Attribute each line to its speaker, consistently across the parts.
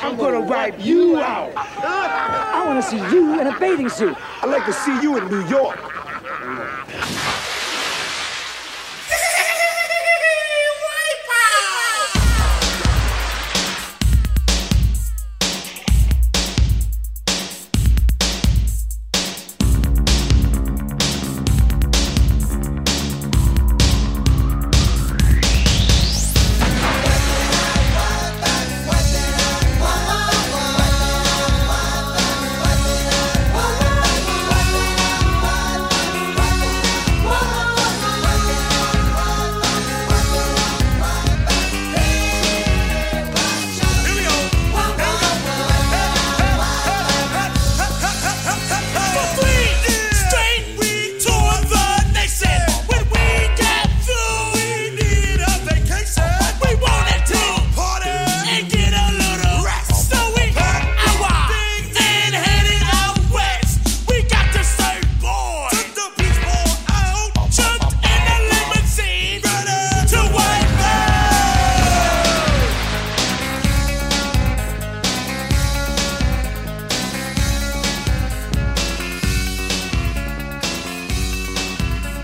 Speaker 1: I'm gonna wipe you out.
Speaker 2: I want to see you in a bathing suit.
Speaker 1: I'd like to see you in New York.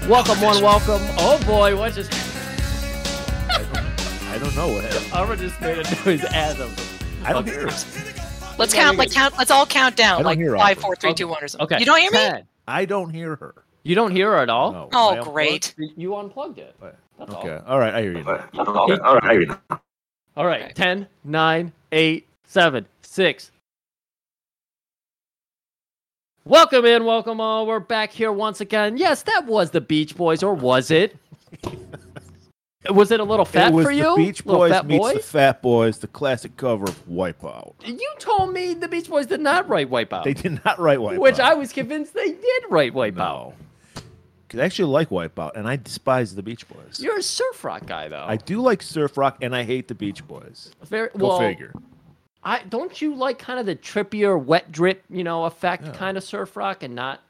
Speaker 3: Welcome, one, welcome. Oh boy, what just
Speaker 4: I don't know what happened.
Speaker 3: Arma just made a noise as of.
Speaker 4: I don't hear it.
Speaker 5: Let's count. Like count. Let's all count
Speaker 4: I
Speaker 5: down.
Speaker 4: don't
Speaker 5: Like
Speaker 4: hear
Speaker 5: five,
Speaker 4: Alfred.
Speaker 5: four, three,
Speaker 3: Okay.
Speaker 5: two, one, or something.
Speaker 3: Okay,
Speaker 5: You don't hear me?
Speaker 3: 10.
Speaker 4: I don't hear her.
Speaker 3: You don't hear her at all.
Speaker 4: No.
Speaker 5: Oh,
Speaker 4: I unplugged-
Speaker 5: great.
Speaker 3: You unplugged it.
Speaker 4: What?
Speaker 3: That's
Speaker 4: Okay. All right. I hear you. now.
Speaker 6: Okay, all right, I hear you now.
Speaker 3: all. All right,
Speaker 5: Okay.
Speaker 3: ten, nine, eight, seven, six. Welcome in, welcome all. We're back here once again. Yes, that was the Beach Boys, or was it? was it a little fat
Speaker 4: it was
Speaker 3: for you?
Speaker 4: the Beach
Speaker 3: Little
Speaker 4: Boys
Speaker 3: fat
Speaker 4: meets
Speaker 3: boy?
Speaker 4: the Fat Boys, the classic cover of Wipeout.
Speaker 3: You told me the Beach Boys did not write Wipeout,
Speaker 4: They did not write Wipeout.
Speaker 3: which I was convinced they did write Wipeout.
Speaker 4: no. 'Cause I actually like Wipeout, and I despise the Beach Boys.
Speaker 3: You're a surf rock guy, though.
Speaker 4: I do like surf rock, and I hate the Beach Boys.
Speaker 3: Very,
Speaker 4: Go
Speaker 3: well,
Speaker 4: figure.
Speaker 3: I don't you like kind of the trippier wet drip, you know, effect kind of surf rock, and not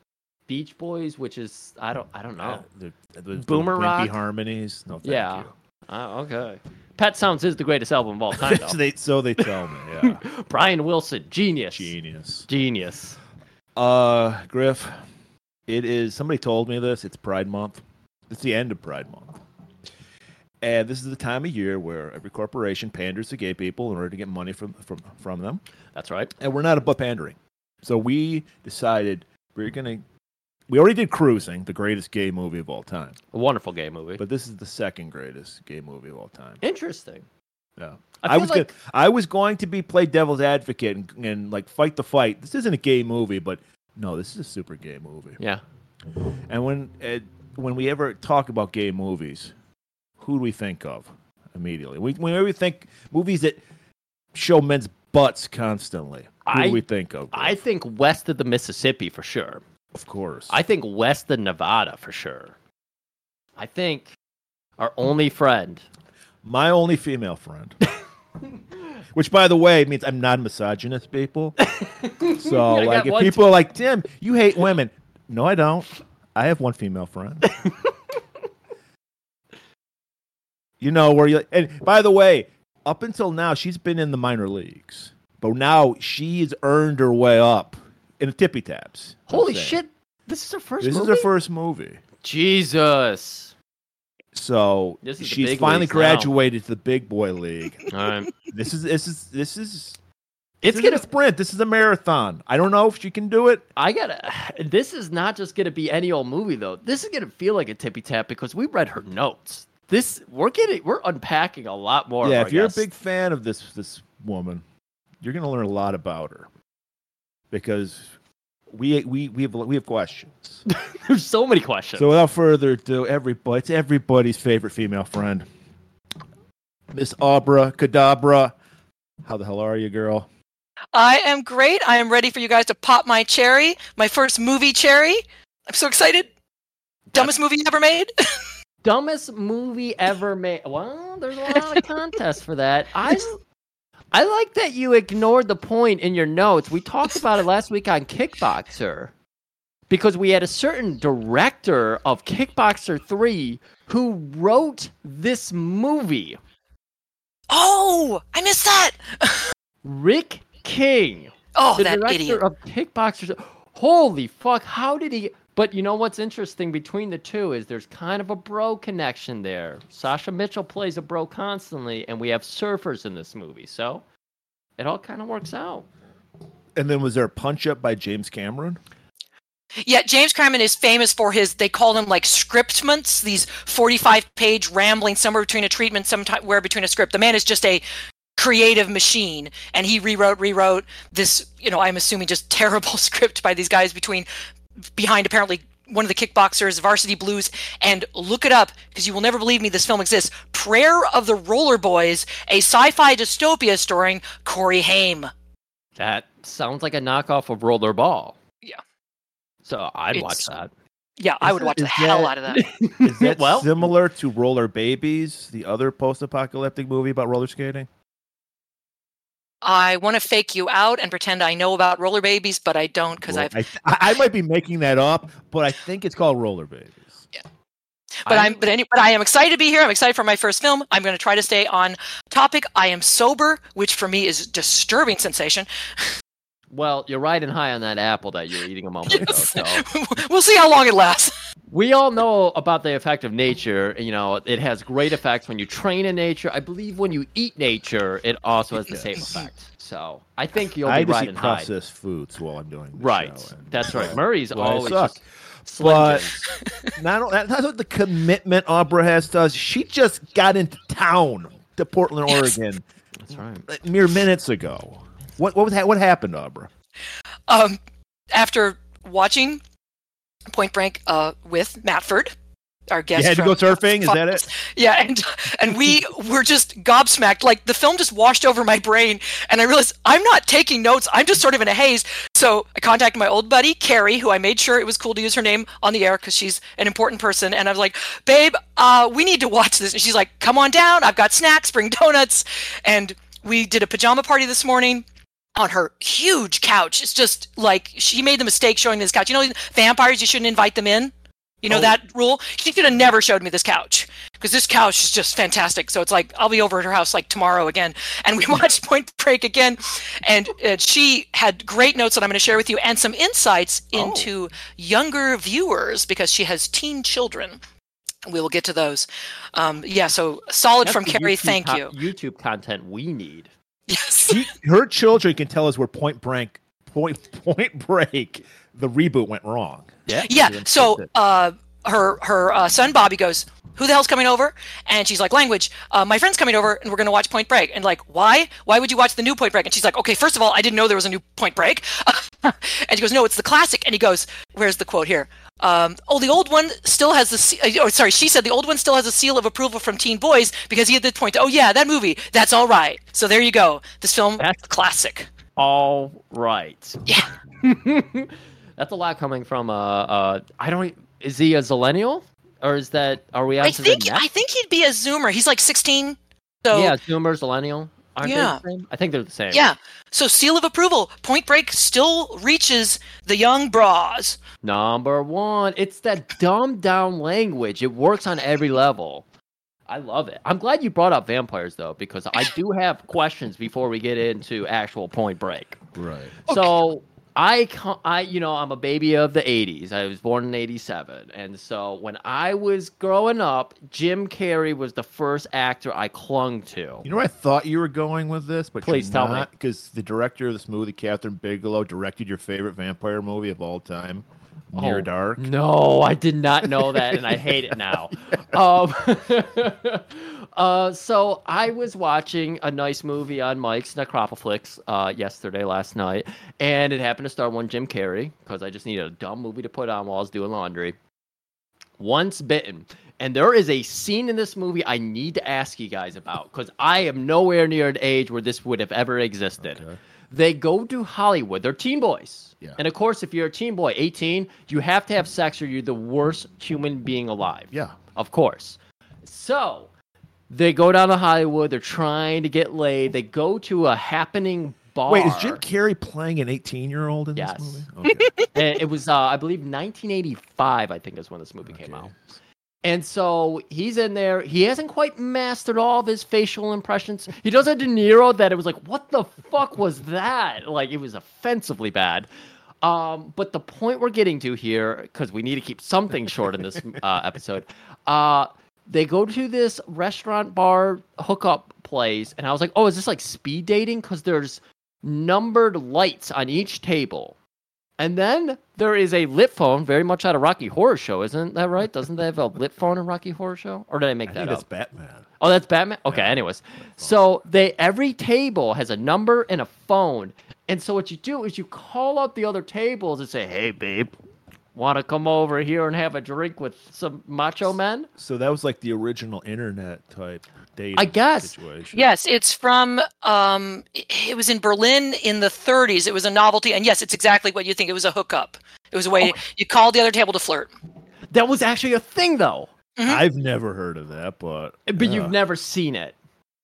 Speaker 3: Beach Boys, which is I don't I don't know.
Speaker 4: Oh, The, the, the
Speaker 3: uh, Boomer
Speaker 4: wimpy
Speaker 3: rock?
Speaker 4: harmonies. No, thank
Speaker 3: Yeah.
Speaker 4: you.
Speaker 3: Uh, okay. Pet Sounds is the greatest album of all time,
Speaker 4: so,
Speaker 3: though.
Speaker 4: they, so they tell me. Yeah.
Speaker 3: Brian Wilson, genius,
Speaker 4: Genius.
Speaker 3: genius.
Speaker 4: Uh, Griff, it is. Somebody told me this. It's Pride Month. It's the end of Pride Month, and this is the time of year where every corporation panders to gay people in order to get money from from from them.
Speaker 3: That's right.
Speaker 4: And we're not above pandering, so we decided we're gonna. We already did Cruising, the greatest gay movie of all time,
Speaker 3: A wonderful gay movie.
Speaker 4: but this is the second greatest gay movie of all time.
Speaker 3: Interesting.
Speaker 4: Yeah.
Speaker 3: I
Speaker 4: I,
Speaker 3: feel
Speaker 4: was
Speaker 3: like-
Speaker 4: gonna, I was going to be play devil's advocate and, and like fight the fight. This isn't a gay movie, but no, this is a super gay movie.
Speaker 3: Yeah.
Speaker 4: And when uh, when we ever talk about gay movies, who do we think of immediately? We whenever we think movies that show men's butts constantly, who
Speaker 3: I-
Speaker 4: do we think of?
Speaker 3: I think west of the Mississippi for sure.
Speaker 4: of course.
Speaker 3: I think west of Nevada for sure. I think our only friend.
Speaker 4: My only female friend. Which, by the way, means I'm not a misogynist, people. So,
Speaker 3: I got
Speaker 4: like, if
Speaker 3: one
Speaker 4: people are like, Tim, you hate women. No, I don't. I have one female friend. you know, where you, and by the way, up until now, she's been in the minor leagues, but now she's earned her way up in the tippy taps. I'm
Speaker 3: Holy
Speaker 4: saying.
Speaker 3: shit! This is her first.
Speaker 4: This is her
Speaker 3: movie?
Speaker 4: first movie.
Speaker 3: Jesus.
Speaker 4: So,
Speaker 3: This is the
Speaker 4: she's
Speaker 3: big
Speaker 4: finally
Speaker 3: leagues now.
Speaker 4: graduated to the big boy league.
Speaker 3: All right.
Speaker 4: This is this is this is
Speaker 3: It's
Speaker 4: this isn't
Speaker 3: gonna.
Speaker 4: a sprint. This is a marathon. I don't know if she can do it.
Speaker 3: I gotta. This is not just gonna be any old movie though. This is gonna feel like a tippy tap because we read her notes. This we're getting. We're unpacking a lot more. of
Speaker 4: yeah,
Speaker 3: our
Speaker 4: if you're
Speaker 3: guests.
Speaker 4: a big fan of this this woman, you're gonna learn a lot about her because we we we have we have questions.
Speaker 3: there's so many questions.
Speaker 4: so without further ado, everybody, it's everybody's favorite female friend, Miss Abra Kadabra. How the hell are you, girl?
Speaker 5: I am great. I am ready for you guys to pop my cherry. My first movie cherry. I'm so excited. Dumbest movie ever made.
Speaker 3: Dumbest movie ever made. Well, there's a lot of contests for that. I. I like that you ignored the point in your notes. We talked about it last week on Kickboxer because we had a certain director of Kickboxer 3 who wrote this movie.
Speaker 5: oh, I missed that.
Speaker 3: Rick King,
Speaker 5: Oh,
Speaker 3: the
Speaker 5: that
Speaker 3: director
Speaker 5: idiot.
Speaker 3: of Kickboxers. Holy fuck! How did he? But you know what's interesting between the two is there's kind of a bro connection there. Sasha Mitchell plays a bro constantly, and we have surfers in this movie, so it all kind of works out.
Speaker 4: And then was there a punch up by James Cameron?
Speaker 5: Yeah, James Cameron is famous for his. They call them like scriptments. These forty-five page rambling somewhere between a treatment, somewhere between a script. The man is just a creative machine, and he rewrote, rewrote this. You know, I'm assuming just terrible script by these guys between behind apparently one of the kickboxers, Varsity Blues, and look it up because you will never believe me. This film exists. Prayer of the Roller Boys, a sci-fi dystopia starring Corey Haim.
Speaker 3: That sounds like a knockoff of Rollerball.
Speaker 5: Yeah.
Speaker 3: So I'd watch
Speaker 5: It's-
Speaker 3: that.
Speaker 5: Yeah, I
Speaker 4: Is
Speaker 5: would
Speaker 4: it-
Speaker 5: watch the
Speaker 4: is
Speaker 5: hell out
Speaker 4: that-
Speaker 5: of that.
Speaker 4: Is that
Speaker 3: Well-
Speaker 4: similar to Roller Babies, the other post-apocalyptic movie about roller skating?
Speaker 5: I want to fake you out and pretend I know about roller babies, but I don't because
Speaker 4: Roll-
Speaker 5: I've.
Speaker 4: I, I I might be making that up, but I think it's called Roller Babies.
Speaker 5: But
Speaker 3: I'm-
Speaker 5: I'm. But any. But I am excited to be here. I'm excited for my first film. I'm going to try to stay on topic. I am sober, which for me is disturbing sensation.
Speaker 3: Well, you're riding high on that apple that you were eating a moment ago. So
Speaker 5: we'll see how long it lasts.
Speaker 3: we all know about the effect of nature. You know, it has great effects when you train in nature. I believe when you eat nature, it also has the same effect. So I think you'll be
Speaker 4: I just
Speaker 3: riding
Speaker 4: eat
Speaker 3: high.
Speaker 4: processed foods while I'm doing this
Speaker 3: Right.
Speaker 4: show, and-
Speaker 3: That's right.
Speaker 4: uh,
Speaker 3: Murray's
Speaker 4: why I
Speaker 3: always
Speaker 4: suck.
Speaker 3: just Slim
Speaker 4: But-
Speaker 3: Jims.
Speaker 4: Not only, that's what the commitment Opera has to us. She just got into town to Portland,
Speaker 5: Yes.
Speaker 4: Oregon,
Speaker 3: That's right.
Speaker 4: like, mere minutes ago. What what was ha- what happened, Opera?
Speaker 5: Um, after watching Point Break uh, with Matford, our
Speaker 4: You
Speaker 5: guest.
Speaker 4: had to
Speaker 5: from-
Speaker 4: go surfing. Is
Speaker 5: Fuck.
Speaker 4: that it?
Speaker 5: Yeah, and and we were just gobsmacked. Like the film just washed over my brain, and I realized I'm not taking notes. I'm just sort of in a haze. So I contacted my old buddy Carrie, who I made sure it was cool to use her name on the air because she's an important person. And I was like, "Babe, uh, we need to watch this." And she's like, "Come on down. I've got snacks. Bring donuts." And we did a pajama party this morning on her huge couch. It's just like she made the mistake showing me this couch. You know, vampires, you shouldn't invite them in. You
Speaker 3: Oh.
Speaker 5: know that rule? She should have never showed me this couch because this couch is just fantastic. So it's like I'll be over at her house like tomorrow again, and we watched Point Break again, and, and she had great notes that I'm going to share with you and some insights
Speaker 3: Oh.
Speaker 5: into younger viewers because she has teen children. We will get to those. Um, yeah, so solid
Speaker 3: That's
Speaker 5: from
Speaker 3: the
Speaker 5: Carrie.
Speaker 3: YouTube
Speaker 5: Thank
Speaker 3: con-
Speaker 5: you.
Speaker 3: YouTube content we need.
Speaker 5: Yes.
Speaker 4: She, her children can tell us where Point Break, Point Point Break, the reboot went wrong.
Speaker 3: Yeah.
Speaker 5: yeah
Speaker 3: that's
Speaker 5: so
Speaker 3: it.
Speaker 5: uh her her uh, son bobby goes who the hell's coming over and she's like language uh, my friend's coming over and we're going to watch point break and like why why would you watch the new point break and she's like okay first of all i didn't know there was a new point break and she goes no it's the classic and he goes where's the quote here um, oh the old one still has the se- uh, oh, sorry she said the old one still has a seal of approval from teen boys because he had the point oh yeah that movie that's all right so there you go this film
Speaker 3: That's-
Speaker 5: classic
Speaker 3: all right.
Speaker 5: yeah
Speaker 3: That's a lot coming from uh uh I don't is he a zillennial or is that are we on
Speaker 5: i
Speaker 3: to
Speaker 5: think
Speaker 3: the
Speaker 5: i
Speaker 3: next?
Speaker 5: think he'd be a zoomer he's like 16 so
Speaker 3: yeah Zoomer zillennial aren't
Speaker 5: Yeah.
Speaker 3: they the same? I think they're the same.
Speaker 5: Yeah. So seal of approval. Point Break still reaches the young bras.
Speaker 3: Number one, it's that dumbed down language. It works on every level. I love it. I'm glad you brought up vampires though because I do have questions before we get into actual Point Break.
Speaker 4: Right.
Speaker 3: So I, co- I, you know, I'm a baby of the '80s. I was born in '87, and so when I was growing up, Jim Carrey was the first actor I clung to.
Speaker 4: You know where I thought you were going with this, but
Speaker 3: Please tell me.
Speaker 4: because the director of this movie, Catherine Bigelow, directed your favorite vampire movie of all time, Near
Speaker 3: Oh,
Speaker 4: Dark.
Speaker 3: No, I did not know that, and I hate it now. Um, uh, so I was watching a nice movie on Mike's Necropolix uh, yesterday, last night, and it happened to star one Jim Carrey because I just needed a dumb movie to put on while I was doing laundry. Once bitten. And there is a scene in this movie I need to ask you guys about because I am nowhere near an age where this would have ever existed
Speaker 4: Okay.
Speaker 3: they go to Hollywood. They're teen boys.
Speaker 4: Yeah.
Speaker 3: And of course, if you're a teen boy, 18, you have to have sex or you're the worst human being alive.
Speaker 4: Yeah.
Speaker 3: Of course. So they go down to Hollywood. They're trying to get laid. They go to a happening bar.
Speaker 4: Wait, is Jim Carrey playing an 18 year old in
Speaker 3: Yes.
Speaker 4: this movie? Okay.
Speaker 3: Eh, And it was, uh, I believe, 1985, I think is when this movie came
Speaker 4: Okay.
Speaker 3: out. And so he's in there. He hasn't quite mastered all of his facial impressions. He does a De Niro that it was like, what the fuck was that? Like it was offensively bad. Um, but the point we're getting to here, because we need to keep something short in this uh, episode, uh, they go to this restaurant bar hookup place, and I was like, oh, is this like speed dating? Because there's numbered lights on each table. And then there is a lit phone, very much out of Rocky Horror Show, isn't that right? Doesn't they have a lit phone in Rocky Horror Show? Or did I make
Speaker 4: I
Speaker 3: that
Speaker 4: think
Speaker 3: up?
Speaker 4: that's Batman.
Speaker 3: Oh, that's Batman. Okay, anyways, so they every table has a number and a phone, and so what you do is you call up the other tables and say, "Hey, babe, want to come over here and have a drink with some macho men?"
Speaker 4: So that was like the original internet type dating
Speaker 3: I guess.
Speaker 4: situation.
Speaker 5: Yes, it's from um i- it was in Berlin in the 30s. It was a novelty and yes, it's exactly what you think. It was a hookup. It was a way you called the other table to flirt.
Speaker 3: That was actually a thing, though,
Speaker 4: I've never heard of that, but
Speaker 3: uh-huh. Uh, but
Speaker 4: yeah,
Speaker 3: you've Oh, never seen it.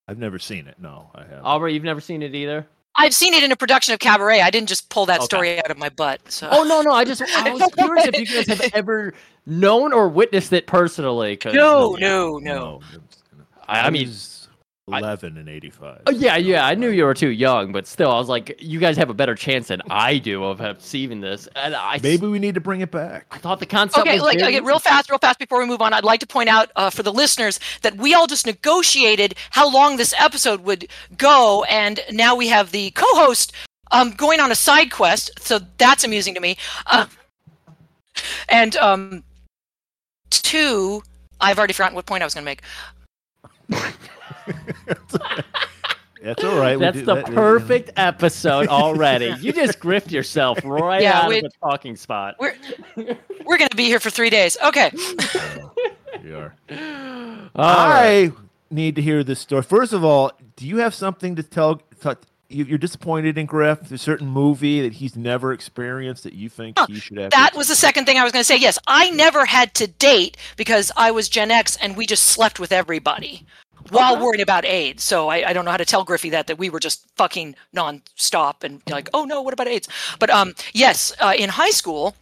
Speaker 4: I've never seen it. No, I haven't.
Speaker 3: Aubrey, you've never seen it either.
Speaker 5: I've seen it in a production of Cabaret. I didn't just pull that
Speaker 3: Okay.
Speaker 5: story out of my butt. So
Speaker 3: Oh no, no, I just I was curious if you guys have ever known or witnessed it personally. 'cause-
Speaker 5: no, no, no.
Speaker 4: I've never seen it.
Speaker 3: I- I mean-
Speaker 4: was
Speaker 3: I-
Speaker 4: eleven and eighty-five.
Speaker 3: Oh, yeah,
Speaker 4: so
Speaker 3: yeah. I knew you were too young, but still, I was like, you guys have a better chance than I do of receiving this. And I
Speaker 4: Maybe we need to bring it back.
Speaker 3: I thought the concept
Speaker 5: okay,
Speaker 3: was
Speaker 5: like
Speaker 3: very-
Speaker 5: okay, real fast, real fast before we move on, I'd like to point out uh, for the listeners that we all just negotiated how long this episode would go, and now we have the co-host um, going on a side quest, so that's amusing to me. Uh, and um, two, I've already forgotten what point I was going to make.
Speaker 4: That's all right. we
Speaker 3: That's
Speaker 4: did
Speaker 3: the
Speaker 4: that, you know.
Speaker 3: perfect episode already. you just grift yourself right
Speaker 5: Yeah,
Speaker 3: out
Speaker 5: we-
Speaker 3: of the talking spot.
Speaker 5: We're we're going to be here for three days. Okay,
Speaker 4: We are.
Speaker 3: All right.
Speaker 4: I need to hear this story. First of all, do you have something to tell? t- you- you're disappointed in Griff. There's a certain movie that he's never experienced that you think he should have.
Speaker 5: that was the second thing I was going to say. Yes, I never had to date because I was Gen X and we just slept with everybody while worrying about AIDS. So I, I don't know how to tell Griffey that that we were just fucking nonstop and like, oh no, what about AIDS? But um, yes, uh, in high school.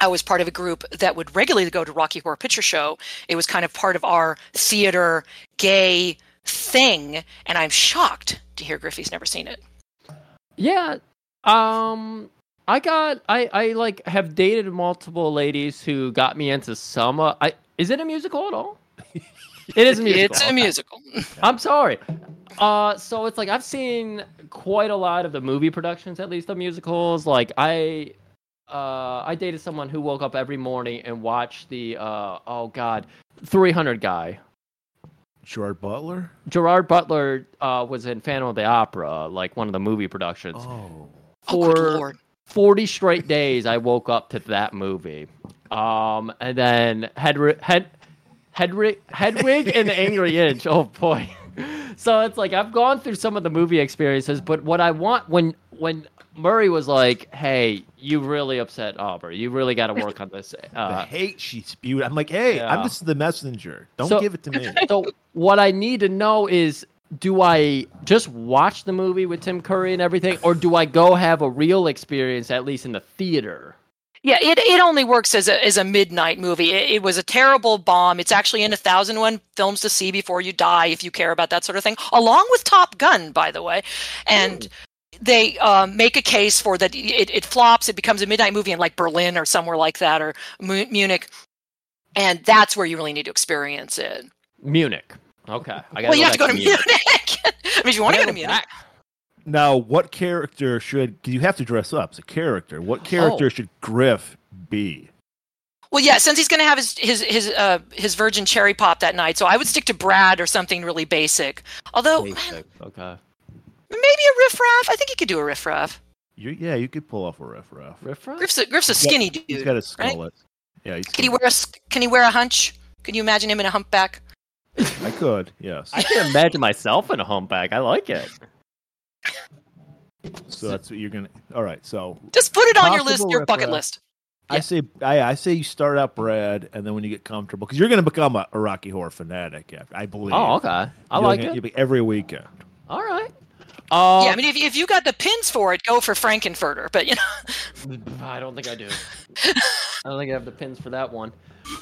Speaker 5: I was part of a group that would regularly go to Rocky Horror Picture Show. It was kind of part of our theater gay thing, and I'm shocked to hear Griffey's never seen it.
Speaker 3: Yeah. Um I got I I like have dated multiple ladies who got me into some uh, I is it a musical at all? It is a musical.
Speaker 5: It's a musical.
Speaker 3: I'm sorry. Uh, so it's like I've seen quite a lot of the movie productions, at least the musicals. Like I, uh, I dated someone who woke up every morning and watched the uh, oh god, 300 guy.
Speaker 4: Gerard Butler.
Speaker 3: Gerard Butler uh, was in Phantom of the Opera, like one of the movie productions.
Speaker 4: Oh,
Speaker 5: oh, good
Speaker 3: For-
Speaker 5: lord.
Speaker 3: 40 straight days I woke up to that movie. Um, and then Hedwig, Hed, Hedwig, Hedwig and the Angry Inch. Oh boy. So it's like I've gone through some of the movie experiences, but what I want when when Murray was like, "Hey, you really upset Aubrey. You really got to work on this."
Speaker 4: the
Speaker 3: Uh,
Speaker 4: hate she spewed. I'm like, hey,
Speaker 3: yeah.
Speaker 4: I'm just the messenger. Don't
Speaker 3: So-
Speaker 4: give it to me.
Speaker 3: so what I need to know is do I just watch the movie with Tim Curry and everything or do I go have a real experience at least in the theater?
Speaker 5: Yeah, it, it only works as a as a midnight movie. It, it was a terrible bomb. It's actually in a thousand one films to see before you die if you care about that sort of thing, along with Top Gun, by the way. And they um, make a case for that it, it flops. It becomes a midnight movie in like Berlin or somewhere like that or Mu- Munich, and that's where you really need to experience it.
Speaker 3: Munich. Okay. I gotta
Speaker 5: Well, you have to go to
Speaker 3: back
Speaker 5: Munich. I mean, if you want to go to Munich.
Speaker 3: back.
Speaker 4: Now, what character should? 'cause You have to dress up. It's a character. What character
Speaker 3: Oh.
Speaker 4: should Griff be?
Speaker 5: Well, yeah, since he's going to have his his his uh, his virgin cherry pop that night, so I would stick to Brad or something really basic. Although, man,
Speaker 3: Okay.
Speaker 5: Maybe a riffraff. I think he could do a riffraff.
Speaker 4: You, yeah, you could pull off a riffraff.
Speaker 3: Riff raff?
Speaker 5: Griff's a, Griff's a skinny
Speaker 4: He's
Speaker 5: dude.
Speaker 4: got a skullet. Yeah, he's
Speaker 5: Can he wear a s- Can he wear a hunch? Can you imagine him in a humpback?
Speaker 4: I could. Yes.
Speaker 3: I can imagine myself in a humpback. I like it.
Speaker 4: So that's what you're gonna. All right. So
Speaker 5: Just put it on your list,
Speaker 4: Possible
Speaker 5: your bucket
Speaker 4: riffraff.
Speaker 5: list.
Speaker 4: I say I, I say you start out Brad, and then when you get comfortable, because you're going to become a, a Rocky Horror fanatic. After, I believe.
Speaker 3: Oh, okay. I
Speaker 4: You'll
Speaker 3: like
Speaker 4: hit-
Speaker 3: it.
Speaker 4: you'll be every weekend.
Speaker 3: All right. Um,
Speaker 5: yeah, I mean, if, if you got the pins for it, go for Frankenfurter. But you know,
Speaker 3: I don't think I do. I don't think I have the pins for that one.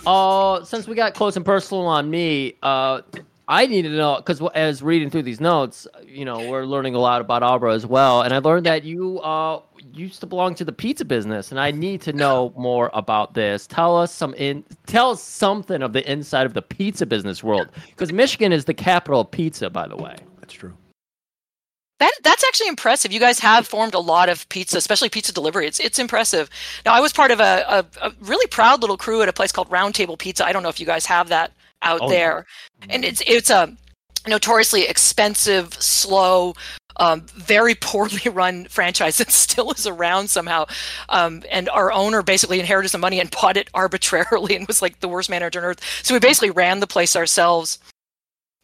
Speaker 3: Uh, since we got close and personal on me, uh, I need to know because as reading through these notes, you know, we're learning a lot about Abra as well, and I learned that you uh used to belong to the pizza business, and I need to know more about this. Tell us some in tell us something of the inside of the pizza business world because Michigan is the capital of pizza, by the way.
Speaker 4: That's true.
Speaker 5: that that's actually impressive. You guys have formed a lot of pizza, especially pizza delivery. It's it's impressive. Now, I was part of a, a, a really proud little crew at a place called Round Table Pizza. I don't know if you guys have that out
Speaker 3: Oh, yeah.
Speaker 5: there, and it's it's a notoriously expensive, slow. Um, very poorly run franchise that still is around somehow. Um, and our owner basically inherited some money and bought it arbitrarily and was like the worst manager on earth. So we basically ran the place ourselves.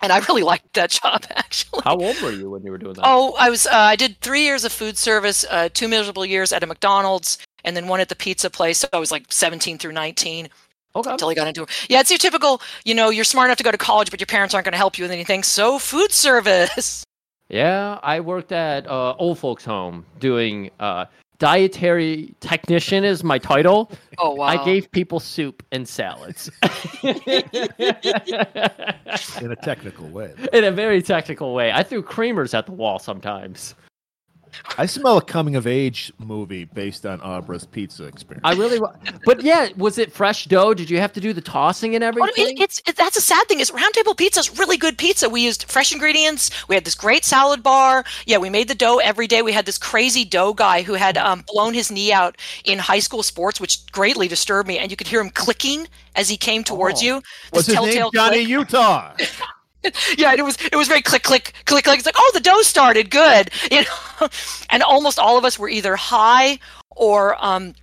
Speaker 5: And I really liked that job actually.
Speaker 3: How old were you when you were doing that?
Speaker 5: Oh, I was. Uh, I did three years of food service, uh, two miserable years at a McDonald's, and then one at the pizza place. So I was like 17 through 19
Speaker 3: okay.
Speaker 5: until I got into. Yeah, it's your typical. You know, you're smart enough to go to college, but your parents aren't going to help you with anything. So food service.
Speaker 3: Yeah, I worked at uh, old folks' home doing uh, dietary technician is my title.
Speaker 5: Oh wow.
Speaker 3: I gave people soup and salads in
Speaker 6: in a technical way.
Speaker 3: a very technical way. I threw creamers at the wall sometimes.
Speaker 6: I smell a coming of age movie based on Aubra's pizza experience.
Speaker 3: I really, wa- but yeah, was it fresh dough? Did you have to do the tossing and
Speaker 5: Well, I mean,
Speaker 3: everything?
Speaker 5: it's it, that's a sad thing. Is Round Table Pizza is really good pizza. We used fresh ingredients. We had this great salad bar. Yeah, we made the dough every day. We had this crazy dough guy who had um, blown his knee out in high school sports, which greatly disturbed me. And you could hear him clicking as he came towards you.
Speaker 6: Oh. Was
Speaker 5: This
Speaker 6: his name
Speaker 5: telltale
Speaker 6: Johnny
Speaker 5: click.
Speaker 6: Utah?
Speaker 5: Yeah, and it was it was very click click click click. It's like oh the dough started good, you know. and almost all of us were either high or um,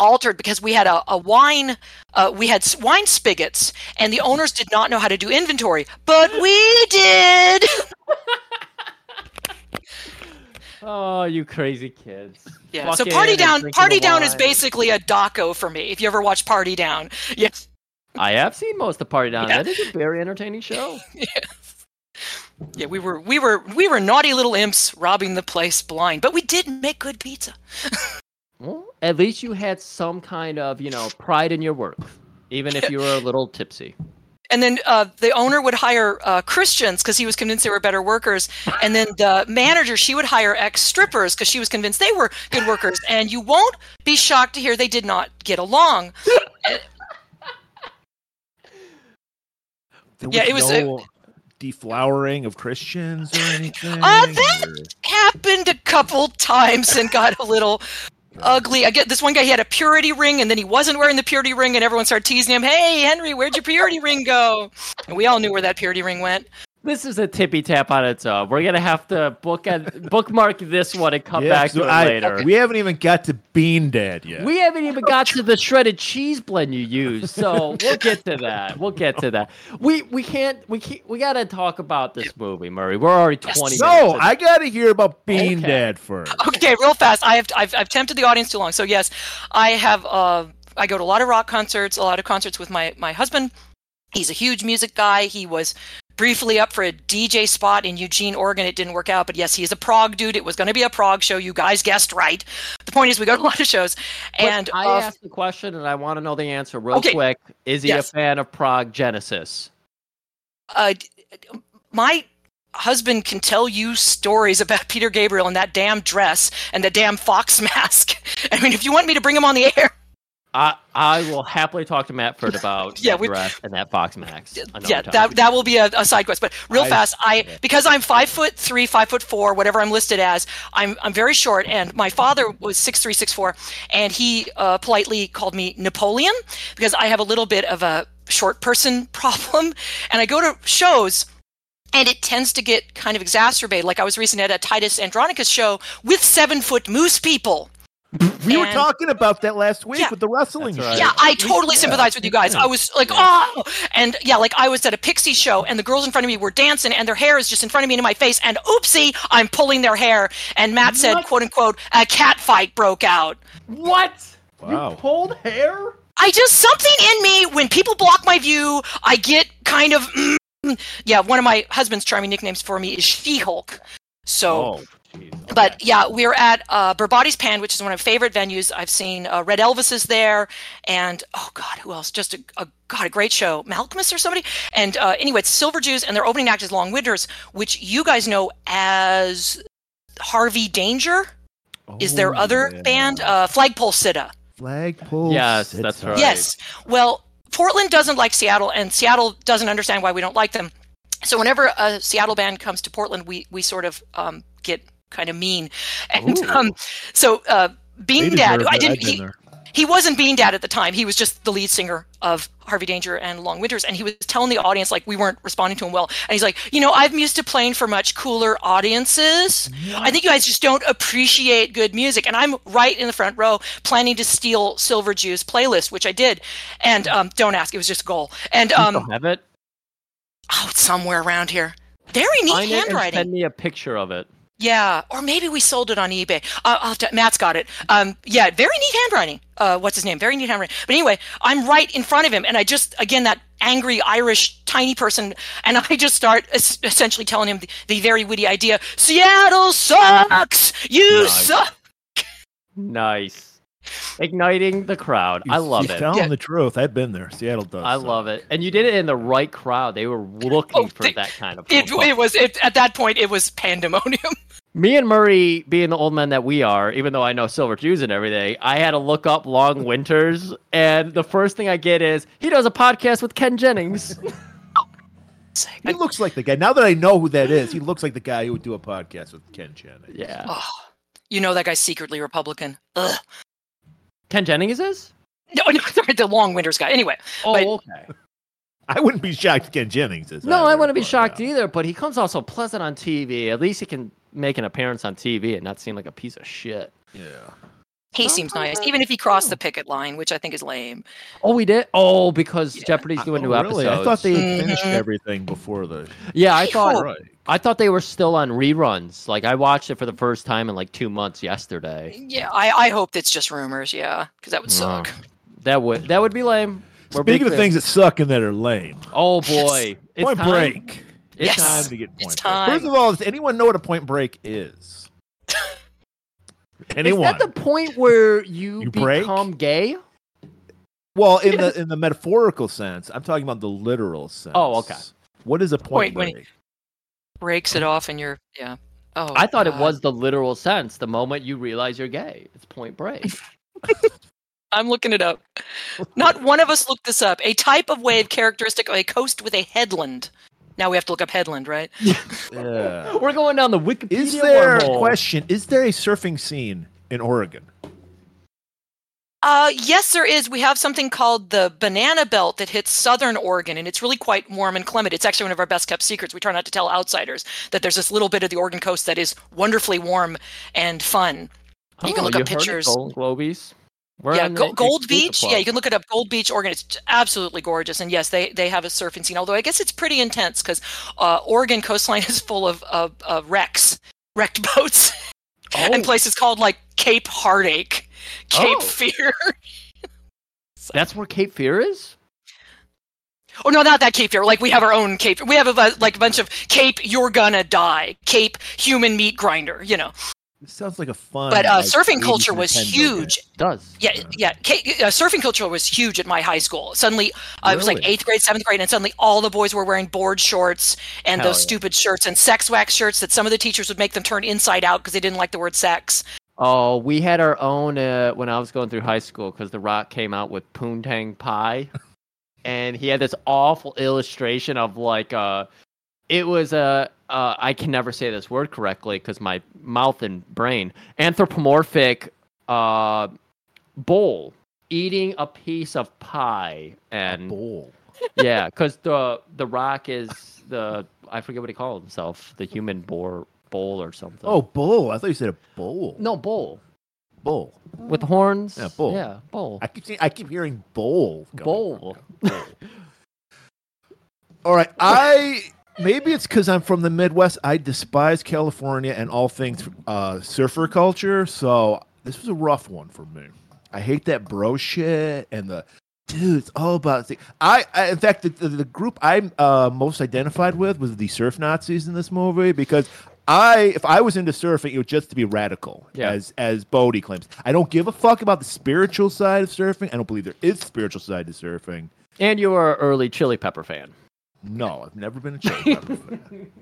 Speaker 5: altered because we had a, a wine uh, we had s- wine spigots and the owners did not know how to do inventory, but we did.
Speaker 3: oh, you crazy kids!
Speaker 5: Yeah. so
Speaker 3: Fucking
Speaker 5: party
Speaker 3: and
Speaker 5: down
Speaker 3: drinking
Speaker 5: party
Speaker 3: the
Speaker 5: down is
Speaker 3: wine.
Speaker 5: basically a doco for me. If you ever watch Party Down, yes.
Speaker 3: I have seen most of Party Down.
Speaker 5: Yeah.
Speaker 3: That is a very entertaining show.
Speaker 5: Yeah, we were we were we were naughty little imps robbing the place blind, but we did make good pizza.
Speaker 3: Well, at least you had some kind of, you know, pride in your work, even if you were a little tipsy.
Speaker 5: and then uh, the owner would hire uh, Christians because he was convinced they were better workers. And then the manager, she would hire ex strippers because she was convinced they were good workers. And you won't be shocked to hear they did not get along.
Speaker 4: There
Speaker 5: Yeah, it was a-
Speaker 4: no deflowering of Christians or anything.
Speaker 5: Uh, that
Speaker 4: or-
Speaker 5: happened a couple times and got a little ugly. I get this one guy, he had a purity ring and then he wasn't wearing the purity ring, and everyone started teasing him, Hey, Henry, where'd your purity ring go? And we all knew where that purity ring went.
Speaker 3: This is a tippy tap on its own. We're gonna have to book and bookmark this one and come
Speaker 6: Yeah,
Speaker 3: back
Speaker 6: so
Speaker 3: to it
Speaker 6: I-
Speaker 3: later.
Speaker 6: We haven't even got to Bean Dad yet.
Speaker 3: We haven't even got to the shredded cheese blend you used, so we'll get to that. We'll get to that. We we can't we can't, we gotta talk about this movie, Murray. We're already twenty. minutes
Speaker 6: no,
Speaker 3: in.
Speaker 6: I got to hear about Bean
Speaker 3: Okay.
Speaker 6: Dad first.
Speaker 5: okay, real fast. I have I've, I've tempted the audience too long. So yes, I have. Uh, I go to a lot of rock concerts, a lot of concerts with my my husband. He's a huge music guy. He was briefly up for a DJ spot in Eugene, Oregon. It didn't work out, but yes, he is a prog dude. It was going to be a prog show. You guys guessed right. The point is, we go to a lot of shows,
Speaker 3: But
Speaker 5: and
Speaker 3: I
Speaker 5: uh,
Speaker 3: asked the question and I want to know the answer real
Speaker 5: Okay.
Speaker 3: quick. Is he
Speaker 5: Yes.
Speaker 3: a fan of Prague Genesis?
Speaker 5: uh, d- d- my husband can tell you stories about Peter Gabriel and that damn dress and the damn fox mask. I mean, if you want me to bring him on the air,
Speaker 3: I I will happily talk to Matford about
Speaker 5: Yeah,
Speaker 3: that
Speaker 5: we-
Speaker 3: dress and that Fox Max. another
Speaker 5: yeah,
Speaker 3: time.
Speaker 5: that that will be a, a side quest. But real fast, I because I'm five foot three, five foot four, whatever I'm listed as, I'm I'm very short. And my father was six three, six four, and he uh, politely called me Napoleon because I have a little bit of a short person problem, and I go to shows. And it tends to get kind of exacerbated. Like I was recently at a Titus Andronicus show with seven foot moose people.
Speaker 6: We were
Speaker 5: And-
Speaker 6: talking about that last week
Speaker 5: Yeah.
Speaker 6: with the wrestling
Speaker 3: That's right.
Speaker 6: show.
Speaker 5: Yeah, I totally sympathize with you guys. I was like, oh, and yeah, like I was at a Pixie show, and the girls in front of me were dancing, and their hair is just in front of me and in my face, and oopsie, I'm pulling their hair. And Matt said, quote unquote, a cat fight broke out.
Speaker 3: What? You
Speaker 6: Wow.
Speaker 3: pulled hair?
Speaker 5: I just something in me when people block my view, I get kind mm, of, yeah. One of my husband's charming nicknames for me is She Hulk. So
Speaker 6: Oh,
Speaker 5: But yeah, we are at uh, Burbotti's Pan, which is one of my favorite venues. I've seen uh, Red Elvis is there, and oh god, who else? Just a, a god, a great show, Malcolmus or somebody. And uh, anyway, it's Silver Jews, and their opening act is Long Winters, which you guys know as Harvey Danger. Is their
Speaker 7: Oh,
Speaker 5: other
Speaker 7: yeah.
Speaker 5: band uh, Flagpole Sitta?
Speaker 4: Flagpole.
Speaker 3: Yes,
Speaker 4: sits
Speaker 3: that's
Speaker 4: up.
Speaker 3: right.
Speaker 5: Yes. Well, Portland doesn't like Seattle, and Seattle doesn't understand why we don't like them. So whenever a Seattle band comes to Portland, we we sort of um, get kind of mean. And um, so uh,
Speaker 7: They
Speaker 5: Bean
Speaker 7: deserve
Speaker 5: Dad,
Speaker 7: it.
Speaker 5: who I didn't.
Speaker 7: I've been
Speaker 5: He,
Speaker 7: there.
Speaker 5: he wasn't Bean Dad at the time. He was just the lead singer of Harvey Danger and Long Winters, and he was telling the audience like we weren't responding to him well. And he's like, you know, I'm used to playing for much cooler audiences. I think you guys just don't appreciate good music. And I'm right in the front row, planning to steal Silver Jew's playlist, which I did. And um, don't ask, it was just a goal. And um,
Speaker 3: have it.
Speaker 5: oh, it's somewhere around here. Very neat
Speaker 3: Find it and
Speaker 5: handwriting.
Speaker 3: send me a picture of it.
Speaker 5: Yeah, or maybe we sold it on eBay. Uh, I'll have to, Matt's got it. Um, yeah, very neat handwriting. Uh, what's his name? Very neat handwriting. But anyway, I'm right in front of him, and I just again that angry Irish tiny person, and I just start es- essentially telling him the, the very witty idea: Seattle sucks. You
Speaker 3: Nice.
Speaker 5: suck.
Speaker 3: Nice. Igniting the crowd.
Speaker 7: You-
Speaker 3: I love
Speaker 7: you
Speaker 3: it.
Speaker 7: Telling
Speaker 5: Yeah.
Speaker 7: the truth, I've been there. Seattle does.
Speaker 3: I
Speaker 7: suck.
Speaker 3: love it. And you did it in the right crowd. They were looking
Speaker 5: Oh,
Speaker 3: for
Speaker 5: they-
Speaker 3: that kind of
Speaker 5: It, it was it, at that point it was pandemonium.
Speaker 3: Me and Murray, being the old men that we are, even though I know Silver Jews and everything, I had to look up Long Winters, and the first thing I get is he does a podcast with Ken Jennings.
Speaker 5: It's like,
Speaker 4: He looks like the guy. Now that I know who that is, he looks like the guy who would do a podcast with Ken Jennings.
Speaker 3: yeah,
Speaker 5: oh, you know that guy's secretly Republican. Ugh.
Speaker 3: Ken Jennings is.
Speaker 5: No, no, sorry, the long winters guy. Anyway,
Speaker 3: Oh,
Speaker 5: But-
Speaker 3: okay.
Speaker 4: I wouldn't be shocked if Ken Jennings is.
Speaker 3: No, I
Speaker 4: either,
Speaker 3: wouldn't be
Speaker 4: but,
Speaker 3: shocked
Speaker 4: yeah.
Speaker 3: either. But he comes off so pleasant on TV. At least he can make an appearance on TV and not seem like a piece of shit.
Speaker 5: he seems nice, even if he crossed the picket line, which I think is lame.
Speaker 3: Oh, we did. Oh, because Jeopardy's doing
Speaker 4: Oh,
Speaker 3: new
Speaker 4: really?
Speaker 3: episodes.
Speaker 4: I thought they had finished
Speaker 5: Mhm.
Speaker 4: everything before the.
Speaker 3: Yeah, I
Speaker 5: Hey-ho.
Speaker 3: thought.
Speaker 4: Right.
Speaker 3: I thought they were still on reruns. Like I watched it for the first time in like two months yesterday.
Speaker 5: Yeah, I, I hope that's just rumors. Yeah, because that would suck.
Speaker 3: That would that would be lame. We're big
Speaker 4: Speaking of
Speaker 3: fans.
Speaker 4: things that suck and that are lame,
Speaker 3: oh boy, it's
Speaker 4: Point
Speaker 3: time.
Speaker 4: Break.
Speaker 3: It's
Speaker 5: Yes.
Speaker 4: Time
Speaker 3: time.
Speaker 4: to get Point
Speaker 5: It's
Speaker 4: Break. First
Speaker 5: time.
Speaker 4: of all, does anyone know what a Point Break is? anyone?
Speaker 3: Is that the point where you,
Speaker 4: You break?
Speaker 3: become gay?
Speaker 4: Well, in the in the metaphorical sense, I'm talking about the literal sense.
Speaker 3: Oh, okay.
Speaker 4: What is a
Speaker 5: Wait,
Speaker 4: point
Speaker 5: wait.
Speaker 4: break?
Speaker 5: Breaks it off, and you're yeah. Oh,
Speaker 3: I thought it
Speaker 5: God.
Speaker 3: was the literal sense. The moment you realize you're gay, it's Point Break.
Speaker 5: I'm looking it up. Not one of us looked this up. A type of wave characteristic of a coast with a headland. Now we have to look up headland, right?
Speaker 4: Yeah.
Speaker 3: We're going down the Wikipedia
Speaker 4: Is there a
Speaker 3: wormhole.
Speaker 4: question? Is there a surfing scene in Oregon?
Speaker 5: Uh, yes, there is. We have something called the banana belt that hits southern Oregon, and it's really quite warm and clement. It's actually one of our best kept secrets. We try not to tell outsiders that there's this little bit of the Oregon coast that is wonderfully warm and fun. You can
Speaker 3: Oh,
Speaker 5: look up
Speaker 3: heard of
Speaker 5: pictures.
Speaker 3: Golden Globies. We're
Speaker 5: yeah,
Speaker 3: on
Speaker 5: Go-
Speaker 3: the
Speaker 5: Gold
Speaker 3: exclusive
Speaker 5: Beach.
Speaker 3: club.
Speaker 5: Yeah, you can look it up. Gold Beach, Oregon. It's j- absolutely gorgeous. And yes, they they have a surfing scene. Although I guess it's pretty intense because uh, Oregon coastline is full of of, of wrecks, wrecked boats, and places called like Cape Heartache, Cape
Speaker 3: Oh.
Speaker 5: Fear.
Speaker 3: That's where Cape Fear is.
Speaker 5: Oh no, not that Cape Fear. Like we have our own Cape. We have a bu- like a bunch of Cape. You're gonna die. Cape Human Meat Grinder. You know.
Speaker 4: This sounds like a fun.
Speaker 5: But uh,
Speaker 4: like,
Speaker 5: surfing
Speaker 4: 80s
Speaker 5: culture was
Speaker 4: Nintendo
Speaker 5: huge.
Speaker 3: It does.
Speaker 5: Yeah,
Speaker 4: Uh-huh.
Speaker 5: yeah. K- uh, surfing culture was huge at my high school. Suddenly, I was like
Speaker 4: Really?
Speaker 5: eighth grade, seventh grade, and suddenly all the boys were wearing board shorts and
Speaker 3: Hell
Speaker 5: those
Speaker 3: yeah.
Speaker 5: stupid shirts and sex wax shirts that some of the teachers would make them turn inside out because they didn't like the word sex.
Speaker 3: Oh, we had our own uh, when I was going through high school because The Rock came out with Poontang Pie, and he had this awful illustration of like uh, it was a uh, I can never say this word correctly because my mouth and brain anthropomorphic uh bull eating a piece of pie
Speaker 4: game.
Speaker 3: and
Speaker 4: Bowl.
Speaker 3: yeah because the the rock is the i forget what he called himself the human boar bowl or something
Speaker 4: Oh, bowl. I thought you said a bowl.
Speaker 3: no bull
Speaker 4: bowl.
Speaker 3: with horns.
Speaker 4: Yeah, bull.
Speaker 3: Yeah, bull.
Speaker 4: I keep seeing, I keep hearing bowl. coming
Speaker 3: Bull.
Speaker 4: All right, I maybe it's because I'm from the Midwest. I despise California and all things uh, surfer culture. So this was a rough one for me. I hate that bro shit and the dude. It's all about. the- I, I in fact, the, the, the group I'm uh, most identified with was the surf Nazis in this movie because I if I was into surfing, it would just to be radical,
Speaker 3: Yeah.
Speaker 4: as as Bodie claims. I don't give a fuck about the spiritual side of surfing. I don't believe there is spiritual side to surfing.
Speaker 3: And you are an early Chili Pepper fan.
Speaker 4: No, I've never been a chili pepper fan.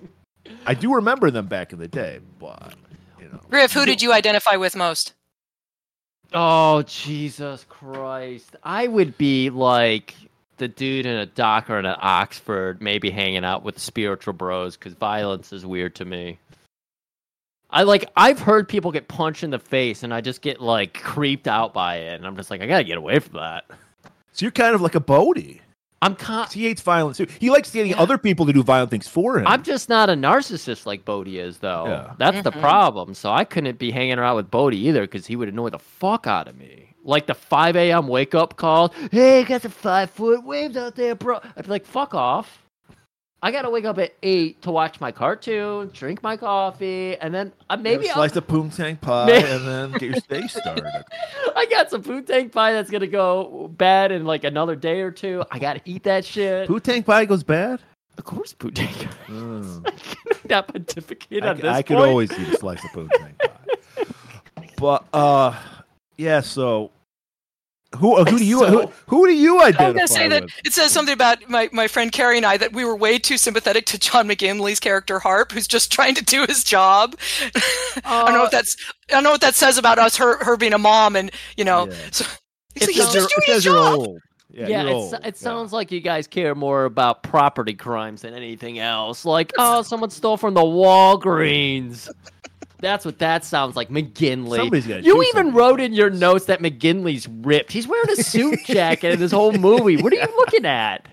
Speaker 4: I do remember them back in the day, but you know,
Speaker 5: Griff, who did you identify with most?
Speaker 3: Oh Jesus Christ! I would be like the dude in a dock or in an Oxford, maybe hanging out with spiritual bros because violence is weird to me. I like I've heard people get punched in the face, and I just get like creeped out by it, and I'm just like, I gotta get away from that.
Speaker 4: so you're kind of like a Bodie.
Speaker 3: I'm con-
Speaker 4: He hates violence too. He likes getting other people to do violent things for him.
Speaker 3: I'm just not a narcissist like Bodie is, though.
Speaker 4: Yeah.
Speaker 3: That's the problem. So I couldn't be hanging around with Bodie either because he would annoy the fuck out of me. Like the 5 a.m. wake up call. Hey, I got the five foot waves out there, bro. I'd be like, fuck off. I gotta wake up at eight to watch my cartoon, drink my coffee, and then uh,
Speaker 4: You have
Speaker 3: maybe
Speaker 4: a
Speaker 3: I'll,
Speaker 4: slice of poontang pie
Speaker 3: May-
Speaker 4: and then get your day started.
Speaker 3: I got some food tank pie that's gonna go bad in like another day or two. I gotta eat that shit.
Speaker 4: poontang pie goes bad.
Speaker 3: Of course, food tank.
Speaker 4: Mm.
Speaker 3: Not pontificate
Speaker 4: I,
Speaker 3: on
Speaker 4: c-
Speaker 3: this
Speaker 4: I could
Speaker 3: point.
Speaker 4: always eat a slice of poontang pie. But uh, yeah. So who who do you who, who do you identify
Speaker 5: I was going to say that
Speaker 4: with?
Speaker 5: it says something about my, my friend Carrie and I that we were way too sympathetic to John McGinley's character Harp, who's just trying to do his job. I don't know
Speaker 3: Uh,
Speaker 5: if that's I don't know what that says about us, her her being a mom, and you know,
Speaker 4: Yeah.
Speaker 5: so,
Speaker 3: It
Speaker 5: he's
Speaker 3: sounds-
Speaker 5: just
Speaker 4: It
Speaker 5: doing his
Speaker 4: says you're
Speaker 5: job.
Speaker 4: old. Yeah,
Speaker 3: yeah,
Speaker 4: you're
Speaker 3: it's-
Speaker 4: old.
Speaker 3: it
Speaker 4: Yeah.
Speaker 3: sounds like you guys care more about property crimes than anything else. Like, oh, someone stole from the Walgreens. That's what that sounds like, McGinley.
Speaker 4: Somebody's gotta
Speaker 3: you
Speaker 4: do
Speaker 3: even
Speaker 4: something.
Speaker 3: wrote in your notes that McGinley's ripped. He's wearing a suit jacket in this whole movie. What are you looking at?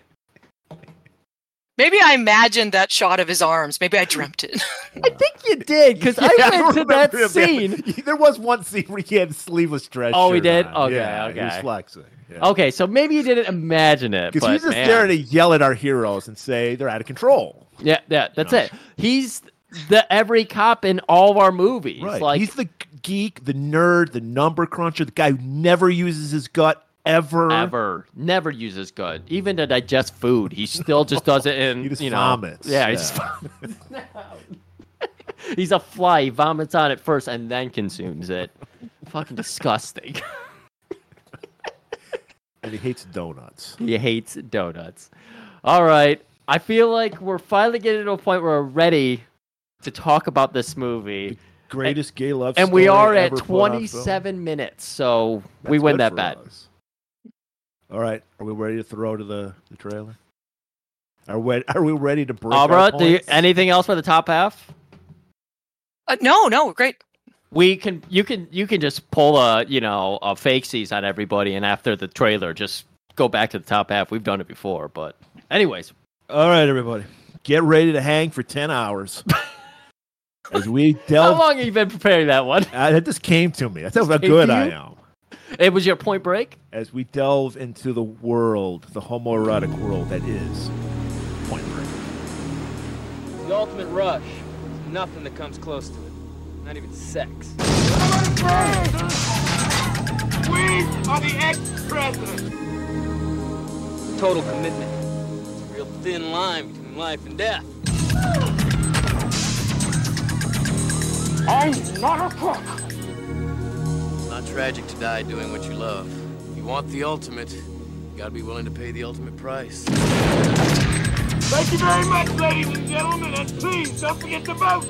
Speaker 5: Maybe I imagined that shot of his arms. Maybe I dreamt it.
Speaker 3: I think you did because
Speaker 4: Yeah,
Speaker 3: I went to
Speaker 4: remember
Speaker 3: that
Speaker 4: him.
Speaker 3: scene.
Speaker 4: There was one scene where he had sleeveless dress.
Speaker 3: Oh, he
Speaker 4: shirt
Speaker 3: did?
Speaker 4: on.
Speaker 3: Okay,
Speaker 4: yeah, He was
Speaker 3: okay.
Speaker 4: flexing. Yeah.
Speaker 3: Okay, so maybe you didn't imagine it.
Speaker 4: Because
Speaker 3: but,
Speaker 4: he's just
Speaker 3: man.
Speaker 4: there to yell at our heroes and say they're out of control.
Speaker 3: Yeah, yeah, that's it. He's the every cop in all of our movies. Like
Speaker 4: he's the g- geek, the nerd, the number cruncher, the guy who never uses his gut ever.
Speaker 3: ever never uses good even to digest food he still just does it in
Speaker 4: He just
Speaker 3: you know
Speaker 4: vomits.
Speaker 3: yeah, He just vom- he's a fly he vomits on it first and then consumes it fucking disgusting
Speaker 4: and he hates donuts.
Speaker 3: he hates donuts all right i feel like we're finally getting to a point where we're ready to talk about this movie
Speaker 4: Greatest gay love
Speaker 3: and we
Speaker 4: story
Speaker 3: are at
Speaker 4: ever put on film.
Speaker 3: 27 minutes so we
Speaker 4: That's
Speaker 3: win
Speaker 4: good
Speaker 3: that
Speaker 4: for
Speaker 3: bet
Speaker 4: us. All right, are we ready to throw to the, the trailer? Are we, are we ready to break? our
Speaker 3: Abra, do you,
Speaker 4: points?
Speaker 3: anything else for the top half
Speaker 5: Uh, no, no, great.
Speaker 3: We can you can you can just pull a you know a fake seas on everybody and after the trailer just go back to the top half. We've done it before, but anyways,
Speaker 4: All right, everybody, get ready to hang for ten hours as we
Speaker 3: how
Speaker 4: delve.
Speaker 3: long have you been preparing that one?
Speaker 4: I, that just came to me. That's how
Speaker 3: came to
Speaker 4: good I
Speaker 3: you?
Speaker 4: am.
Speaker 3: It was your point break.
Speaker 4: As we delve into the world, the homoerotic world that is Point Break.
Speaker 8: The ultimate rush is nothing that comes close to it. Not even sex.
Speaker 1: We are the ex-president.
Speaker 8: Total commitment. It's a real thin line between life and death.
Speaker 1: I'm not a crook.
Speaker 9: It's not tragic to die doing what you love. If you want the ultimate, you gotta be willing to pay the ultimate price.
Speaker 1: Thank you very much, ladies and gentlemen, and please don't forget to vote.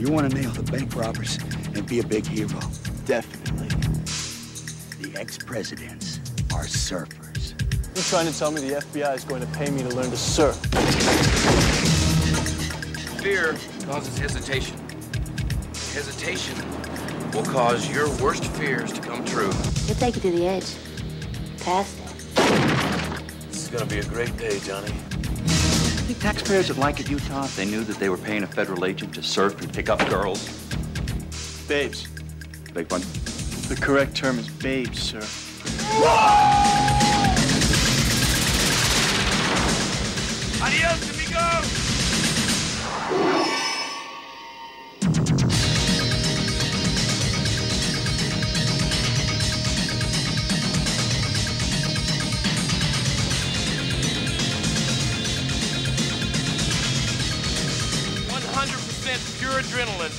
Speaker 10: You want to nail the bank robbers and be a big hero. Definitely. The ex-presidents are surfers.
Speaker 11: You're trying to tell me the FBI is going to pay me to learn to surf?
Speaker 9: Fear causes hesitation. Hesitation will cause your worst fears to come true.
Speaker 12: We'll take you to the edge. Past it.
Speaker 9: This is gonna be a great day, Johnny.
Speaker 13: I think taxpayers would like it, Utah, if they knew that they were paying a federal agent to surf and pick up girls.
Speaker 11: Babes.
Speaker 13: Big one.
Speaker 11: The correct term is babes, sir.
Speaker 1: Adios, amigos. adrenaline.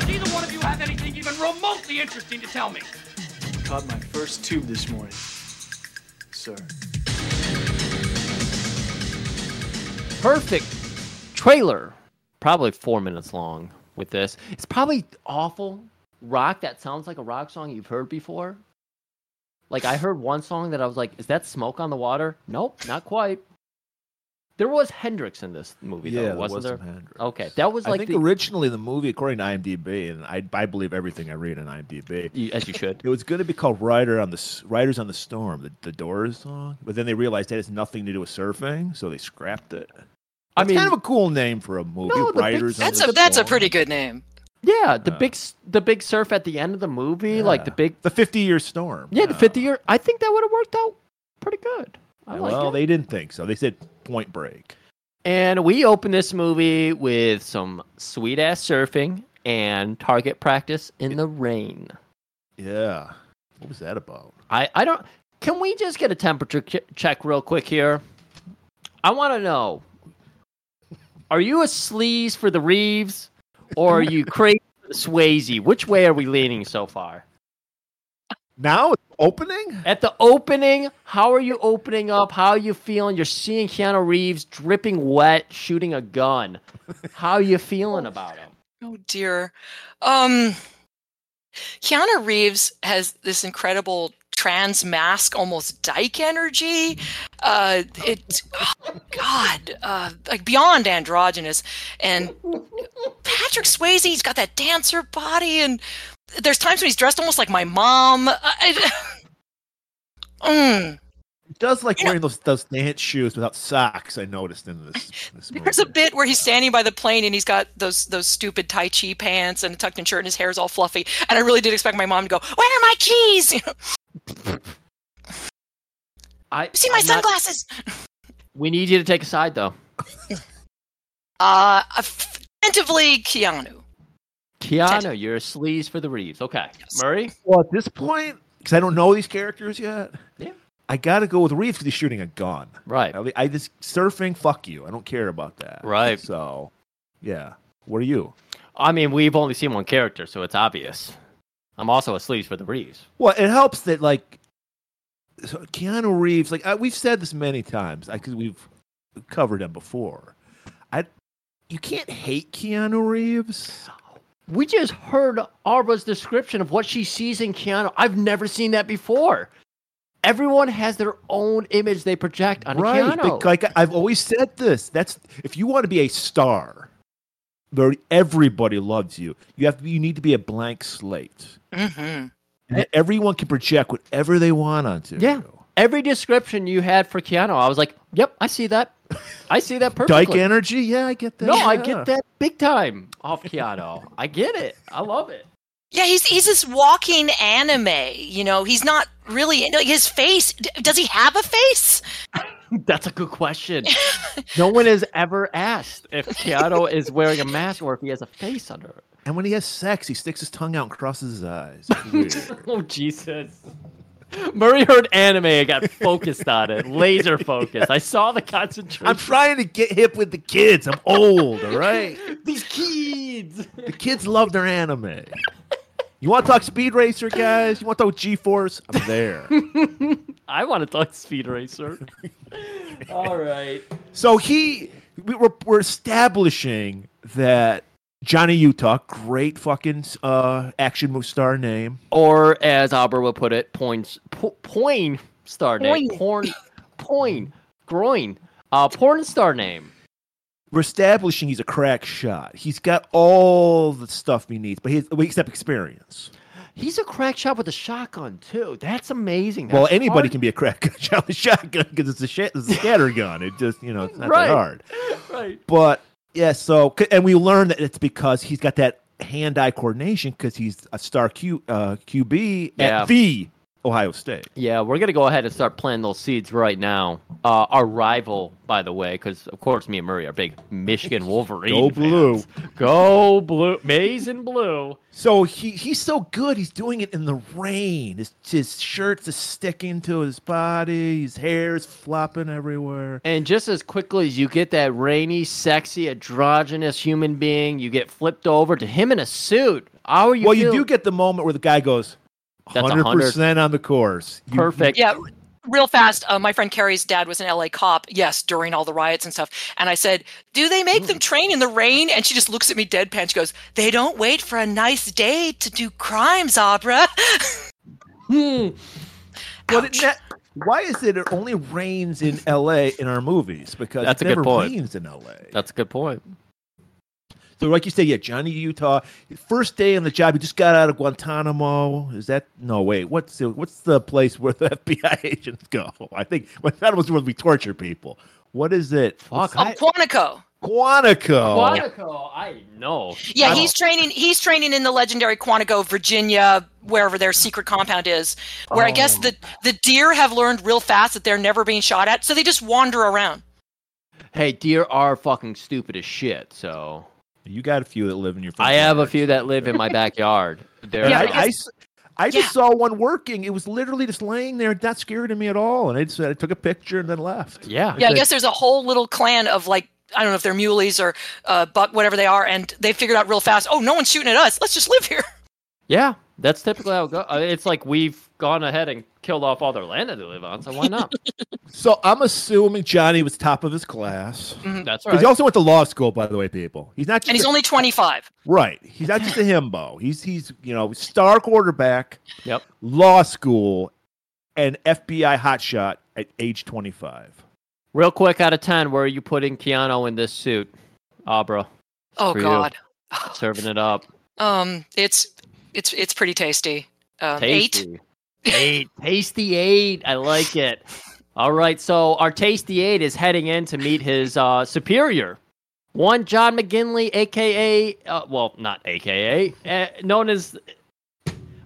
Speaker 14: Does either one of you have anything even remotely interesting to tell me?
Speaker 15: Caught my first tube this morning, sir.
Speaker 3: perfect trailer. Probably four minutes long with this. It's probably awful rock that sounds like a rock song you've heard before. Like I heard one song that I was like, "Is that Smoke on the Water?" Nope, not quite. There was Hendrix in this movie,
Speaker 4: Yeah,
Speaker 3: though,
Speaker 4: there
Speaker 3: wasn't
Speaker 4: was
Speaker 3: there?
Speaker 4: some Hendrix.
Speaker 3: Okay, that was
Speaker 4: I
Speaker 3: like
Speaker 4: think
Speaker 3: the
Speaker 4: originally the movie, according to IMDb, and I, I believe everything I read on IMDb,
Speaker 3: as you should.
Speaker 4: It was going to be called "Rider on the S- Riders on the Storm," the, the Doors song, but then they realized that has nothing to do with surfing, so they scrapped it.
Speaker 3: I
Speaker 4: It's kind of a cool name for a movie.
Speaker 5: No, the big-
Speaker 4: Riders on
Speaker 5: that's
Speaker 4: the
Speaker 5: a that's a
Speaker 4: Storm.
Speaker 5: pretty good name.
Speaker 3: yeah,
Speaker 4: Uh.
Speaker 3: the big s- the big surf at the end of the movie, like the big
Speaker 4: the fifty year storm.
Speaker 3: Yeah, the fifty year. I think that would have worked out pretty good. I like
Speaker 4: well,
Speaker 3: it.
Speaker 4: they didn't think so. They said Point Break.
Speaker 3: And we open this movie with some sweet ass surfing and target practice in the rain.
Speaker 4: Yeah, what was that about?
Speaker 3: I, I don't. Can we just get a temperature ch- check real quick here? I want to know Are you a sleaze for the Reeves or are you crazy for the Swayze? Which way are we leaning so far?
Speaker 4: Now, opening?
Speaker 3: At the opening, how are you opening up? How are you feeling? You're seeing Keanu Reeves dripping wet, shooting a gun. How are you feeling about him?
Speaker 5: Oh dear. Um Keanu Reeves has this incredible trans mask, almost dyke energy. Uh it oh, God, uh like beyond androgynous. And Patrick Swayze, he's got that dancer body and there's times when he's dressed almost like my mom. Uh, I, I- mm.
Speaker 4: He does like wearing those those dance shoes without socks. I noticed in this this movie.
Speaker 5: There's a bit where he's standing by the plane and he's got those those stupid tai chi pants and a tucked in shirt and his hair's all fluffy. And I really did expect my mom to go, "Where are my keys?" You know,
Speaker 3: I
Speaker 5: see my
Speaker 3: I'm not-
Speaker 5: sunglasses.
Speaker 3: we need you to take a side though.
Speaker 5: Uh, offensively, Keanu.
Speaker 3: Keanu, you're a sleaze for the Reeves. Okay. Murray?
Speaker 4: Well, at this point, because I don't know these characters yet,
Speaker 3: Yeah.
Speaker 4: I got to go with Reeves because he's shooting a gun.
Speaker 3: Right.
Speaker 4: I, I just surfing. Fuck you. I don't care about that.
Speaker 3: Right.
Speaker 4: So, yeah. What are you?
Speaker 3: I mean, we've only seen one character, so it's obvious. I'm also a sleaze for the Reeves.
Speaker 4: Well, it helps that like so Keanu Reeves. Like I, we've said this many times because we've covered him before. I you can't hate Keanu Reeves.
Speaker 3: We just heard Arba's description of what she sees in Keanu. I've never seen that before. Everyone has their own image they project on
Speaker 4: right.
Speaker 3: Keanu.
Speaker 4: Like, like, I've always said this. That's if you want to be a star where everybody loves you, you have you need to be a blank slate.
Speaker 5: Mm-hmm.
Speaker 4: And then everyone can project whatever they want onto.
Speaker 3: yeah. Every description you had for Keanu, I was like, "Yep, I see that. I see that perfectly."
Speaker 4: Dyke energy, yeah, I get that.
Speaker 3: No, I
Speaker 4: yeah.
Speaker 3: get that big time off Keanu. I get it. I love it.
Speaker 5: Yeah, he's he's this walking anime. You know, he's not really no, his face. d- Does he have a face?
Speaker 3: That's a good question. no one has ever asked if Keanu is wearing a mask or if he has a face under it.
Speaker 4: And when he has sex, he sticks his tongue out and crosses his eyes. It's weird.
Speaker 3: Oh Jesus. Murray heard anime and got focused on it, laser focused. I saw the concentration.
Speaker 4: I'm trying to get hip with the kids. I'm old, all right?
Speaker 3: These kids.
Speaker 4: The kids love their anime. You want to talk Speed Racer, guys? You want to talk G Force? I'm there.
Speaker 3: I want to talk Speed Racer. All right.
Speaker 4: So he, we- we're, we're establishing that Johnny Utah, great fucking uh, action movie star name.
Speaker 3: Or as Aubrey would put it, points, po- poin star name,
Speaker 4: Poin.
Speaker 3: porn, poin, groin, uh, porn star name.
Speaker 4: We're establishing he's a crack shot. He's got all the stuff he needs, but he well, except experience.
Speaker 3: He's a crack shot with a shotgun too. That's amazing.
Speaker 4: well,
Speaker 3: That's
Speaker 4: anybody
Speaker 3: hard.
Speaker 4: can be a crack shot with a shotgun because it's a shit, it's a scatter gun. It just you know it's not
Speaker 3: Right.
Speaker 4: that hard.
Speaker 3: Right.
Speaker 4: But yeah, so c- and we learn that it's because he's got that hand-eye coordination because he's a star Q uh, QB
Speaker 3: Yeah.
Speaker 4: at the
Speaker 16: Ohio State.
Speaker 3: Yeah, we're gonna go ahead and start planting those seeds right now. Uh, our rival, by the way, because of course me and Murray are big Michigan Wolverine.
Speaker 16: Go blue.
Speaker 3: Go blue. Maize and blue.
Speaker 4: So he he's so good. He's doing it in the rain. His his shirts are sticking to his body. His hair's flopping everywhere.
Speaker 3: And just as quickly as you get that rainy, sexy, androgynous human being, you get flipped over to him in a suit. How are you?
Speaker 4: well,
Speaker 3: feel-
Speaker 4: you do get the moment where the guy goes,
Speaker 3: That's 100.
Speaker 4: hundred percent on the course. You-
Speaker 3: Perfect.
Speaker 5: Yeah, real fast. Uh, my friend Carrie's dad was an LA cop. Yes, during all the riots and stuff. And I said, "Do they make them train in the rain?" And she just looks at me deadpan. She goes, "They don't wait for a nice day to do Oh, crimes, Abra."
Speaker 3: hmm.
Speaker 4: But it ne- why is it it only rains in L.A. in our movies? Because
Speaker 3: That's
Speaker 4: it
Speaker 3: a good
Speaker 4: never
Speaker 3: point.
Speaker 4: rains in L.A.
Speaker 3: That's a good point.
Speaker 4: So, like you say, yeah, Johnny Utah, first day on the job, he just got out of Guantanamo. Is that no? Wait, what's the, what's the place where the FBI agents go? I think Guantanamo's where we torture people. What is it? Fuck,
Speaker 5: Oh, Quantico.
Speaker 4: Quantico.
Speaker 3: Quantico, I know.
Speaker 5: Yeah, he's training. He's training in the legendary Quantico, Virginia, wherever their secret compound is. Where I guess
Speaker 3: Oh.
Speaker 5: the the deer have learned real fast that they're never being shot at, so they just wander around.
Speaker 3: Hey, deer are fucking stupid as shit. So
Speaker 4: You got a few that live in your.
Speaker 3: I have a few that live in my backyard. They're
Speaker 4: And I, I s- I just saw one working. It was literally just laying there, not scary to me at all. And I just I took a picture and then left.
Speaker 3: yeah.
Speaker 5: Yeah, I guess there's a whole little clan of like I don't know if they're muleys or uh, buck, whatever they are, and they figured out real fast. Oh, no one's shooting at us. Let's just live here.
Speaker 3: Yeah, that's typically how it goes. It's like we've gone ahead and killed off all their land that they live on, so why not?
Speaker 4: So I'm assuming Johnny was top of his class.
Speaker 3: that's
Speaker 4: 'Cause
Speaker 3: right.
Speaker 4: He also went to law school, by the way, people. He's not just
Speaker 5: Mm-hmm. And he's
Speaker 4: a-
Speaker 5: only 25.
Speaker 4: Right. He's not just a himbo. He's he's you know star quarterback.
Speaker 3: Yep.
Speaker 4: Law school, and FBI hotshot at age twenty five.
Speaker 3: Real quick, out of ten, where are you putting Keanu in this suit, Ah, Abra?
Speaker 5: Oh
Speaker 3: For you.
Speaker 5: God.
Speaker 3: Serving it up.
Speaker 5: Um, it's it's it's pretty tasty. Um, Eight.
Speaker 3: Tasty. Eight. Tasty eight. I like it. All right. So our tasty eight is heading in to meet his uh, superior, one John McGinley, aka uh, well, not aka, uh, known as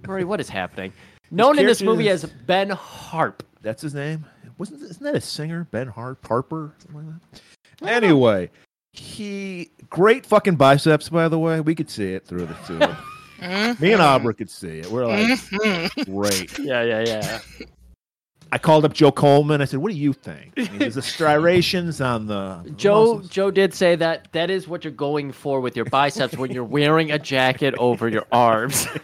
Speaker 3: Murray. What is happening? Known in this movie as
Speaker 4: character
Speaker 3: Ben Harp.
Speaker 4: That's his name. Wasn't isn't that a singer? Ben Harp Harper. Something like that? Anyway, he great fucking biceps. By the way, we could see it through the suit.
Speaker 5: Mm-hmm.
Speaker 4: Me and Abra could see it. We're like, great.
Speaker 3: Yeah, yeah, yeah.
Speaker 4: I called up Joe Coleman. I said, "What do you think? I mean, there's the striations on the
Speaker 3: Joe Joe did say that that is what you're going for with your biceps when you're wearing a jacket over your arms.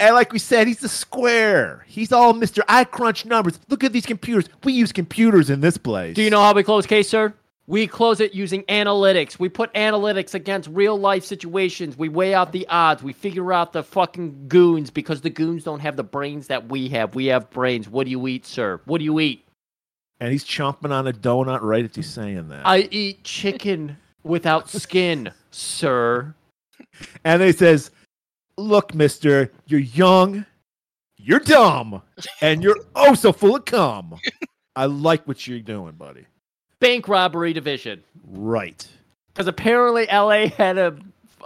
Speaker 4: And like we said, he's the square. He's all Mr. I crunch numbers. Look at these computers. We use computers in this place.
Speaker 3: Do you know how we close case, sir? We close it using analytics. We put analytics against real life situations. We weigh out the odds. We figure out the fucking goons because the goons don't have the brains that we have. We have brains. What do you eat, sir? What do you eat?
Speaker 4: And he's chomping on a donut right as he's saying that.
Speaker 3: I eat chicken without skin, sir.
Speaker 4: and then he says, Look, mister, you're young, you're dumb, and you're oh so full of cum. I like what you're doing, buddy.
Speaker 3: Bank robbery division.
Speaker 4: Right.
Speaker 3: Because apparently LA had a,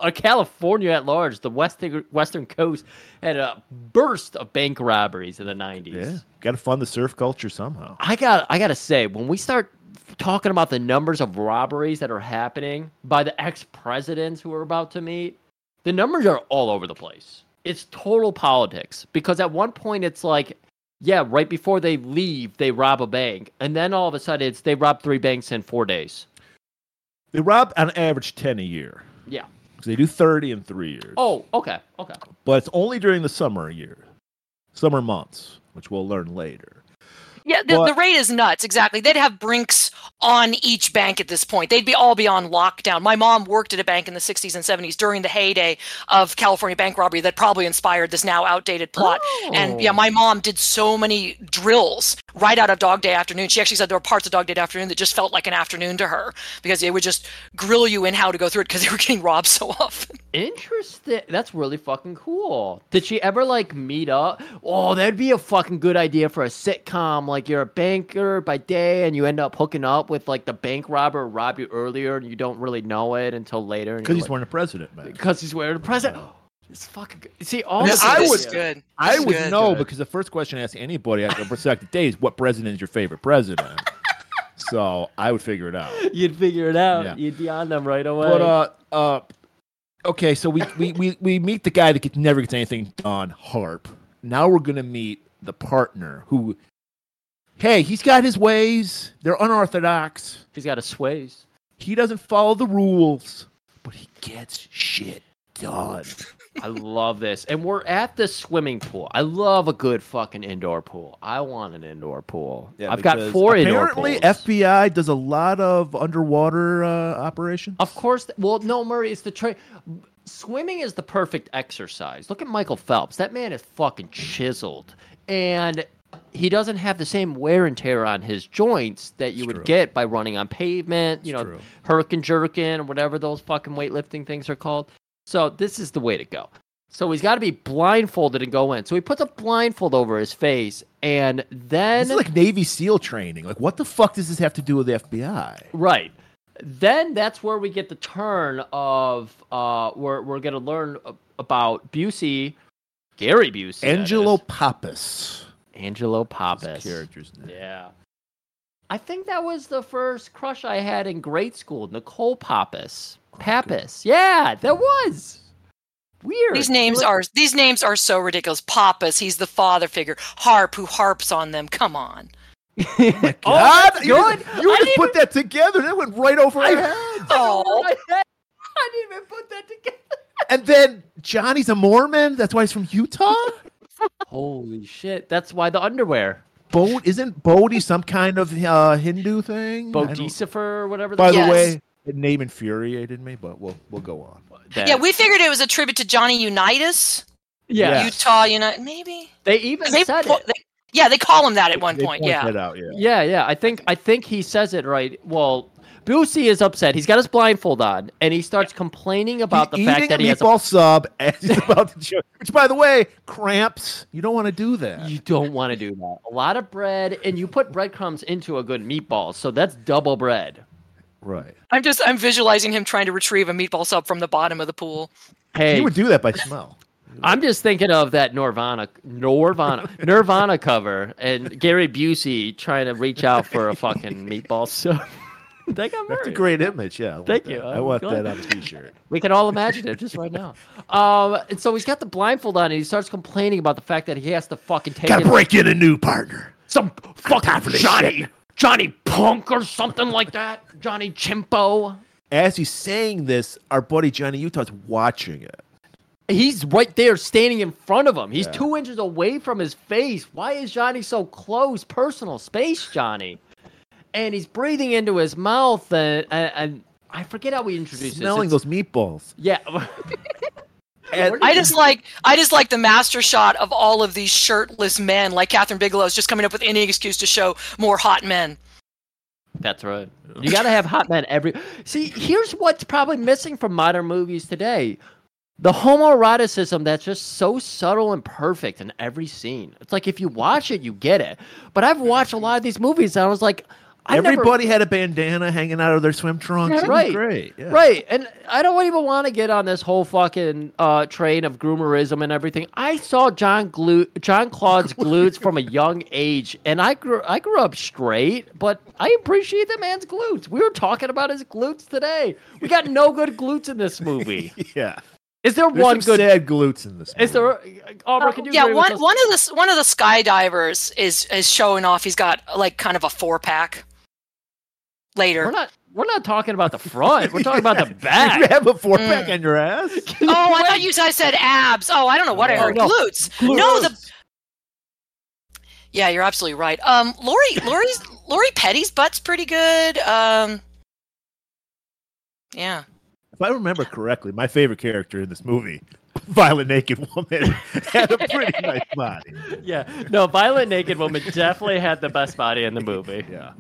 Speaker 3: a California at large, the western, western coast, had a burst of bank robberies in the 90s.
Speaker 4: Yeah. Gotta fund the surf culture somehow.
Speaker 3: I got I gotta say, when we start talking about the numbers of robberies that are happening by the ex presidents who we're about to meet, the numbers are all over the place. It's total politics because at one point it's like, yeah, right before they leave, they rob a bank, and then all of a sudden it's they rob three banks in four days.
Speaker 4: They rob on average ten a year.
Speaker 3: Yeah.
Speaker 4: 'Cause they do thirty in three years.
Speaker 3: Oh, okay, okay.
Speaker 4: But it's only during the summer year. Summer months, which we'll learn later.
Speaker 5: Yeah, the, the
Speaker 4: But-
Speaker 5: rate is nuts. Exactly. They'd have brinks on each bank at this point. They'd be all be on lockdown. My mom worked at a bank in the 60s and 70s during the heyday of California bank robbery that probably inspired this now outdated plot.
Speaker 17: Oh.
Speaker 5: And yeah, my mom did so many drills right out of Dog Day Afternoon. She actually said there were parts of Dog Day Afternoon that just felt like an afternoon to her because they would just grill you in how to go through it because they were getting robbed so often.
Speaker 3: Interesting. That's really fucking cool. Did she ever like meet up? Oh, that'd be a fucking good idea for a sitcom. Like you're a banker by day and you end up hooking up with like the bank robber who robbed you earlier and you don't really know it until later.
Speaker 4: Because he's wearing a president, man.
Speaker 3: because he's wearing a present. It's fucking good. See, all
Speaker 5: This
Speaker 3: the-
Speaker 5: is-
Speaker 3: I
Speaker 5: this
Speaker 3: would-
Speaker 5: is good.
Speaker 4: I
Speaker 5: This is
Speaker 4: would
Speaker 5: good.
Speaker 4: know because the first question I ask anybody after a prospective date is what president is your favorite president. so I would figure it out.
Speaker 3: You'd figure it out.
Speaker 4: Yeah.
Speaker 3: You'd be on them right away.
Speaker 4: But uh, uh, okay, so we we, we we meet the guy that gets, never gets anything done, Harp. Now we're gonna meet the partner who, hey, he's got his ways. They're unorthodox.
Speaker 3: He's got his ways.
Speaker 4: He doesn't follow the rules, but he gets shit done.
Speaker 3: I love this. And we're at the swimming pool. I love a good fucking indoor pool. I want an indoor pool. I've got four indoor
Speaker 6: Apparently,
Speaker 3: pools.
Speaker 6: FBI does a lot of underwater uh, operations.
Speaker 3: Of course. th- Well, no, Murray, it's the train. Swimming is the perfect exercise. Look at Michael Phelps. That man is fucking chiseled. And he doesn't have the same wear and tear on his joints that you would get by running on pavement, you know, herkin jerkin or whatever those fucking weightlifting things are called. So this is the way to go. So he's got to be blindfolded and go in. So he puts a blindfold over his face, and then
Speaker 6: This is like Navy SEAL training. Like, what the fuck does this have to do with the FBI?
Speaker 3: Right. Then that's where we get the turn of uh, we're we're gonna learn a- about Busey, Gary Busey, that
Speaker 6: Angelo
Speaker 3: is.
Speaker 6: Pappas.
Speaker 3: Angelo Pappas.
Speaker 6: character's name.
Speaker 3: Yeah. I think that was the first crush I had in grade school, Nicole Pappas. Pappas. Yeah, that was weird.
Speaker 5: These names are these names are so ridiculous. Pappas, he's the father figure. Harp, who harps on them. Come on.
Speaker 3: Oh,
Speaker 6: God, Ah, you,
Speaker 5: good.
Speaker 6: you just put that together. That went right over my head.
Speaker 5: Oh,
Speaker 3: I didn't even put that together.
Speaker 6: And then Johnny's a Mormon. That's why he's from Utah.
Speaker 3: Holy shit! That's why the underwear.
Speaker 6: Bod isn't Bodhi some kind of uh, Hindu thing? I don't-
Speaker 3: Bodhisattva or whatever.
Speaker 6: By
Speaker 3: the
Speaker 6: the way, the name infuriated me, but we'll we'll go on.
Speaker 5: Yeah, we figured it was a tribute to Johnny Unitas.
Speaker 6: Yes.
Speaker 5: Utah United. Maybe
Speaker 3: they even
Speaker 5: they
Speaker 3: said
Speaker 5: po-
Speaker 3: it.
Speaker 5: they- yeah, they call him that at one point. Yeah.
Speaker 3: Yeah, yeah. I think I think he says it right. Well, Busey is upset. He's got his blindfold on, and he starts complaining about the
Speaker 6: Eating
Speaker 3: fact that
Speaker 6: a
Speaker 3: he has.
Speaker 6: meatball sub and he's about to choke. Which, by the way, cramps. You don't want to do that.
Speaker 3: You don't want to do that. A lot of bread, and you put breadcrumbs into a good meatball, so that's double bread.
Speaker 6: Right.
Speaker 5: I'm just I'm visualizing him trying to retrieve a meatball sub from the bottom of the pool.
Speaker 3: Hey,
Speaker 6: You would do that by smell.
Speaker 3: I'm just thinking of that Nirvana, Nirvana, Nirvana cover, and Gary Busey trying to reach out for a fucking meatball. So they got
Speaker 6: That's a
Speaker 3: married.
Speaker 6: great image. Yeah. I want
Speaker 3: Thank
Speaker 6: that.
Speaker 3: you.
Speaker 6: I
Speaker 3: I'm
Speaker 6: want
Speaker 3: glad-
Speaker 6: that on a t-shirt.
Speaker 3: We can all imagine it just right now. Um, and so he's got the blindfold on, and he starts complaining about the fact that he has to fucking take.
Speaker 6: Gotta
Speaker 3: it-
Speaker 6: break in a new partner.
Speaker 3: Some
Speaker 6: time for
Speaker 3: fucking
Speaker 6: this
Speaker 3: Johnny,
Speaker 6: shit.
Speaker 3: Johnny Punk or something like that. Johnny Chimpo.
Speaker 6: As he's saying this, our buddy Johnny Utah's watching it.
Speaker 3: He's right there, standing in front of him. He's
Speaker 6: Yeah.
Speaker 3: two inches away from his face. Why is Johnny so close? Personal space, Johnny. And he's breathing into his mouth, and, and, and I forget how we introduced
Speaker 6: Smelling
Speaker 3: this.
Speaker 6: those meatballs.
Speaker 3: It's- yeah.
Speaker 5: I just like I just like the master shot of all of these shirtless men, like Catherine Bigelow's just coming up with any excuse to show more hot men.
Speaker 3: That's right. You got to have hot men every. See, here's what's probably missing from modern movies today: the homoeroticism that's just so subtle and perfect in every scene. It's like if you watch it, you get it. But I've watched a lot of these movies, and I was like, I never-
Speaker 6: Everybody had a bandana hanging out of their swim trunks.
Speaker 3: Yeah,
Speaker 6: It was
Speaker 3: right.
Speaker 6: Great. Yeah.
Speaker 3: Right. And I don't even want to get on this whole fucking uh, train of groomerism and everything. I saw John Glu- John Claude's glutes from a young age, and I grew I grew up straight, but I appreciate the man's glutes. We were talking about his glutes today. We got no good glutes in this movie.
Speaker 6: Yeah.
Speaker 3: Is there
Speaker 6: There's
Speaker 3: one
Speaker 6: some
Speaker 3: good?
Speaker 6: sad glutes in this.
Speaker 3: Is there? Aubrey, can you
Speaker 5: yeah,
Speaker 3: agree with
Speaker 5: one
Speaker 3: us?
Speaker 5: one of the s- one of the skydivers is is showing off. He's got like kind of a four pack. Later,
Speaker 3: We're not. We're not talking about the front. We're talking about the back.
Speaker 6: You have a four pack
Speaker 5: Mm.
Speaker 6: on your ass.
Speaker 5: oh, I thought you guys said abs. Oh, I don't know what I
Speaker 6: No,
Speaker 5: heard.
Speaker 6: no.
Speaker 5: Glutes. No, the. Yeah, you're absolutely right. Um, Lori, Lori's, Lori Petty's butt's pretty good. Um, yeah.
Speaker 6: If I remember correctly, my favorite character in this movie, Violent Naked Woman, had a pretty nice body.
Speaker 3: Yeah, no, Violent Naked Woman definitely had the best body in the movie.
Speaker 6: Yeah.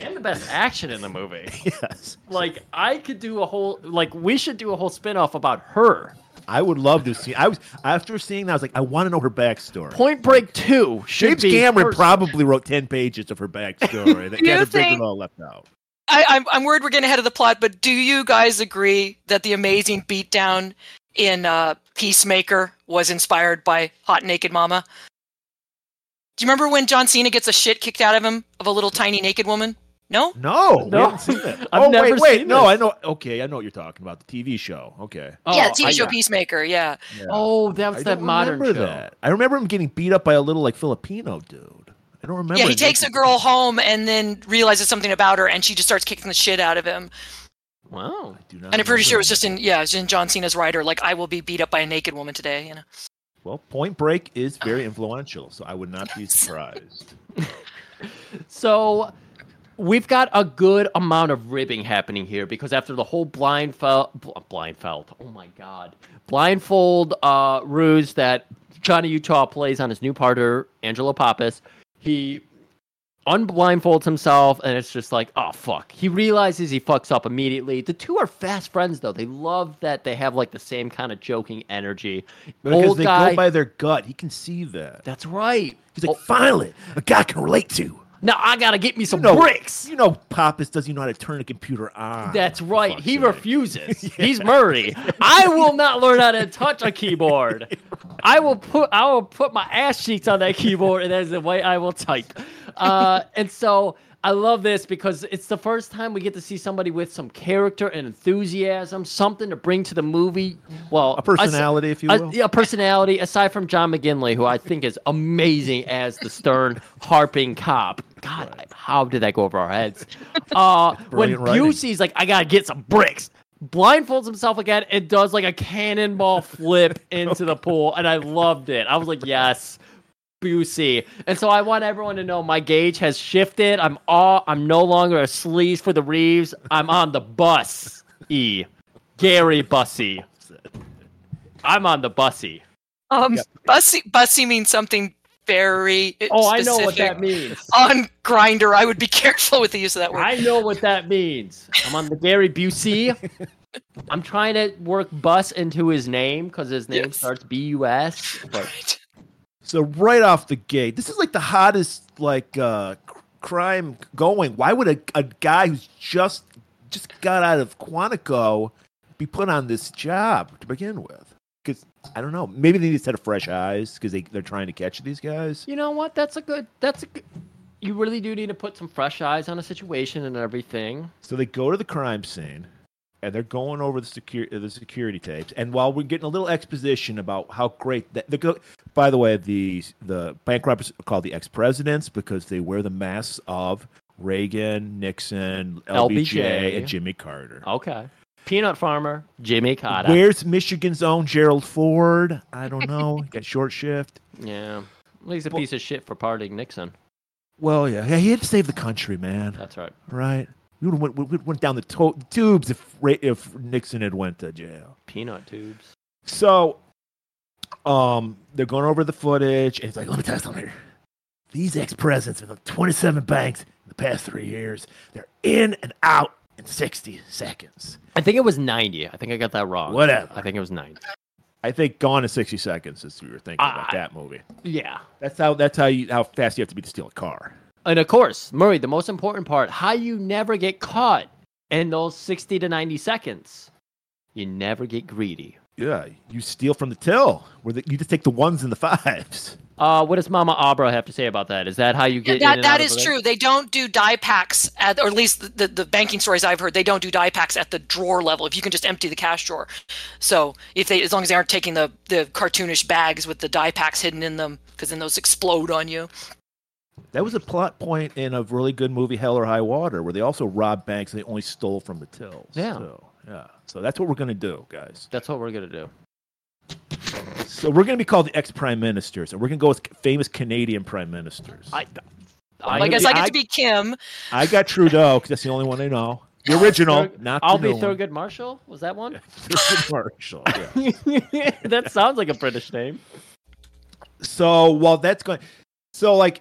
Speaker 3: And the best action in the movie.
Speaker 6: Yes.
Speaker 3: Like I could do a whole like we should do a whole spin-off about her.
Speaker 6: I would love to see. I was after seeing that, I was like, I want to know her backstory.
Speaker 3: Point Break 2 should
Speaker 6: James
Speaker 3: be
Speaker 6: Cameron
Speaker 3: her-
Speaker 6: probably wrote ten pages of her backstory that
Speaker 5: You
Speaker 6: Catherine
Speaker 5: think-
Speaker 6: Bigelow left out.
Speaker 5: I, I'm, I'm worried we're getting ahead of the plot, but do you guys agree that the amazing beatdown in uh, Peacemaker was inspired by Hot Naked Mama. Do you remember when John Cena gets a shit kicked out of him of a little tiny naked woman? No.
Speaker 4: No, we
Speaker 5: No.
Speaker 4: haven't seen that.
Speaker 5: I've
Speaker 4: oh
Speaker 5: never
Speaker 4: wait, wait,
Speaker 5: seen
Speaker 4: no,
Speaker 5: this.
Speaker 4: I know. Okay, I know what you're talking about. The TV show. Okay.
Speaker 5: yeah, TV show Peacemaker. Yeah.
Speaker 3: Oh, that
Speaker 4: I
Speaker 3: was
Speaker 4: don't
Speaker 3: that modern
Speaker 4: remember
Speaker 3: show.
Speaker 4: that. I remember him getting beat up by a little like Filipino dude. I don't remember.
Speaker 5: yeah, he
Speaker 4: it.
Speaker 5: takes a girl home and then realizes something about her, and she just starts kicking the shit out of him.
Speaker 3: Wow.
Speaker 4: do
Speaker 5: And I'm pretty sure it was just in yeah, it was in John Cena's rider. Like I will be beat up by a naked woman today. You know.
Speaker 4: Well, Point Break is very influential, so I would not be surprised.
Speaker 3: So we've got a good amount of ribbing happening here because after the whole blindfold, blindfold, oh my god, blindfold uh, ruse that Johnny Utah plays on his new partner Angelo Pappas, he unblindfolds himself, and it's just like, oh fuck. He realizes he fucks up immediately. The two are fast friends though. They love that they have like the same kind of joking energy.
Speaker 4: Because
Speaker 3: Old
Speaker 4: they
Speaker 3: guy-
Speaker 4: go by their gut. He can see that.
Speaker 3: That's right.
Speaker 4: He's
Speaker 5: Oh.
Speaker 4: like, finally, a guy I can relate to.
Speaker 3: Now I gotta get me some
Speaker 4: you know,
Speaker 3: bricks.
Speaker 4: You know, Pappas doesn't know how to turn a computer on.
Speaker 3: That's right. He refuses. He's Murray. I will not learn how to touch a keyboard. I will put I will put my ass cheeks on that keyboard, and that is the way I will type. Uh, and so I love this because it's the first time we get to see somebody with some character and enthusiasm, something to bring to the movie. Well, a
Speaker 4: personality, if you will.
Speaker 3: yeah, a personality aside from John McGinley, who I think is amazing as the stern harping cop. God, how did that go over our heads? Uh, when
Speaker 4: Brilliant writing.
Speaker 3: Busey's like, I gotta get some bricks, blindfolds himself again and does like a cannonball flip into the pool, and I loved it. I was like, yes. Busey. And so I want everyone to know my gauge has shifted. I'm all I'm no longer a sleaze for the Reeves. I'm on the bus. E. Gary Bussy. I'm on the bussy.
Speaker 5: Um, bussy, bussy means something very.
Speaker 3: Oh, I know what
Speaker 5: specific.
Speaker 3: that means.
Speaker 5: On grinder, I would be careful with the use of that word.
Speaker 3: I know what that means. I'm on the Gary Busey. I'm trying to work bus into his name because his name starts B U S. But
Speaker 4: So right off the gate, this is like the hottest like uh c- crime going. Why would a, a guy who's just just got out of Quantico be put on this job to begin with? Because I don't know, maybe they need a set of fresh eyes because they they're trying to catch these guys.
Speaker 3: you know what? That's a good. That's a. Good, you really do need to put some fresh eyes on a situation and everything.
Speaker 4: So they go to the crime scene and they're going over the security the security tapes. And while we're getting a little exposition about how great that the go- by the way, the the bank robbers are called the ex presidents because they wear the masks of Reagan, Nixon, LBJ,
Speaker 3: LBJ.
Speaker 4: and Jimmy Carter.
Speaker 3: Okay. Peanut farmer Jimmy Cotta.
Speaker 4: Where's Michigan's own Gerald Ford? I don't know. Got short shift.
Speaker 3: Yeah. He's a piece of shit for partying Nixon.
Speaker 4: Well, yeah, yeah, he had to save the country, man.
Speaker 3: That's right.
Speaker 4: Right. We would have went, we went down the to- tubes if Ra- if Nixon had went to jail.
Speaker 3: Peanut tubes.
Speaker 4: So, um, they're going over the footage, and it's like, let me tell you something here. These ex presidents of the 27 banks in the past three years, they're in and out in 60 seconds.
Speaker 3: I think it was 90. I think I got that wrong.
Speaker 4: Whatever.
Speaker 3: I think it was 90.
Speaker 4: I think Gone in 60 Seconds is what you were thinking about
Speaker 3: I-
Speaker 4: that movie.
Speaker 3: Yeah.
Speaker 4: That's how that's how you how fast you have to be to steal a car.
Speaker 3: And of course, Murray, the most important part, how you never get caught in those 60 to 90 seconds. You never get greedy.
Speaker 4: Yeah, you steal from the till where the, you just take the ones and the fives.
Speaker 3: Uh, what does Mama Abra have to say about that? Is that how you get in
Speaker 5: that
Speaker 3: and
Speaker 5: that
Speaker 3: out of
Speaker 5: is
Speaker 3: it?
Speaker 5: true. They don't do die packs, at, or at least the, the, the banking stories I've heard, they don't do die packs at the drawer level. If you can just empty the cash drawer, so if they as long as they aren't taking the the cartoonish bags with the die packs hidden in them, because then those explode on you.
Speaker 4: That was a plot point in a really good movie, Hell or High Water, where they also robbed banks and they only stole from the tills.
Speaker 3: Yeah.
Speaker 4: So, yeah. So that's what we're gonna do, guys.
Speaker 3: That's what we're going to do.
Speaker 4: So we're gonna be called the ex prime ministers, and we're gonna go with famous Canadian prime ministers.
Speaker 3: I,
Speaker 5: I, guess I get to be Kim.
Speaker 4: I got Trudeau because that's the only one I know. The original,
Speaker 3: Thurg-
Speaker 4: not the
Speaker 3: I'll
Speaker 4: new
Speaker 3: be
Speaker 4: one.
Speaker 3: Thurgood Marshall. Was that one?
Speaker 4: Thurgood Marshall. yeah.
Speaker 3: that sounds like a British name.
Speaker 4: So while that's going, so like,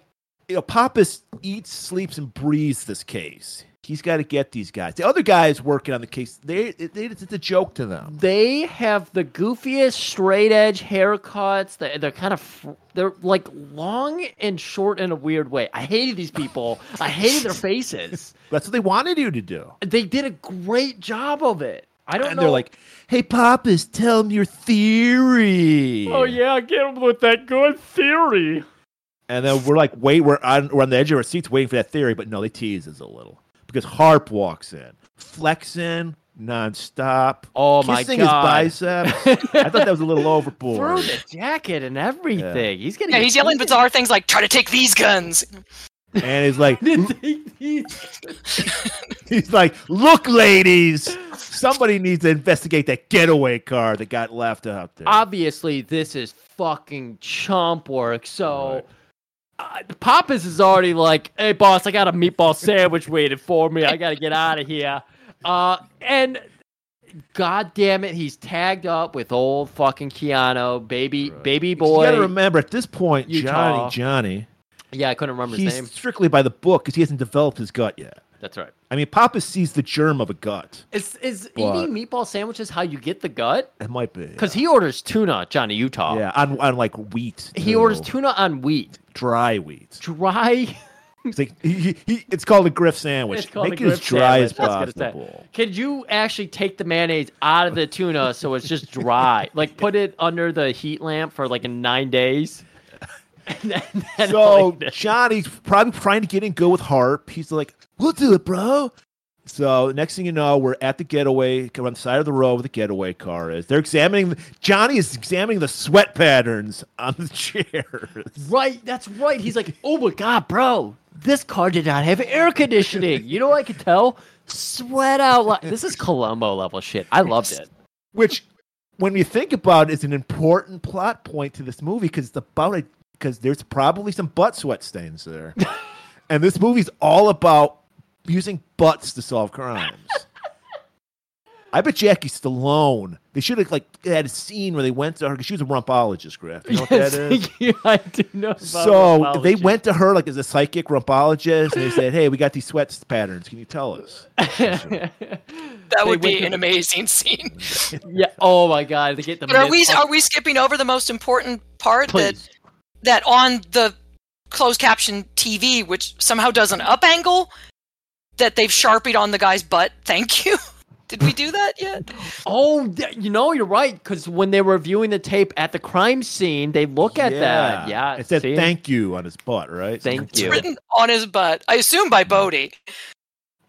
Speaker 4: you know, Pappas eats, sleeps, and breathes this case. He's got to get these guys. The other guys working on the case, they, they it's a joke to them.
Speaker 3: They have the goofiest straight edge haircuts. They're, they're kind of fr- they're like long and short in a weird way. I hated these people. I hated their faces.
Speaker 4: That's what they wanted you to do.
Speaker 3: They did a great job of it. I don't
Speaker 4: and
Speaker 3: know.
Speaker 4: they're like, "Hey, Pappas, tell him your theory."
Speaker 3: oh yeah, get him with that good theory.
Speaker 4: And then we're like, wait, we're on, we're on the edge of our seats waiting for that theory, but no, they tease us a little because Harp walks in, flexing nonstop.
Speaker 3: Oh my
Speaker 4: kissing
Speaker 3: God.
Speaker 4: his biceps. I thought that was a little
Speaker 3: Through
Speaker 4: overboard.
Speaker 3: the jacket and everything. He's getting.
Speaker 5: Yeah, he's yelling bizarre things like, try to take these guns.
Speaker 4: And he's like, he's like, look, ladies, somebody needs to investigate that getaway car that got left out there.
Speaker 3: Ah, Obviously, this is fucking chomp work. So, uh, Pappas is already like, "Hey, boss, I got a meatball sandwich waiting for me. I got to get out of here." Uh, and God damn it, he's tagged up with old fucking Keanu, baby, baby
Speaker 4: You
Speaker 3: boy.
Speaker 4: got to remember at this point,
Speaker 3: Utah.
Speaker 4: Johnny, Johnny,
Speaker 3: yeah, I couldn't remember his
Speaker 4: he's
Speaker 3: name.
Speaker 4: strictly by the book because he hasn't developed his gut yet.
Speaker 3: That's right.
Speaker 4: I mean, Papa sees the germ of a gut.
Speaker 3: Is is
Speaker 4: But-
Speaker 3: eating meatball sandwiches how you get the gut?
Speaker 4: It might be.
Speaker 3: Because he orders tuna, Johnny Utah.
Speaker 4: Yeah, on, on like wheat.
Speaker 3: He orders
Speaker 4: too.
Speaker 3: tuna on wheat.
Speaker 4: dry wheat.
Speaker 3: Dry.
Speaker 4: It's like he, he, he- it's called a griff sandwich.
Speaker 3: It's called
Speaker 4: Make
Speaker 3: a
Speaker 4: it as
Speaker 3: grip
Speaker 4: dry
Speaker 3: sandwich,
Speaker 4: as
Speaker 3: I was gonna say.
Speaker 4: possible.
Speaker 3: Could you actually take the mayonnaise out of the tuna so it's just dry? like put it under the heat lamp for like nine days. And then, then
Speaker 4: So
Speaker 3: like,
Speaker 4: Johnny's probably trying to get in good with Harp. He's like, "We'll do it, bro." So next thing you know, we're at the getaway. We're on the side of the road where the getaway car is. They're examining. Johnny is examining the sweat patterns on the chairs.
Speaker 3: right, that's right. He's like, oh my god, bro, this car did not have air conditioning. You know what I could tell? Sweat out. Li- this is Columbo level shit. I loved it.
Speaker 4: which when you think about it, is an important plot point to this movie because it's about it because there's probably some butt sweat stains there and this movie's all about using butts to solve crimes I bet Jackie Stallone. They should have like had a scene where they went to her because she was a rumpologist, Griff. You know what that is?
Speaker 3: yeah, I do know. about
Speaker 4: So they
Speaker 3: rumpologist.
Speaker 4: went to her like as a psychic rumpologist, and they said, "Hey, we got these sweat patterns. Can you tell us?"
Speaker 5: That
Speaker 3: They
Speaker 5: would be
Speaker 3: went to-
Speaker 5: an amazing scene.
Speaker 3: Yeah. Oh my god, they get the.
Speaker 5: But are we
Speaker 3: mid-
Speaker 5: are we skipping over the most important part
Speaker 3: Please.
Speaker 5: that that on the closed caption TV, which somehow does an up angle, that they've sharpied on the guy's butt? Thank you. Did we do that yet?
Speaker 3: Oh, th- you know, you're right. Because when they were viewing the tape at the crime scene, they look at that. Yeah.
Speaker 4: It said
Speaker 3: see?
Speaker 4: "Thank you" on his butt, right?
Speaker 3: Thank
Speaker 5: It's
Speaker 3: you.
Speaker 5: written on his butt. I assume by Bodie.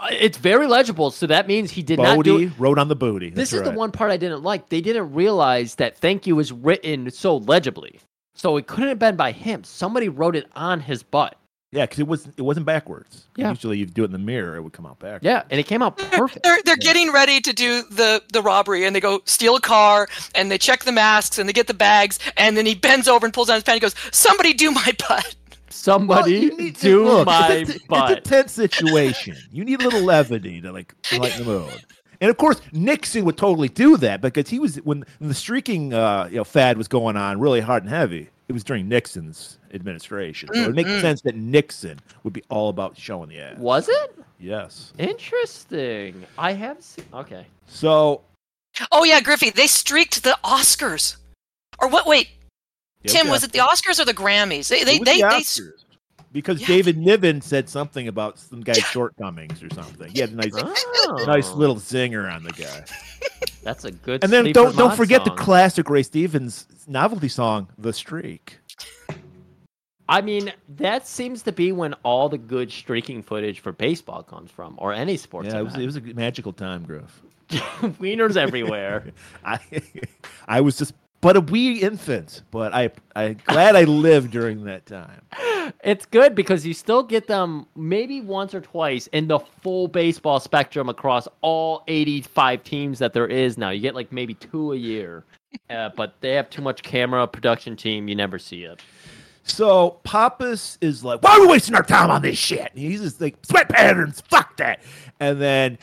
Speaker 3: Uh, It's very legible. So that means he did not do
Speaker 4: Bodie
Speaker 3: it.
Speaker 4: wrote on the booty.
Speaker 3: This
Speaker 4: That's
Speaker 3: is the
Speaker 4: right.
Speaker 3: one part I didn't like. They didn't realize that thank you was written so legibly. So it couldn't have been by him. Somebody wrote it on his butt.
Speaker 4: Yeah, because it was it wasn't backwards.
Speaker 3: Yeah.
Speaker 4: Usually, you do it in the mirror, it would come out backwards.
Speaker 3: Yeah. And it came out perfect.
Speaker 5: They're they're getting ready to do the the robbery, and they go steal a car, and they check the masks, and they get the bags, and then he bends over and pulls down his pants and goes, "Somebody do my butt."
Speaker 4: Oh,
Speaker 3: Somebody do my
Speaker 4: it's a,
Speaker 3: butt.
Speaker 4: It's a tense situation. You need a little levity to like lighten the mood. And of course, Nixon would totally do that because he was when the streaking uh, you know fad was going on really hard and heavy. It was during Nixon's administration. So it makes
Speaker 3: Mm-mm.
Speaker 4: sense that Nixon would be all about showing the ass.
Speaker 3: Was it?
Speaker 4: Yes.
Speaker 3: Interesting. I have seen. Okay.
Speaker 4: So
Speaker 5: Oh yeah, Griffey, they streaked the Oscars. Or what? Wait,
Speaker 4: Yeah,
Speaker 5: Tim,
Speaker 4: okay.
Speaker 5: was it the Oscars or the Grammys? They they
Speaker 4: It was
Speaker 5: they,
Speaker 4: the
Speaker 5: they
Speaker 4: Oscars, because David Niven said something about some guy's shortcomings or something. He had a nice, nice
Speaker 3: Oh.
Speaker 4: little zinger on the guy.
Speaker 3: That's a good.
Speaker 4: And then
Speaker 3: sleeper
Speaker 4: don't don't
Speaker 3: mod
Speaker 4: forget
Speaker 3: song.
Speaker 4: the classic Ray Stevens novelty song, "The Streak."
Speaker 3: I mean, that seems to be when all the good streaking footage for baseball comes from, or any sports.
Speaker 4: Yeah, it was, it was a magical time, Griff.
Speaker 3: wieners everywhere.
Speaker 4: I I was just but a wee infant, but I I glad I lived during that time.
Speaker 3: It's good because you still get them maybe once or twice in the full baseball spectrum across all 85 teams that there is now. You get like maybe two a year, uh, but they have too much camera production team. You never see it.
Speaker 4: So Pappas is like, why are we wasting our time on this shit? And he's just like, sweat patterns, fuck that. And then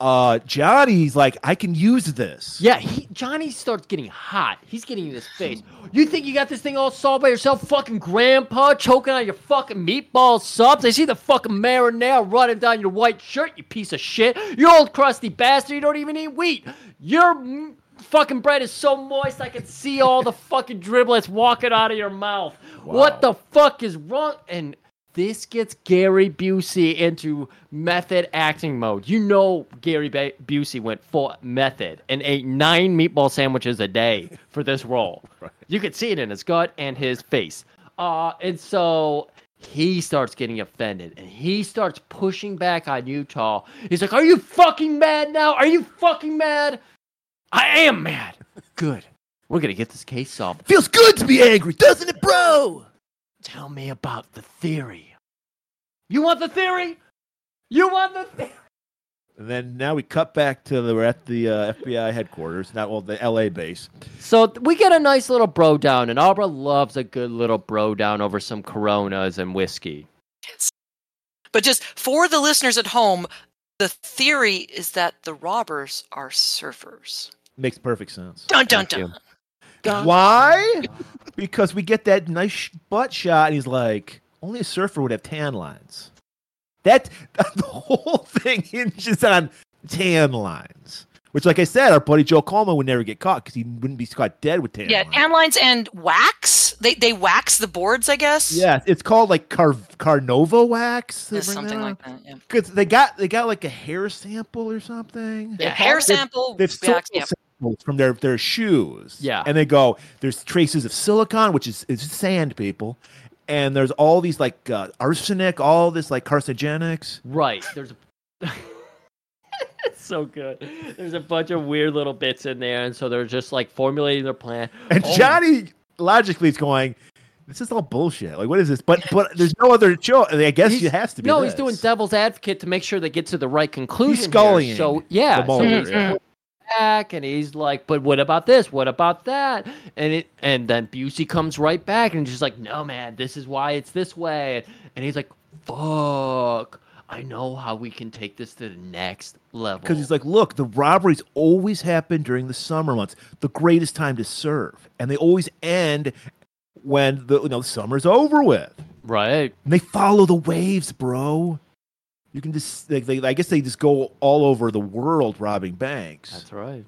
Speaker 4: uh Johnny's like, I can use this.
Speaker 3: Yeah, he, Johnny starts getting hot. He's getting in his face. You think you got this thing all solved by yourself, fucking grandpa, choking on your fucking meatball subs? I see the fucking marinara running down your white shirt, you piece of shit. You old crusty bastard, you don't even eat wheat. Your mm, fucking bread is so moist, I can see all the fucking driblets walking out of your mouth. What the fuck is wrong? And This gets Gary Busey into method acting mode. You know, Gary Ba- Busey went full method and ate nine meatball sandwiches a day for this role. You could see it in his gut and his face. Uh, and so he starts getting offended and he starts pushing back on Utah. He's like, Are you fucking mad now? Are you fucking mad? I am mad. Good. We're going to get this case solved.
Speaker 6: Feels good to be angry, doesn't it, bro?
Speaker 3: Tell me about the theory. You want the theory? You want the theory?
Speaker 4: And then now we cut back to the we're at the uh, FBI headquarters, not well the LA base.
Speaker 3: So th- we get a nice little bro down, and Abra loves a good little bro down over some Coronas and whiskey.
Speaker 5: But just for the listeners at home, the theory is that the robbers are surfers.
Speaker 4: Makes perfect sense.
Speaker 5: Dun dun
Speaker 4: Thank you.
Speaker 5: dun. Dun.
Speaker 4: Why? because we get that nice sh- butt shot, and he's like, only a surfer would have tan lines. That the whole thing hinges on tan lines. Which, like I said, our buddy Joe Coleman would never get caught because he wouldn't be caught dead with tan.
Speaker 5: Yeah, tan lines and wax. They they wax the boards, I guess.
Speaker 4: Yeah, it's called like Car- Carnova wax.
Speaker 5: Yeah, something like that. Yeah.
Speaker 4: Because they got they got like a hair sample or something.
Speaker 5: Yeah, hair
Speaker 4: They've-
Speaker 5: sample,
Speaker 4: They've
Speaker 5: wax,
Speaker 4: sold
Speaker 5: yeah.
Speaker 4: samples from their their shoes.
Speaker 3: Yeah.
Speaker 4: and they go there's traces of silicon, which is is sand, people, and there's all these like uh, arsenic, all this like carcinogenics.
Speaker 3: Right. There's a it's so good. There's a bunch of weird little bits in there, and so they're just like formulating their plan.
Speaker 4: And
Speaker 3: Oh,
Speaker 4: Johnny logically is going, "This is all bullshit. Like, what is this?" But but there's no other choice. I guess it has to be.
Speaker 3: no,
Speaker 4: this.
Speaker 3: he's doing devil's advocate to make sure they get to the right conclusion. here.
Speaker 4: scullying
Speaker 3: So yeah,
Speaker 4: the
Speaker 3: so
Speaker 4: boulder,
Speaker 3: he's
Speaker 4: yeah.
Speaker 3: going back and he's like, "But what about this? What about that?" And it and then Busey comes right back and just like, "No, man, this is why it's this way." And he's like, "Fuck, I know how we can take this to the next level."
Speaker 4: Because he's like, look, the robberies always happen during the summer months, the greatest time to serve, and they always end when the you know summer's over with.
Speaker 3: Right.
Speaker 4: And they follow the waves, bro. You can just like they, I guess they just go all over the world robbing banks.
Speaker 3: That's right.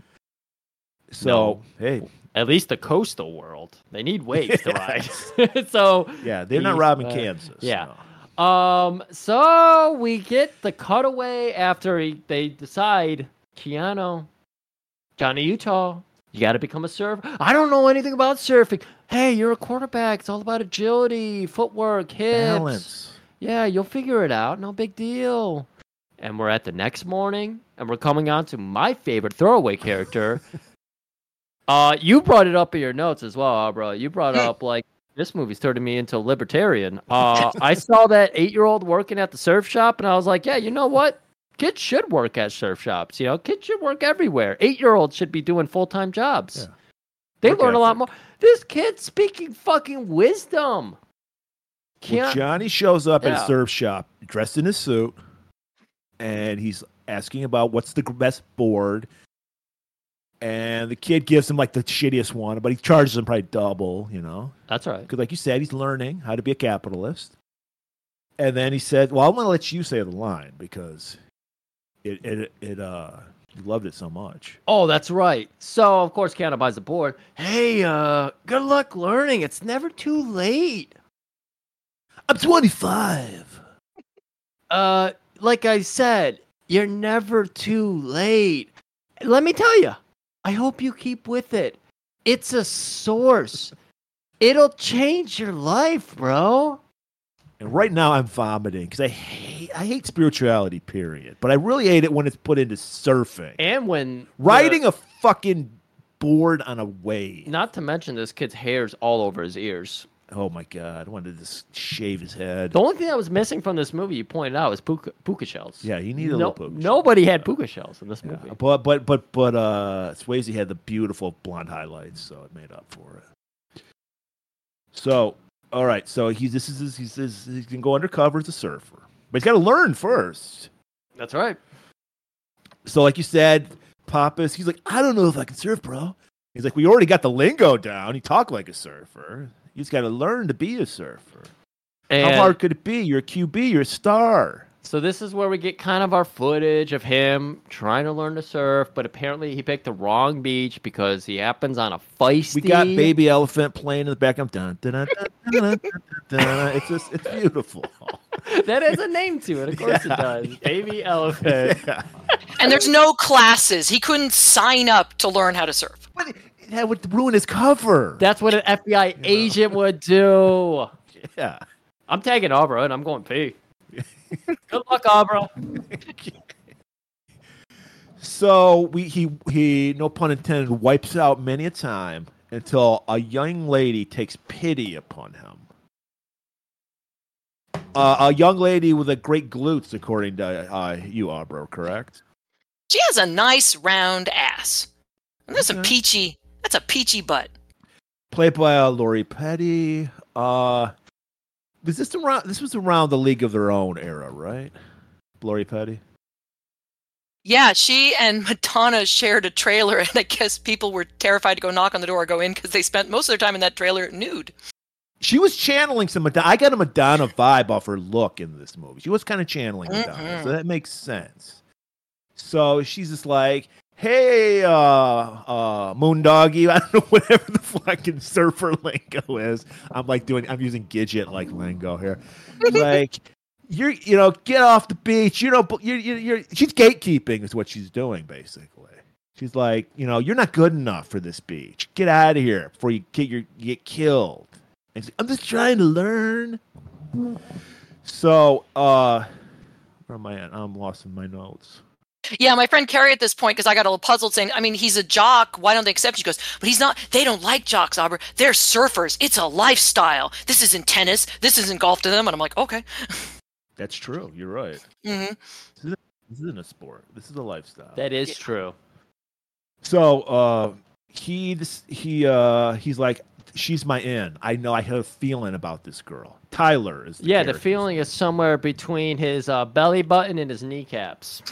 Speaker 4: So hey,
Speaker 3: At least the coastal world. They need waves to ride. so
Speaker 4: yeah, they're not
Speaker 3: he's,
Speaker 4: robbing
Speaker 3: uh,
Speaker 4: Kansas.
Speaker 3: Yeah. Um. So we get the cutaway after he, they decide Keanu, Johnny Utah, you got to become a surfer. I don't know anything about surfing. Hey, you're a quarterback. It's all about agility, footwork, hips.
Speaker 4: Balance.
Speaker 3: Yeah, you'll figure it out. No big deal. And we're at the next morning, and we're coming on to my favorite throwaway character. uh, you brought it up in your notes as well, bro. You brought up like this movie's turning me into a libertarian. Uh, I saw that eight-year-old working at the surf shop, and I was like, yeah, you know what? Kids should work at surf shops. You know, kids should work everywhere. Eight-year-olds should be doing full-time jobs. They
Speaker 4: Work
Speaker 3: learn a lot more. This kid's speaking fucking wisdom.
Speaker 4: Well,
Speaker 3: Keanu-
Speaker 4: Johnny shows up at
Speaker 3: Yeah.
Speaker 4: a surf shop dressed in his suit, and he's asking about what's the gr- best board. And the kid gives him like the shittiest one, but he charges him probably double, you know.
Speaker 3: That's right.
Speaker 4: Because, like you said, he's learning how to be a capitalist. And then he said, "Well, I'm going to let you say the line because it it it uh you loved it so much."
Speaker 3: Oh, that's right. So of course Keanu buys the board. Hey, uh, good luck learning. It's never too late.
Speaker 4: I'm 25.
Speaker 3: Uh, like I said, you're never too late. Let me tell you, I hope you keep with it. It's a source. It'll change your life, bro.
Speaker 4: And right now I'm vomiting because I hate I hate spirituality, period. But I really hate it when it's put into surfing.
Speaker 3: And when
Speaker 4: Riding a fucking board on a wave.
Speaker 3: not to mention this kid's hair's all over his ears.
Speaker 4: Oh my god, I wanted to just shave his head.
Speaker 3: The only thing that was missing from this movie you pointed out was puka, puka shells.
Speaker 4: Yeah, he needed a
Speaker 3: No-
Speaker 4: little puka shell.
Speaker 3: Nobody had puka shells in this movie.
Speaker 4: But but but but uh Swayze had the beautiful blonde highlights, so it made up for it. So all right, so he's this is his- he's this, he can go undercover as a surfer, but he's got to learn first.
Speaker 3: That's right.
Speaker 4: So like you said, Pappas, he's like, I don't know if I can surf, bro. He's like, we already got the lingo down. You talk like a surfer. You just got to learn to be a surfer.
Speaker 3: And-
Speaker 4: How hard could it be? You're a QB. You're a star.
Speaker 3: So this is where we get kind of our footage of him trying to learn to surf, but apparently he picked the wrong beach because he happens on a feisty.
Speaker 4: We got baby elephant playing in the background. Dun, dun, dun, dun, dun, dun, dun, dun. It's just it's beautiful.
Speaker 3: that has a name to it. Of course
Speaker 4: Yeah.
Speaker 3: it does. Baby elephant.
Speaker 5: And there's no classes. He couldn't sign up to learn how to surf.
Speaker 4: That would ruin his cover.
Speaker 3: That's what an FBI agent would do.
Speaker 4: Yeah.
Speaker 3: I'm tagging Abra and I'm going pee. Good luck, Abra.
Speaker 4: So we he he no pun intended wipes out many a time until a young lady takes pity upon him. Uh, a young lady with a great glutes, according to uh, you, Abro, correct?
Speaker 5: She has a nice round ass. And that's a peachy. That's a peachy butt.
Speaker 4: Played by uh, Lori Petty. Uh, was this around? This was around the League of Their Own era, right? Lori Petty.
Speaker 5: Yeah, she and Madonna shared a trailer, and I guess people were terrified to go knock on the door or go in because they spent most of their time in that trailer nude.
Speaker 4: She was channeling some Madonna. I got a Madonna vibe off her look in this movie. She was kind of channeling Madonna, so
Speaker 5: Mhm.
Speaker 4: that makes sense. So she's just like, "Hey, uh, uh, Moondoggy, I don't know whatever the fucking surfer lingo is." I'm like doing, I'm using Gidget like lingo here. Like, you're, you know, get off the beach. You don't, you, you, you're. She's gatekeeping is what she's doing basically. She's like, you know, you're not good enough for this beach. Get out of here before you get your you get killed. And she's like, I'm just trying to learn. So, uh, where am I at? I'm lost in my notes.
Speaker 5: Yeah, my friend Carrie at this point, because I got a little puzzled saying, I mean, he's a jock. Why don't they accept you? She goes, but he's not, they don't like jocks, Aubrey. They're surfers. It's a lifestyle. This isn't tennis. This isn't golf to them. And I'm like, okay.
Speaker 4: That's true. You're right.
Speaker 5: hmm
Speaker 4: This isn't, this isn't a sport. This is a lifestyle.
Speaker 3: That is true.
Speaker 4: So uh, he this- he uh, he's like, she's my in. I know I have a feeling about this girl. Tyler is. The
Speaker 3: yeah, the
Speaker 4: character.
Speaker 3: feeling is somewhere between his uh, belly button and his kneecaps.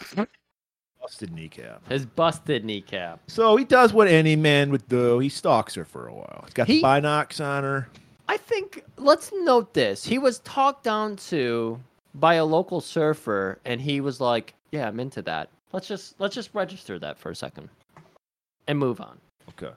Speaker 4: busted kneecap.
Speaker 3: His busted kneecap.
Speaker 4: So he does what any man would do. He stalks her for a while. He's got
Speaker 3: He-
Speaker 4: the binocs on her.
Speaker 3: I think let's note this. He was talked down to by a local surfer and he was like, "Yeah, I'm into that. Let's just let's just register that for a second and move on."
Speaker 4: Okay.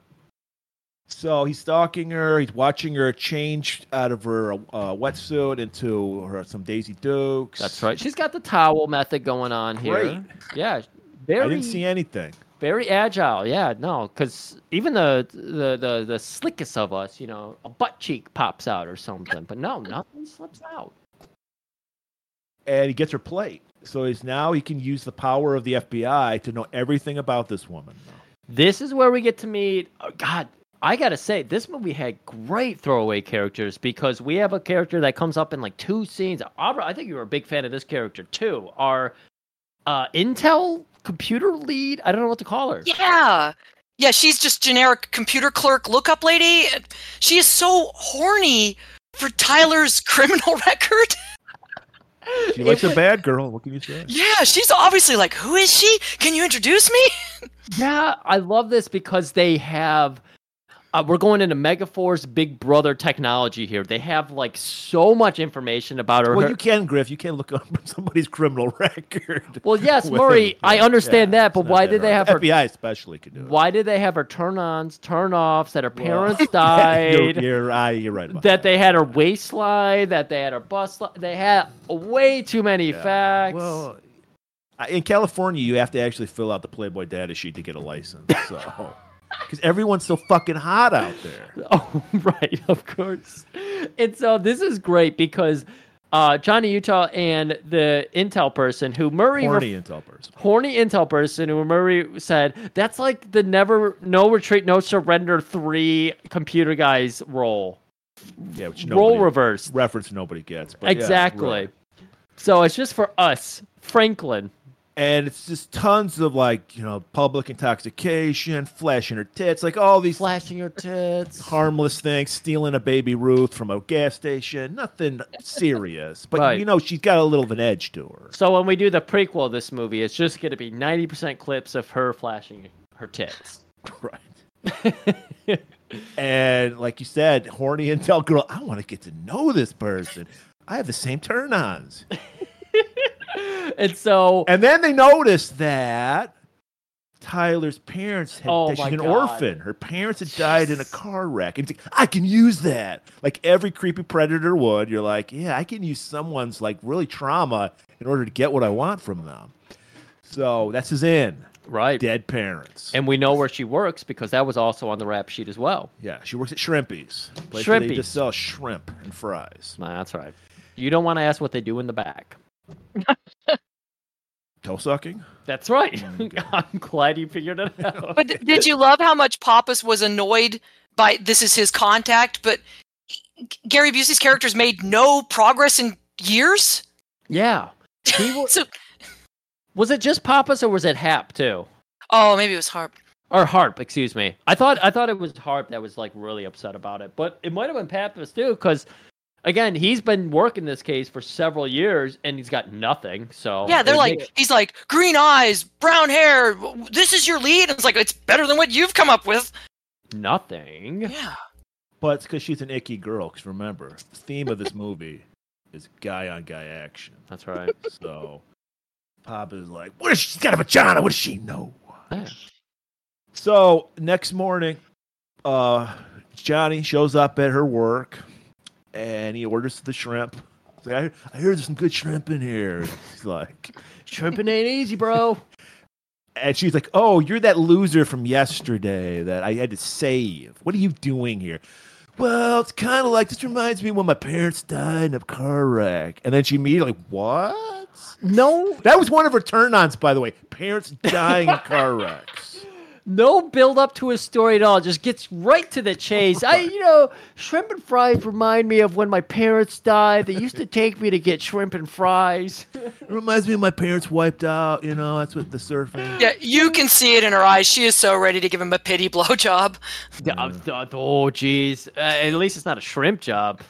Speaker 4: So he's stalking her. He's watching her change out of her uh, wetsuit into her some Daisy Dukes.
Speaker 3: That's right. She's got the towel method going on here.
Speaker 4: Great.
Speaker 3: Yeah.
Speaker 4: I
Speaker 3: Very
Speaker 4: didn't see anything.
Speaker 3: very agile. Yeah, no, cuz even the, the the the slickest of us, you know, a butt cheek pops out or something. But no, nothing slips out.
Speaker 4: And he gets her plate. So he's now he can use the power of the FBI to know everything about this woman.
Speaker 3: This is where we get to meet. Oh God, I gotta say, this movie had great throwaway characters because we have a character that comes up in like two scenes. Abra, I think you were a big fan of this character too. Our uh, Intel computer lead. I don't know what to call her.
Speaker 5: Yeah. Yeah, she's just generic computer clerk lookup lady. She is so horny for Tyler's criminal record.
Speaker 4: She likes a bad girl. What can you say?
Speaker 5: Yeah, she's obviously like, who is she? Can you introduce me?
Speaker 3: Yeah, I love this because they have. Uh, we're going into Megaforce Big Brother technology here. They have like so much information about her.
Speaker 4: Well,
Speaker 3: her-
Speaker 4: you can, Griff. You can look up somebody's criminal record.
Speaker 3: Well, yes,
Speaker 4: With-
Speaker 3: Murray, I
Speaker 4: yeah,
Speaker 3: understand that, but
Speaker 4: it's not
Speaker 3: why
Speaker 4: that
Speaker 3: did they
Speaker 4: hard.
Speaker 3: have her-
Speaker 4: FBI especially could do it.
Speaker 3: Why did they have her turn ons, turn offs, that her parents
Speaker 4: Yeah,
Speaker 3: died?
Speaker 4: you're, you're, right, you're right about
Speaker 3: that they had her waist slide, that they had her bust slide. They had way too many facts.
Speaker 4: Well, I- in California, you have to actually fill out the Playboy data sheet to get a license. So, because everyone's so fucking hot out there.
Speaker 3: Oh, right, of course. And so this is great because uh, Johnny Utah and the intel person who Murray
Speaker 4: Horny intel person.
Speaker 3: horny intel person who Murray said that's like the never no retreat no surrender three computer guys role.
Speaker 4: Yeah, which
Speaker 3: Role
Speaker 4: nobody-
Speaker 3: reverse.
Speaker 4: reference nobody gets. But yeah,
Speaker 3: exactly.
Speaker 4: right.
Speaker 3: So it's just for us, Franklin.
Speaker 4: And it's just tons of like you know public intoxication, flashing her tits, like all these
Speaker 3: flashing her tits,
Speaker 4: harmless things, stealing a baby Ruth from a gas station, nothing serious. But
Speaker 3: Right.
Speaker 4: you know she's got a little of an edge to her.
Speaker 3: So when we do the prequel of this movie, it's just going to be 90% clips of her flashing her tits.
Speaker 4: Right. and like you said, horny intel girl, I want to get to know this person. I have the same turn ons.
Speaker 3: and so
Speaker 4: and then they noticed that Tyler's parents had
Speaker 3: Oh
Speaker 4: that
Speaker 3: my
Speaker 4: she's an
Speaker 3: God.
Speaker 4: orphan. Her parents had died in a car wreck. And it's like, I can use that. Like every creepy predator would. You're like, yeah, I can use someone's like really trauma in order to get what I want from them. So that's his in.
Speaker 3: Right.
Speaker 4: Dead parents.
Speaker 3: And we know where she works because that was also on the rap sheet as well.
Speaker 4: Yeah, she works at Shrimpy's. Place where They
Speaker 3: Shrimpy's.
Speaker 4: just sell shrimp and fries.
Speaker 3: That's right. You don't want to ask what they do in the back.
Speaker 4: Toe sucking?
Speaker 3: That's right. I'm glad you figured it out.
Speaker 5: But th- did you love how much Pappas was annoyed by this is his contact, but G- Gary Busey's characters made no progress in years?
Speaker 3: Yeah. He wa- was it just Pappas or was it Hap too?
Speaker 5: Oh, maybe it was Harp.
Speaker 3: Or Harp, excuse me. I thought I thought it was Harp that was like really upset about it, but it might have been Pappas too, because again, he's been working this case for several years and he's got nothing. So
Speaker 5: yeah, they're
Speaker 3: it
Speaker 5: like
Speaker 3: makes-
Speaker 5: he's like green eyes, brown hair. w- This is your lead. And it's like it's better than what you've come up with.
Speaker 3: nothing.
Speaker 5: Yeah.
Speaker 4: But it's because she's an icky girl. Because remember, the theme of this movie is guy on guy action.
Speaker 3: That's right.
Speaker 4: So Pop is like, what is she? has got a vagina. What does she know? So next morning, uh, Johnny shows up at her work and he orders the shrimp. He's like, I, I hear there's some good shrimp in here. He's like,
Speaker 3: Shrimping ain't easy, bro.
Speaker 4: and she's like, "Oh, you're that loser from yesterday that I had to save. What are you doing here?" Well, it's kind of like this reminds me when my parents died in a car wreck, and then she immediately, "What?
Speaker 3: No,
Speaker 4: that was one of her turn-ons, by the way. Parents dying in car wrecks.
Speaker 3: no build up to his story at all. Just gets right to the chase. I, you know, shrimp and fries remind me of when my parents died. They used to take me to get shrimp and fries.
Speaker 4: It reminds me of my parents wiped out. You know, that's what the surfing.
Speaker 5: Yeah, you can see it in her eyes. She is so ready to give him a pity blowjob.
Speaker 3: Yeah, uh, uh, oh, jeez. Uh, at least it's not a shrimp job.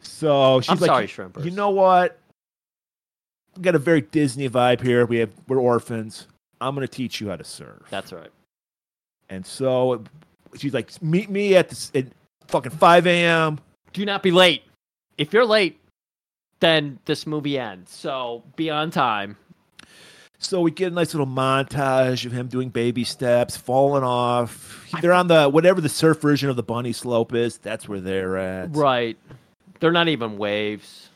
Speaker 4: So she's
Speaker 3: I'm
Speaker 4: like,
Speaker 3: sorry, shrimpers.
Speaker 4: You know what? We got a very Disney vibe here. We have we're orphans. I'm gonna teach you how to surf.
Speaker 3: That's right.
Speaker 4: And so it- she's like, meet me at this at fucking 5 a.m.
Speaker 3: Do not be late. If you're late, then this movie ends. So be on time.
Speaker 4: So we get a nice little montage of him doing baby steps, falling off. They're on the whatever the surf version of the bunny slope is. That's where they're at.
Speaker 3: Right. They're not even waves.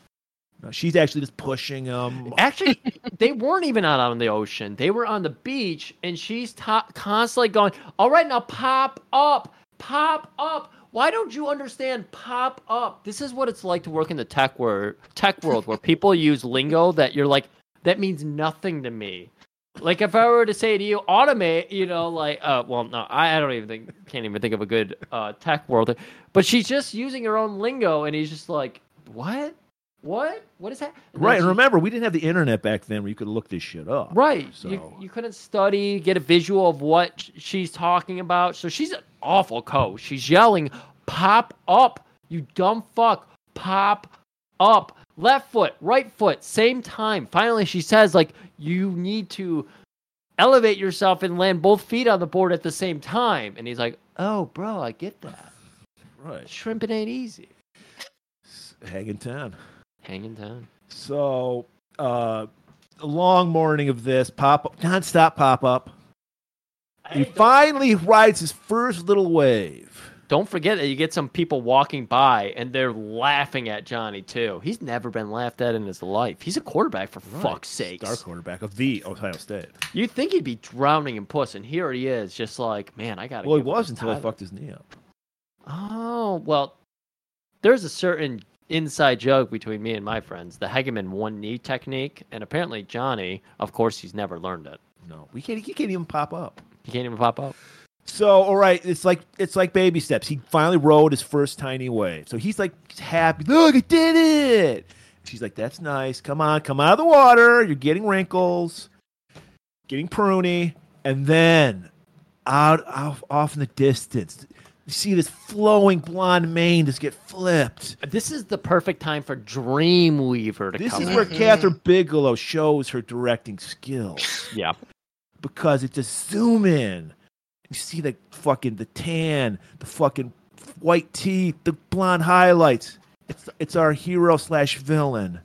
Speaker 4: No, She's actually just pushing him.
Speaker 3: Actually, they weren't even out on the ocean. They were on the beach, and she's to- constantly going, All right, now pop up, pop up. Why don't you understand pop up? This is what it's like to work in the tech, wor- tech world where people use lingo that you're like, that means nothing to me. Like if I were to say to you, automate, you know, like, uh, well, no, I, I don't even think, can't even think of a good uh, tech world. But she's just using her own lingo, and he's just like, what, what, what is that? And then
Speaker 4: Right. And
Speaker 3: she-
Speaker 4: remember, we didn't have the internet back then where you could look this shit up.
Speaker 3: Right.
Speaker 4: So
Speaker 3: You, you couldn't study, get a visual of what sh- she's talking about. So she's an awful coach. She's yelling, pop up, you dumb fuck, pop up. Left foot, right foot, same time. Finally, she says, like, you need to elevate yourself and land both feet on the board at the same time. And he's like, oh, bro, I get that.
Speaker 4: Right.
Speaker 3: Shrimping ain't easy.
Speaker 4: hanging down.
Speaker 3: Hanging down.
Speaker 4: So, uh, a long morning of this pop up, nonstop pop up. He finally rides his first little wave.
Speaker 3: Don't forget that you get some people walking by and they're laughing at Johnny too. He's never been laughed at in his life. He's a quarterback for fuck's sake.
Speaker 4: Star quarterback of the Ohio State.
Speaker 3: You'd think he'd be drowning in puss, and here he is, just like, man, I gotta.
Speaker 4: Well, he
Speaker 3: give it to
Speaker 4: was until I
Speaker 3: Tyler."
Speaker 4: fucked his knee up.
Speaker 3: Oh well, there's a certain inside joke between me and my friends, the Hegeman one knee technique, and apparently Johnny, of course, he's never learned it.
Speaker 4: No, we can't. He can't even pop up.
Speaker 3: He can't even pop up.
Speaker 4: So, all right, it's like it's like baby steps. He finally rode his first tiny wave. So he's like happy. Look, I did it. She's like, "That's nice. Come on, come out of the water. You're getting wrinkles, getting pruny." And then, out off off in the distance, you see this flowing blonde mane just get flipped.
Speaker 3: This is the perfect time for Dreamweaver to
Speaker 4: This
Speaker 3: come.
Speaker 4: is
Speaker 3: in.
Speaker 4: where Catherine Bigelow shows her directing skills.
Speaker 3: Yeah.
Speaker 4: because it just zoom in. You see the fucking the tan, the fucking white teeth, the blonde highlights. It's it's our hero slash villain,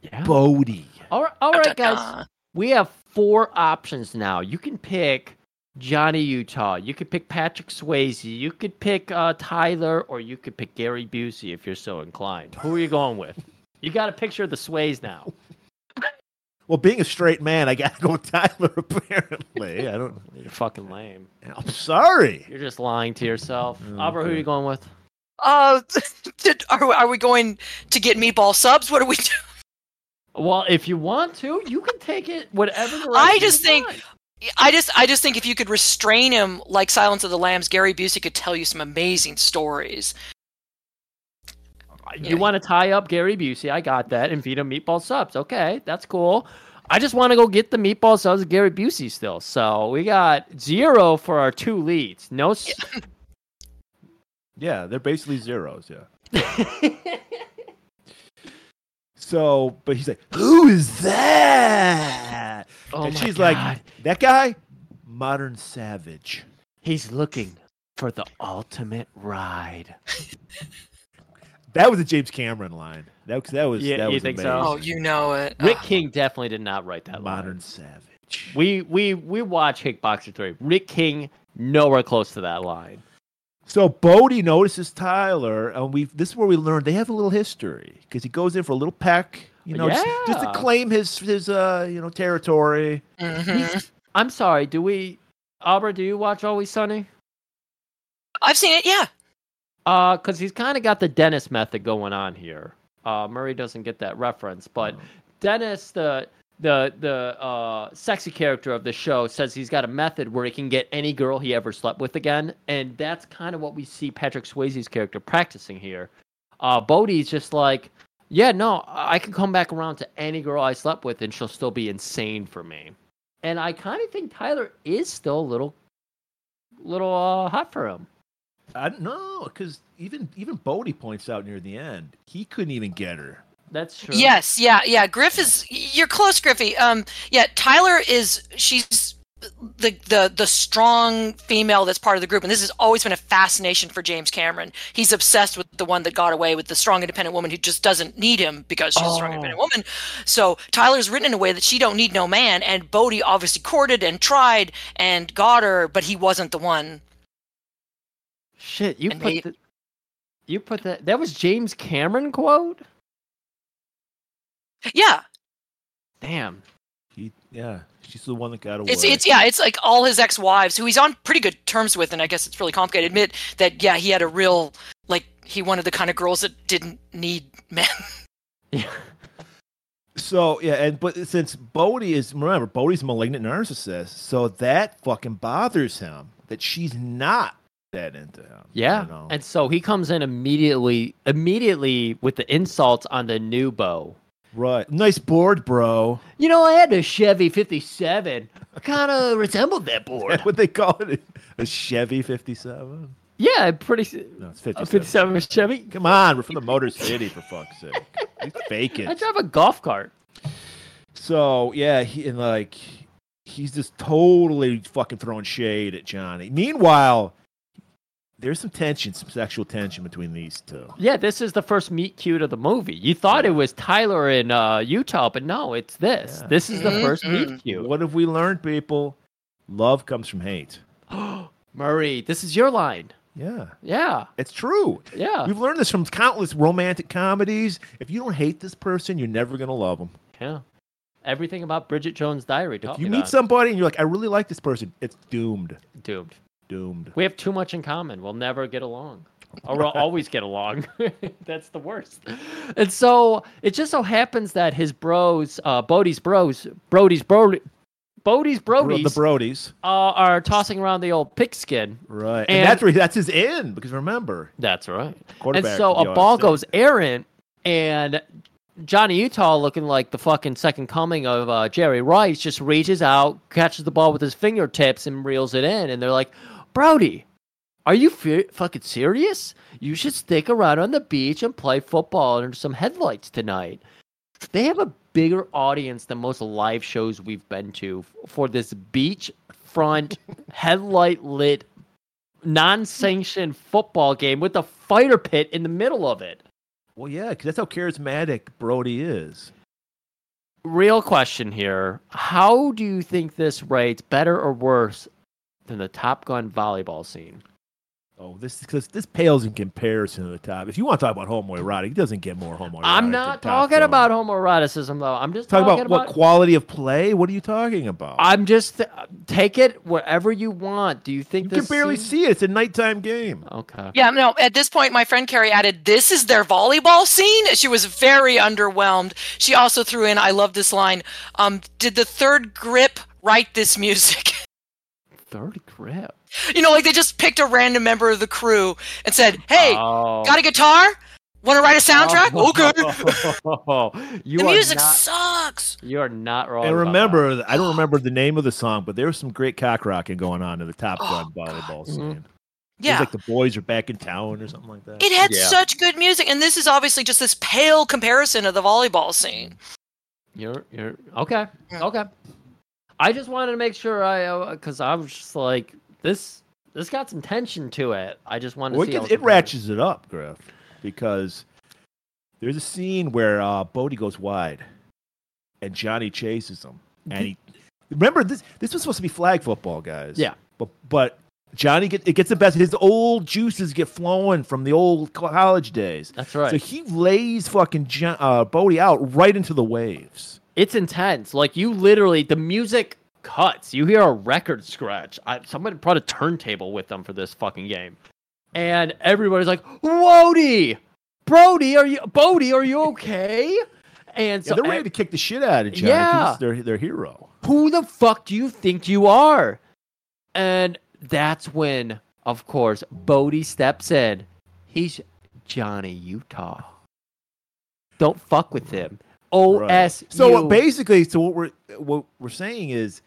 Speaker 3: yeah.
Speaker 4: Bodie.
Speaker 3: All right, all right, guys. We have four options now. You can pick Johnny Utah. You could pick Patrick Swayze. You could pick uh, Tyler, or you could pick Gary Busey if you're so inclined. Who are you going with? You got a picture of the Sways now.
Speaker 4: Well, being a straight man, I gotta go with Tyler. Apparently, I don't.
Speaker 3: You're fucking lame. Oh,
Speaker 4: I'm sorry.
Speaker 3: You're just lying to yourself. Albert, who are you going with?
Speaker 5: Uh, did, are, we- are we going to get meatball subs? What are we doing?
Speaker 3: Well, if you want to, you can take it whatever direction.
Speaker 5: I just think, I just, I just think if you could restrain him like Silence of the Lambs, Gary Busey could tell you some amazing stories.
Speaker 3: You want to tie up Gary Busey? I got that. And feed him meatball subs. Okay, that's cool. I just want to go get the meatball subs of Gary Busey still. So we got zero for our two leads. No, s-
Speaker 18: Yeah, they're basically zeros. Yeah. so, but he's like, "Who is that?"
Speaker 4: Oh
Speaker 18: and
Speaker 4: my
Speaker 18: she's
Speaker 4: God.
Speaker 18: like, "That guy, modern savage."
Speaker 3: He's looking for the ultimate ride.
Speaker 4: That was a James Cameron line. That was that was
Speaker 3: Yeah,
Speaker 4: that
Speaker 3: you
Speaker 4: was
Speaker 3: think
Speaker 4: amazing.
Speaker 3: so?
Speaker 5: Oh, you know it.
Speaker 3: Rick
Speaker 5: Oh.
Speaker 3: King definitely did not write that. Modern savage. We we we watch Kickboxer three. Rick King nowhere close to that line.
Speaker 4: So Bodie notices Tyler, and we this is where we learned they have a little history because he goes in for a little peck, you know, just, just to
Speaker 3: Yeah.
Speaker 4: claim his his uh you know territory.
Speaker 5: Oh. Mm-hmm.
Speaker 3: I'm sorry. Do we, Albert? Do you watch Always Sunny?
Speaker 5: I've seen it. Yeah.
Speaker 3: Uh, cause he's kind of got the Dennis method going on here. Uh, Murray doesn't get that reference, but Dennis, the the the uh, sexy character of the show, says he's got a method where he can get any girl he ever slept with again, and that's kind of what we see Patrick Swayze's character practicing here. Uh, Bodie's just like, yeah, no, I I can come back around to any girl I slept with, and she'll still be insane for me. And I kind of think Tyler is still a little, little uh, hot for him.
Speaker 4: I don't know because even even Bodie points out near the end he couldn't even get her.
Speaker 3: That's true.
Speaker 5: Yes, yeah, yeah. Griff is you're close, Griffy. Um, yeah, Tyler is she's the the the strong female that's part of the group, and this has always been a fascination for James Cameron. He's obsessed with the one that got away with the strong, independent woman who just doesn't need him because she's a strong,
Speaker 19: Oh.
Speaker 5: independent woman. So Tyler's written in a way that she don't need no man, and Bodie obviously courted and tried and got her, but he wasn't the one.
Speaker 3: Shit, you
Speaker 5: And
Speaker 3: put
Speaker 5: they-
Speaker 3: the, you put that. That was James Cameron quote.
Speaker 5: Yeah,
Speaker 3: Damn.
Speaker 4: He yeah, she's the one that got away.
Speaker 5: It's it's yeah, it's like all his ex-wives who he's on pretty good terms with, and I guess it's really complicated. Admit that yeah, he had a real like he wanted the kind of girls that didn't need men.
Speaker 4: So yeah, and but since Bodie is remember Bodie's a malignant narcissist, so that fucking bothers him that she's not that into him.
Speaker 3: Yeah, and so he comes in immediately, immediately with the insults on the new bow.
Speaker 4: Right, nice board, bro.
Speaker 3: You know, I had a Chevy '57. Kind of resembled that board.
Speaker 4: what they call it, a Chevy '57.
Speaker 3: Yeah, pretty.
Speaker 4: No, it's
Speaker 3: a
Speaker 4: 57.
Speaker 3: 57 Chevy.
Speaker 4: Come on, we're from the Motor City for fuck's sake. He's faking.
Speaker 3: I drive a golf cart.
Speaker 4: So yeah, he and like he's just totally fucking throwing shade at Johnny. Meanwhile, there's some tension, some sexual tension between these two.
Speaker 3: Yeah, this is the first meet cute of the movie. You thought it was Tyler in uh, Utah, but no, it's this. This is the first
Speaker 5: Mm-hmm.
Speaker 3: meet cute.
Speaker 4: What have we learned, people? Love comes from hate.
Speaker 3: Murray, this is your line.
Speaker 4: Yeah.
Speaker 3: Yeah.
Speaker 4: It's true.
Speaker 3: Yeah.
Speaker 4: We've learned this from countless romantic comedies. If you don't hate this person, you're never going to love them.
Speaker 3: Yeah. Everything about Bridget Jones' Diary. Taught
Speaker 4: You
Speaker 3: me
Speaker 4: meet
Speaker 3: that.
Speaker 4: somebody and you're like, I really like this person. It's doomed.
Speaker 3: Doomed.
Speaker 4: Doomed.
Speaker 3: We have too much in common. We'll never get along. Or we'll always get along. That's the worst. And so it just so happens that his bros, uh, Bodie's bros, Brody's Brody, Bodie's
Speaker 4: Bro-
Speaker 3: Brodies,
Speaker 4: The Brodies.
Speaker 3: uh, are tossing around the old pigskin.
Speaker 4: Right. And,
Speaker 3: And-
Speaker 4: that's where that's his end because remember.
Speaker 3: That's right. And
Speaker 4: Quarterback
Speaker 3: so
Speaker 4: for the
Speaker 3: a ball
Speaker 4: Ohio State.
Speaker 3: goes errant, and Johnny Utah, looking like the fucking second coming of uh, Jerry Rice, just reaches out, catches the ball with his fingertips, and reels it in. And they're like, Brody, are you fe- fucking serious? You should stick around on the beach and play football under some headlights tonight. They have a bigger audience than most live shows we've been to f- for this beach front, headlight lit non-sanctioned football game with a fighter pit in the middle of it.
Speaker 4: Well, yeah, because that's how charismatic Brody is.
Speaker 3: real question here. How do you think this rates better or worse than the Top Gun volleyball scene?
Speaker 4: Oh, this because this pales in comparison to the top. If you want to talk about homoerotic, it doesn't get more homoerotic.
Speaker 3: I'm
Speaker 4: than
Speaker 3: not
Speaker 4: Top
Speaker 3: talking
Speaker 4: Gun.
Speaker 3: about homoeroticism though. I'm just
Speaker 4: Talk
Speaker 3: talking
Speaker 4: about, what quality of play? What are you talking about?
Speaker 3: I'm just uh, take it wherever you want. Do you think
Speaker 4: you can
Speaker 3: this
Speaker 4: barely
Speaker 3: scene- Oh,
Speaker 4: see it? It's a nighttime game.
Speaker 3: Okay.
Speaker 5: Yeah, no, at this point, my friend Carrie added, This is their volleyball scene. She was very underwhelmed. She also threw in, I love this line, um, Did the third grip write this music?
Speaker 3: Third grip.
Speaker 5: you know, like they just picked a random member of the crew and said, Hey,
Speaker 3: Oh.
Speaker 5: got a guitar? Want to write a soundtrack? Okay.
Speaker 3: okay. you
Speaker 5: the
Speaker 3: are
Speaker 5: music
Speaker 3: not-
Speaker 5: sucks.
Speaker 3: You are not wrong.
Speaker 4: And
Speaker 3: about
Speaker 4: remember, I don't remember the name of the song, but there was some great cock rocking going on in the Top Gun volleyball scene. It was
Speaker 5: Yeah.
Speaker 4: like the boys are back in town or something like that.
Speaker 5: It had
Speaker 4: Yeah.
Speaker 5: such good music, and this is obviously just this pale comparison of the volleyball scene.
Speaker 3: that. You're you're okay. Okay. I just wanted to make sure I because I was just like this. This got some tension to it. I just wanted
Speaker 4: Well,
Speaker 3: to
Speaker 4: it,
Speaker 3: see. how
Speaker 4: gets- it ratchets it up, Griff, because there's a scene where uh, Bodie goes wide, and Johnny chases him, and he remember this. This was supposed to be flag football, guys.
Speaker 3: Yeah.
Speaker 4: but but Johnny get, it gets the best. His old juices get flowing from the old college days.
Speaker 3: That's right.
Speaker 4: So he lays fucking John, uh, Bodie out right into the waves.
Speaker 3: It's intense. Like you literally, the music cuts. You hear a record scratch. I, somebody brought a turntable with them for this fucking game, and everybody's like, "Wody, Brody, are you Bodie? Are you okay?" And
Speaker 4: Yeah,
Speaker 3: so
Speaker 4: they're ready to kick the shit out of Johnny.
Speaker 3: Yeah.
Speaker 4: Yeah, their their hero.
Speaker 3: who the fuck do you think you are? And that's when, of course, Bodie steps in. He's Johnny Utah. Don't fuck with him. O S.
Speaker 4: So uh, what basically, so what we're what we're saying is,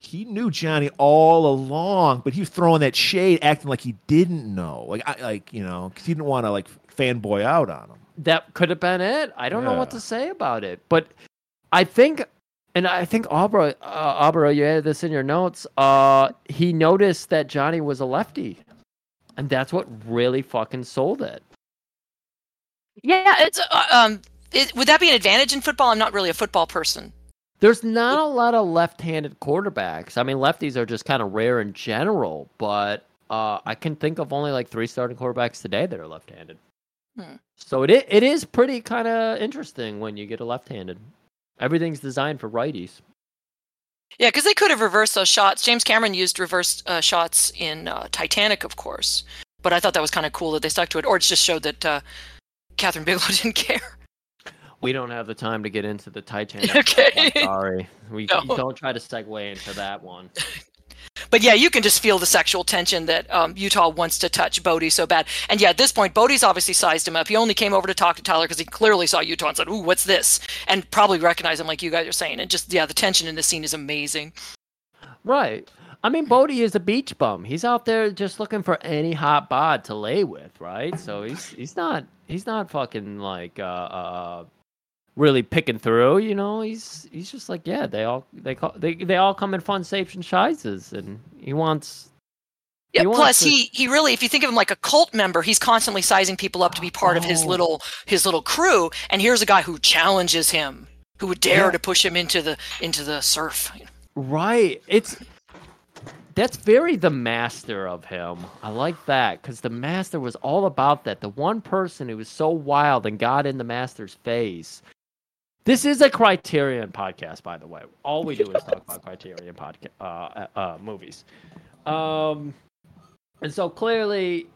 Speaker 4: he knew Johnny all along, but he was throwing that shade, acting like he didn't know, like I, like you know, because he didn't want to like fanboy out on him.
Speaker 3: that could have been it. I don't know what
Speaker 4: Yeah.
Speaker 3: to say about it, but I think, and I think Abra, uh, Abra, you had this in your notes. Uh, he noticed that Johnny was a lefty, and that's what really fucking sold it.
Speaker 5: Yeah, it's uh, um, it, would that be an advantage in football? I'm not really a football person.
Speaker 3: There's not a lot of left-handed quarterbacks. I mean, lefties are just kind of rare in general, but uh, I can think of only like three starting quarterbacks today that are left-handed.
Speaker 5: Hmm.
Speaker 3: So it i- it is pretty kind of interesting when you get a left-handed. Everything's designed for righties.
Speaker 5: Yeah, because they could have reversed those shots. James Cameron used reversed uh, shots in uh, Titanic, of course, but I thought that was kind of cool that they stuck to it, or it just showed that uh, Catherine Bigelow didn't care.
Speaker 3: We don't have the time to get into the Titanic.
Speaker 5: Okay.
Speaker 3: I'm sorry. We
Speaker 5: No.
Speaker 3: don't try to segue into that one.
Speaker 5: But yeah, you can just feel the sexual tension that um, Utah wants to touch Bodie so bad. And yeah, at this point, Bodie's obviously sized him up. He only came over to talk to Tyler because he clearly saw Utah and said, "Ooh, what's this?" and probably recognized him, like you guys are saying. And just yeah, the tension in this scene is amazing.
Speaker 3: Right. I mean, Bodie is a beach bum. He's out there just looking for any hot bod to lay with, right? So he's he's not he's not fucking like uh, uh really picking through, you know. He's he's just like, yeah, they all they call they they all come in fun shapes and sizes, and he wants.
Speaker 5: Yeah.
Speaker 3: he wants
Speaker 5: plus,
Speaker 3: to-
Speaker 5: he he really, if you think of him like a cult member, he's constantly sizing people up to be part of his
Speaker 3: Oh.
Speaker 5: little his little crew. And here's a guy who challenges him, who would dare
Speaker 3: Yeah.
Speaker 5: to push him into the into the surf.
Speaker 3: Right. It's that's very the master of him. I like that because the master was all about that. The one person who was so wild and got in the master's face. This is a Criterion podcast, by the way. All we do is talk about Criterion podcast uh, uh, uh, movies. Um, and so clearly,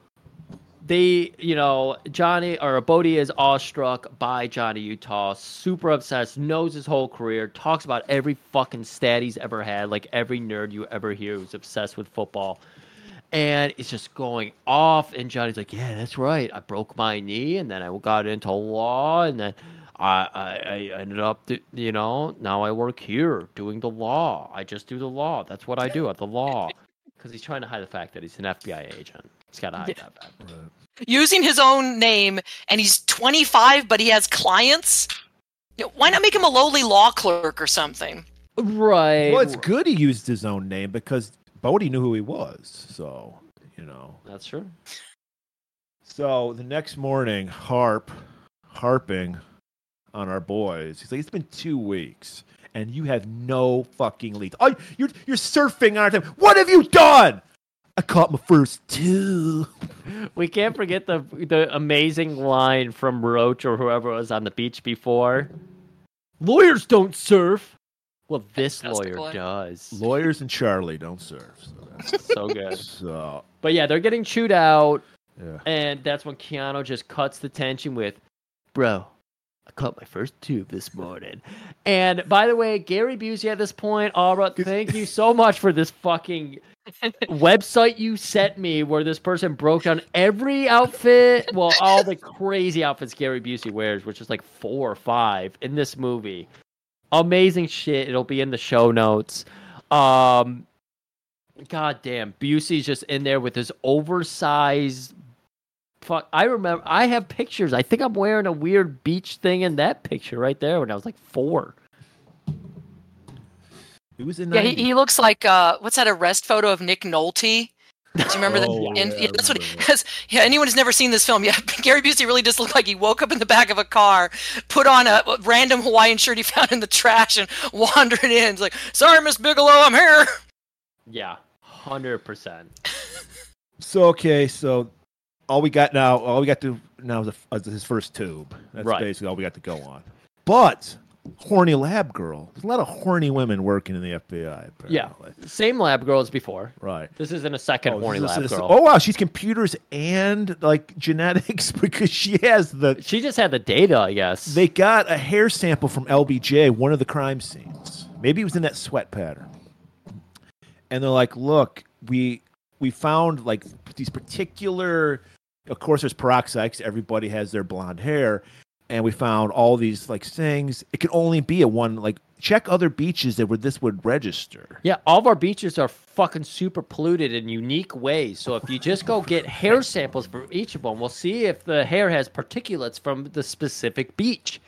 Speaker 3: they, you know, Johnny or Bodie is awestruck by Johnny Utah, super obsessed, knows his whole career, talks about every fucking stat he's ever had, like every nerd you ever hear who's obsessed with football. And it's just going off. And Johnny's like, Yeah, that's right. I broke my knee and then I got into law and then I, I, I ended up, th- you know, now I work here doing the law. I just do the law. That's what I do at the law. Because he's trying to hide the fact that he's an FBI agent. He's got to hide
Speaker 5: Yeah.
Speaker 3: that fact.
Speaker 5: using his own name and he's 25 but he has clients You know, why not make him a lowly law clerk or something
Speaker 3: Right.
Speaker 4: Well, it's good he used his own name because Bodie knew who he was. So you know.
Speaker 3: That's true.
Speaker 4: So the next morning, Harp, harping on our boys. He's like, it's been two weeks, and you have no fucking leads. Oh, you're you're surfing on our time. What have you done? I caught my first two.
Speaker 3: We can't forget the the amazing line from Roach or whoever was on the beach before. Lawyers don't surf. Well, this lawyer does.
Speaker 4: Lawyers and Charlie don't serve. So, that's-
Speaker 3: So good.
Speaker 4: so
Speaker 3: But yeah, they're getting chewed out,
Speaker 4: Yeah.
Speaker 3: and that's when Keanu just cuts the tension with, "Bro, I caught my first tube this morning." And by the way, Gary Busey at this point, all right, thank you so much for this fucking website you sent me where this person broke down every outfit, well, all the crazy outfits Gary Busey wears, which is like four or five in this movie. Amazing shit. It'll be in the show notes. Um, God damn, Busey's just in there with his oversized. Fuck, I remember. I have pictures. I think I'm wearing a weird beach thing in that picture right there when I was like four.
Speaker 4: It was in
Speaker 5: Yeah, he, he looks like uh, what's that arrest photo of Nick Nolte? Do you remember that?
Speaker 4: Oh,
Speaker 5: and-
Speaker 4: yeah,
Speaker 5: yeah, that's what. Has, yeah, anyone who's never seen this film, yeah, Gary Busey really does look like he woke up in the back of a car, put on a random Hawaiian shirt he found in the trash, and wandered in. It's like, sorry, Miss Bigelow, I'm here.
Speaker 3: Yeah, hundred percent.
Speaker 4: So okay, so all we got now, all we got to now is, a, is his first tube. That's
Speaker 3: Right.
Speaker 4: basically all we got to go on. But horny lab girl, there's a lot of horny women working in the FBI. Apparently.
Speaker 3: Yeah, same lab girl as before.
Speaker 4: Right.
Speaker 3: This isn't a second
Speaker 4: Oh,
Speaker 3: horny
Speaker 4: this is-
Speaker 3: lab
Speaker 4: this is-
Speaker 3: girl.
Speaker 4: oh wow, she's computers and like genetics because she has the.
Speaker 3: She just had the data, I guess.
Speaker 4: They got a hair sample from LBJ, one of the crime scenes. Maybe it was in that sweat pattern. And they're like, "Look, we we found like these particular. Of course, there's peroxide. 'cause everybody has their blonde hair, and we found all these like things. It could only be a one. Like check other beaches that where this would register.
Speaker 3: Yeah, all of our beaches are fucking super polluted in unique ways. So if you just go get hair samples from each of them, we'll see if the hair has particulates from the specific beach.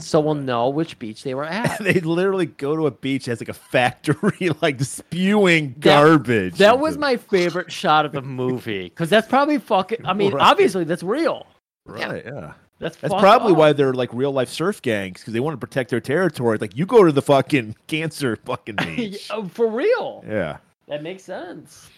Speaker 3: So we'll know which beach they were at.
Speaker 4: they literally go to a beach that's like a factory, like spewing garbage.
Speaker 3: That was my favorite shot of the movie because that's probably fucking. I mean,
Speaker 4: Right.
Speaker 3: obviously that's real.
Speaker 4: Right, yeah.
Speaker 3: That's
Speaker 4: That's
Speaker 3: fucked
Speaker 4: probably
Speaker 3: up.
Speaker 4: why they're like real life surf gangs because they want to protect their territory. Like you go to the fucking cancer fucking beach.
Speaker 3: Yeah, oh, for real.
Speaker 4: yeah.
Speaker 3: That makes sense.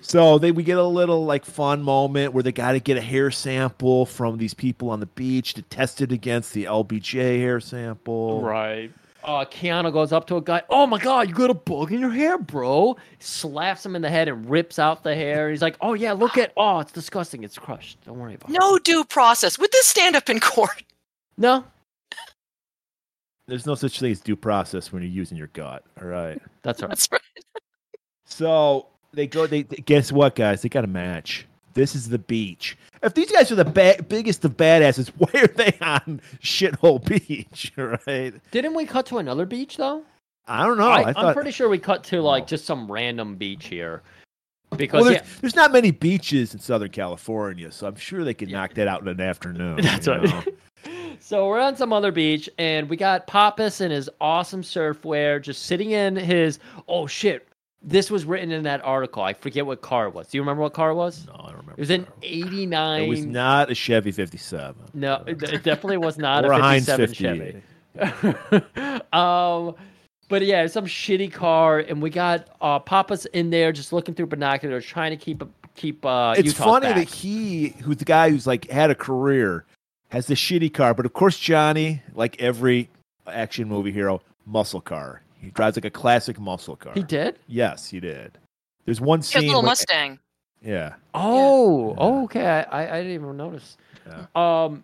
Speaker 4: So they we get a little like fun moment where they got to get a hair sample from these people on the beach to test it against the LBJ hair sample.
Speaker 3: Right. Uh, Keanu goes up to a guy. Oh my god, you got a bug in your hair, bro! Slaps him in the head and rips out the hair. He's like, "Oh yeah, look at oh, it's disgusting. It's crushed. Don't worry about it."
Speaker 5: No due process. Would this stand up in court?
Speaker 3: No,
Speaker 4: There's no such thing as due process when you're using your gut. All right.
Speaker 3: that's all right.
Speaker 5: That's right.
Speaker 4: So they go. They, they- guess what, guys? They got a match. This is the beach. If these guys are the ba- biggest of badasses, why are they on shithole beach? Right?
Speaker 3: Didn't we cut to another beach though?
Speaker 4: I don't know. Oh, I,
Speaker 3: I,
Speaker 4: thought.
Speaker 3: am pretty sure we cut to like just some random beach here because
Speaker 4: well, there's,
Speaker 3: yeah,
Speaker 4: there's not many beaches in Southern California, so I'm sure they could knock that out in an afternoon.
Speaker 3: That's
Speaker 4: you
Speaker 3: right.
Speaker 4: know?
Speaker 3: So we're on some other beach, and we got Pappas in his awesome surfwear, just sitting in his. Oh shit! This was written in that article. I forget what car it was. Do you remember what car it was?
Speaker 4: No, I don't remember.
Speaker 3: It was an '89.
Speaker 4: It was not a Chevy 57.
Speaker 3: No, it, it definitely was not
Speaker 4: Or a
Speaker 3: a
Speaker 4: Heinz
Speaker 3: 57
Speaker 4: 58.
Speaker 3: Chevy. um, but yeah, some shitty car, and we got uh, Papa's in there just looking through binoculars, trying to keep keep. Uh,
Speaker 4: it's
Speaker 3: Utah
Speaker 4: funny
Speaker 3: back.
Speaker 4: that he, who's the guy who's like had a career, has the shitty car. But of course, Johnny, like every action movie hero, muscle car. He drives like a classic muscle car.
Speaker 3: he did.
Speaker 4: Yes, he did. There's one
Speaker 5: He has
Speaker 4: scene.
Speaker 5: a little
Speaker 4: where-
Speaker 5: Mustang.
Speaker 4: yeah.
Speaker 3: Oh, oh, okay. I, I, I didn't even notice. Um,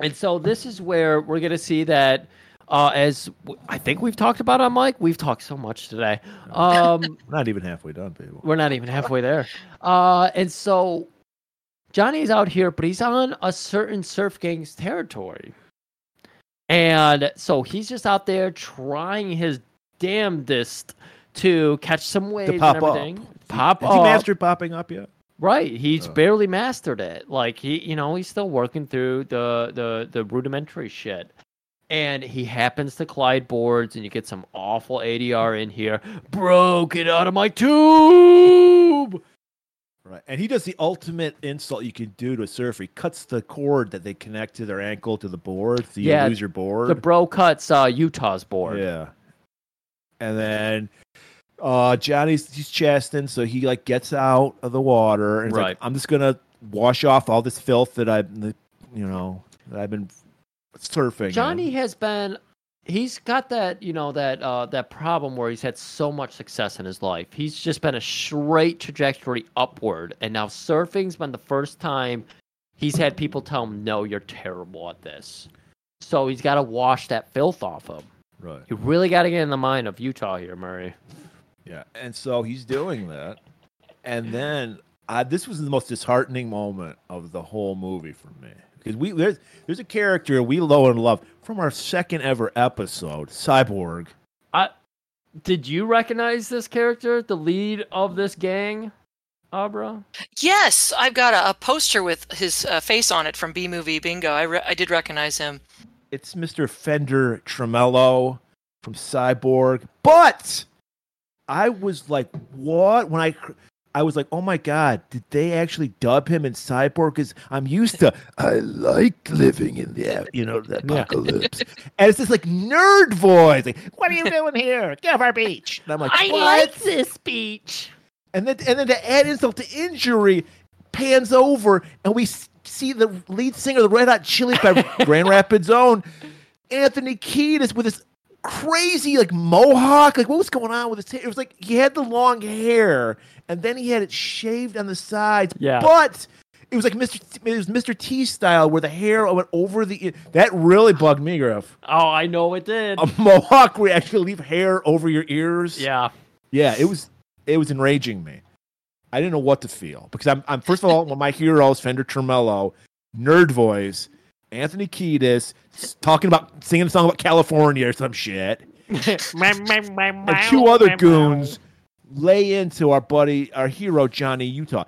Speaker 3: and so this is where we're gonna see that. Uh, as w- I think we've talked about on Mike, we've talked so much today. Um,
Speaker 4: We're not even halfway done, people.
Speaker 3: we're not even halfway there. Uh, and so Johnny's out here, but he's on a certain surf gang's territory, and so he's just out there trying his damnedest to catch some waves
Speaker 4: pop up.
Speaker 3: and everything. Pop
Speaker 4: Has he
Speaker 3: up.
Speaker 4: mastered popping up yet?
Speaker 3: Right, he's barely mastered it. Like he, you know, he's still working through the the the rudimentary shit. And he happens to collide boards, and you get some awful ADR in here. Bro, get out of my tube!
Speaker 4: Right. And he does the ultimate insult you can do to a surfer. He cuts the cord that they connect to their ankle to the board. So you lose your board.
Speaker 3: The bro cuts uh, Utah's board.
Speaker 4: Yeah. And then uh Johnny's he's chesting, so he like gets out of the water and he's
Speaker 3: Right.
Speaker 4: like, I'm just gonna wash off all this filth that I've you know that I've been surfing. in."
Speaker 3: Johnny has been he's got that, you know, that uh that problem where he's had so much success in his life. He's just been a straight trajectory upward and now surfing's been the first time he's had people tell him, "No, you're terrible at this." So he's got to wash that filth off him.
Speaker 4: Right.
Speaker 3: You really got to get in the mind of Utah here, Murray.
Speaker 4: Yeah, and so he's doing that, and then I, this was the most disheartening moment of the whole movie for me because we there's there's a character we low and love from our second ever episode, Cyborg.
Speaker 3: I did you recognize this character, the lead of this gang, Abra?
Speaker 5: Yes, I've got a, a poster with his uh, face on it from B Movie Bingo. I, re- I did recognize him.
Speaker 4: It's Mr. Fender Tremello from Cyborg, but I was like, what when I. cr- I was like, "Oh my God! Did they actually dub him in Cyborg?" Because I'm used to, I like living in the, you know, the apocalypse, and it's this like nerd voice, like, What are you doing here? Cover beach. And I'm like,
Speaker 1: I
Speaker 4: what?
Speaker 1: like
Speaker 3: this beach.
Speaker 4: And then, and then to add insult to injury, pans over and we s- see the lead singer of the Red Hot Chili Peppers, Grand Rapids own, Anthony Kiedis with this crazy like mohawk. Like, what was going on with his hair? It was like he had the long hair and then he had it shaved on the sides.
Speaker 1: Yeah.
Speaker 4: But it was like Mr. T, it was Mr. T style where the hair went over the. That really bugged me, Griff.
Speaker 3: Oh, I know it did.
Speaker 4: A mohawk where you actually leave hair over your ears.
Speaker 3: Yeah.
Speaker 4: Yeah, it was it was enraging me. I didn't know what to feel because I'm I'm first of all one of my heroes Fender Tremello, nerd voice, Anthony Kiedis s- talking about singing a song about California or some shit, and two other goons lay into our buddy our hero Johnny Utah,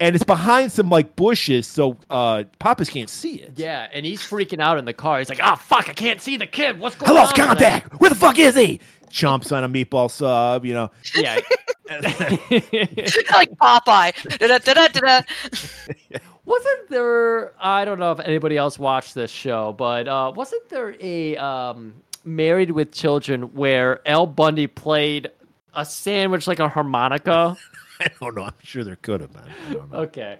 Speaker 4: and it's behind some like bushes so uh Papas can't see it.
Speaker 3: Yeah, and he's freaking out in the car. He's like, "Ah, fuck! I can't see the kid. What's going
Speaker 4: I
Speaker 3: on?"
Speaker 4: lost contact. Where the fuck is he? Chomps on a meatball sub, you know.
Speaker 3: Yeah.
Speaker 5: like Popeye. Da-da-da-da-da.
Speaker 3: Wasn't there? I don't know if anybody else watched this show, but uh, wasn't there a um, Married with Children where Al Bundy played a sandwich like a harmonica?
Speaker 4: I don't know. I'm sure there could have been.
Speaker 3: Okay.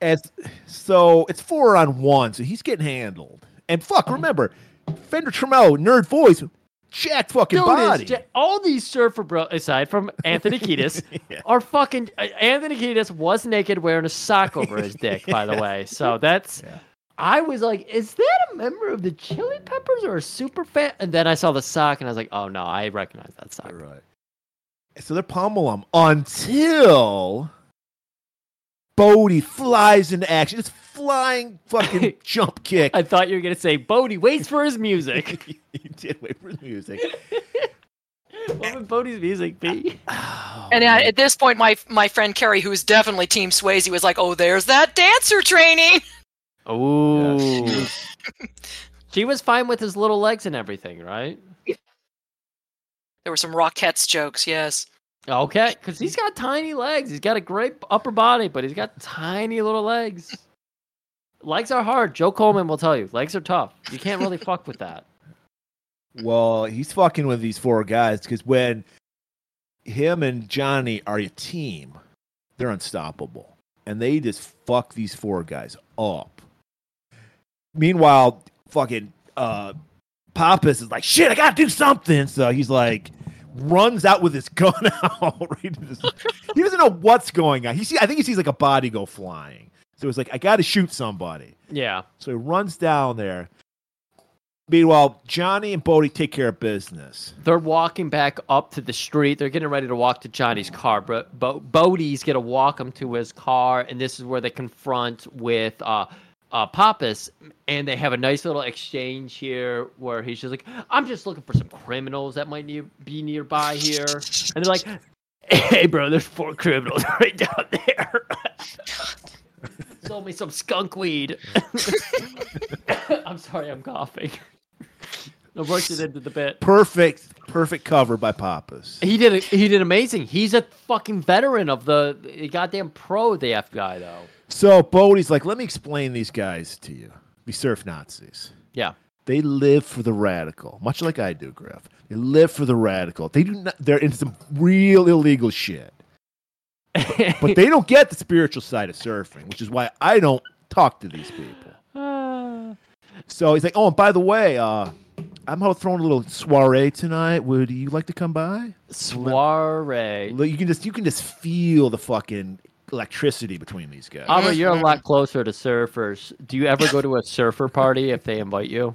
Speaker 4: As, so it's four on one, so he's getting handled. And
Speaker 3: Oh.
Speaker 4: fuck, remember, Fender Tremello, nerd voice, jacked fucking
Speaker 3: Dude, it's
Speaker 4: body.
Speaker 3: ja- all these surfer bro, aside from Anthony Kiedis, are fucking. uh, Anthony Kiedis was naked wearing a sock over his dick, by the way. So that's. I was like, is that a member of the Chili Peppers or a super fan? And then I saw the sock and I was like, oh no, I recognize that sock.
Speaker 4: Right. so they're pummel him until Bodie flies into action. It's flying fucking jump kick.
Speaker 3: I thought you were gonna say Bodie waits for his music.
Speaker 4: he did wait for his music.
Speaker 3: what would Bodie's music be?
Speaker 5: and uh, at this point, my my friend Carrie, who is definitely Team Swayze, was like, "Oh, there's that dancer training."
Speaker 3: Oh. she was fine with his little legs and everything, right?
Speaker 5: There were some Rockettes jokes. Yes.
Speaker 3: Okay, because he's got tiny legs. He's got a great upper body, but he's got tiny little legs. Legs are hard. Joe Coleman will tell you. Legs are tough. You can't really fuck with that.
Speaker 4: Well, he's fucking with these four guys because when him and Johnny are a team, they're unstoppable. And they just fuck these four guys up. Meanwhile, fucking uh, Pappas is like, shit, I gotta do something. So he's like, runs out with his gun out. right into this- he doesn't know what's going on. He see, I think he sees like a body go flying. So it's like, I gotta shoot somebody.
Speaker 3: Yeah.
Speaker 4: So he runs down there. Meanwhile, Johnny and Bodie take care of business.
Speaker 3: They're walking back up to the street. They're getting ready to walk to Johnny's car, but Bo- Bodie's gonna walk him to his car, and this is where they confront with uh, uh, Pappas, and they have a nice little exchange here where he's just like, "I'm just looking for some criminals that might near- be nearby here," and they're like, "Hey, bro, there's four criminals right down there. Sold me some skunk weed." I'm sorry, I'm coughing. I worked it into the bit.
Speaker 4: Perfect, perfect cover by Pappas.
Speaker 3: He did. He did amazing. He's a fucking veteran of the, the goddamn pro of the FBI though.
Speaker 4: So Bodie's like, let me explain these guys to you. These surf Nazis.
Speaker 3: Yeah.
Speaker 4: They live for the radical, much like I do, Griff. They live for the radical. They do not. They're into some real illegal shit, but they don't get the spiritual side of surfing, which is why I don't talk to these people. So he's like, oh, and by the way, uh, I'm out throwing a little soiree tonight. Would you like to come by?
Speaker 3: Soiree.
Speaker 4: You can just you can just feel the fucking electricity between these guys.
Speaker 3: Alma, you're a lot closer to surfers. Do you ever go to a surfer party if they invite you?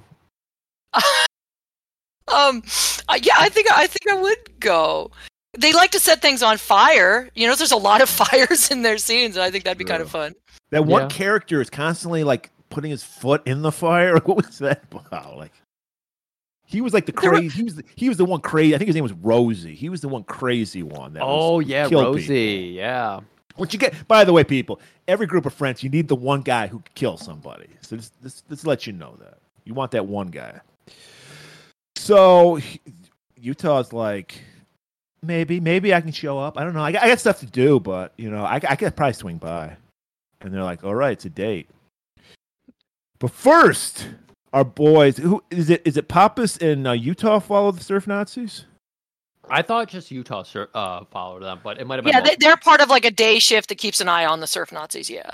Speaker 5: Um, I- yeah, I think I think I would go. They like to set things on fire. You know, there's a lot of fires in their scenes, and I think that'd be kind of fun.
Speaker 4: That one
Speaker 5: Yeah.
Speaker 4: character is constantly like putting his foot in the fire. What was that about? Like he was like the crazy. He was the, he was the one crazy. I think his name was Rosie. He was the one crazy one. That
Speaker 3: Oh
Speaker 4: was,
Speaker 3: yeah,
Speaker 4: killed
Speaker 3: Rosie. Yeah.
Speaker 4: What you get? By the way, people, every group of friends, you need the one guy who could kill somebody. So this this this lets you know that you want that one guy. So he- Utah's like, maybe maybe I can show up. I don't know. I got, I got stuff to do, but you know, I I could probably swing by. And they're like, all right, it's a date. But first, our boys, who is it? Is it Pappas and uh, Utah follow the surf Nazis?
Speaker 3: I thought just Utah sur- uh, followed them, but it might have been.
Speaker 5: Yeah, they,
Speaker 3: multiple-
Speaker 5: they're part of like a day shift that keeps an eye on the surf Nazis. Yeah.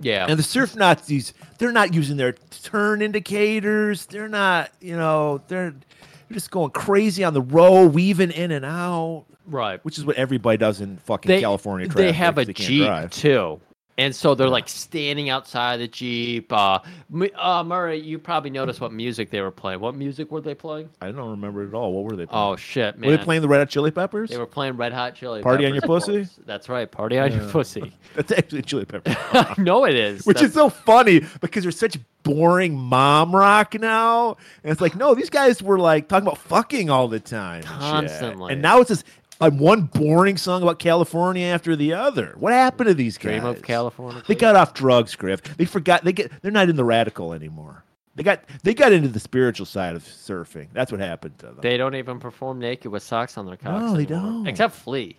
Speaker 3: yeah.
Speaker 4: And the surf Nazis, they're not using their turn indicators. They're not, you know, they're they're just going crazy on the road, weaving in and out.
Speaker 3: Right.
Speaker 4: Which is what everybody does in fucking
Speaker 3: They-
Speaker 4: California traffic.
Speaker 3: They have a
Speaker 4: 'cause can't
Speaker 3: jeep
Speaker 4: drive.
Speaker 3: too, and so they're like standing outside the jeep. Uh, mu- uh, Murray, you probably noticed what music they were playing. What music were they playing?
Speaker 4: I don't remember at all. What were they playing?
Speaker 3: Oh shit, man!
Speaker 4: Were they playing the Red Hot Chili Peppers?
Speaker 3: They were playing Red Hot Chili.
Speaker 4: Party on
Speaker 3: Peppers,
Speaker 4: your
Speaker 3: of
Speaker 4: pussy?
Speaker 3: course. That's right, party on your
Speaker 4: Yeah.
Speaker 3: pussy.
Speaker 4: That's actually Chili Peppers.
Speaker 3: I know it is.
Speaker 4: Which is
Speaker 3: That's-
Speaker 4: so funny because there's such boring mom rock now. And it's like, no, these guys were like talking about fucking all the time. and shit.
Speaker 3: Constantly.
Speaker 4: And now it's just like one boring song about California after the other. What happened to these guys?
Speaker 3: Dream of California.
Speaker 4: They got off drugs, Griff. They forgot they get they're not in the radical anymore. They got they got into the spiritual side of surfing. That's what happened to them.
Speaker 3: They don't even perform naked with socks on their cocks.
Speaker 4: No, they
Speaker 3: anymore,
Speaker 4: don't.
Speaker 3: Except Flea.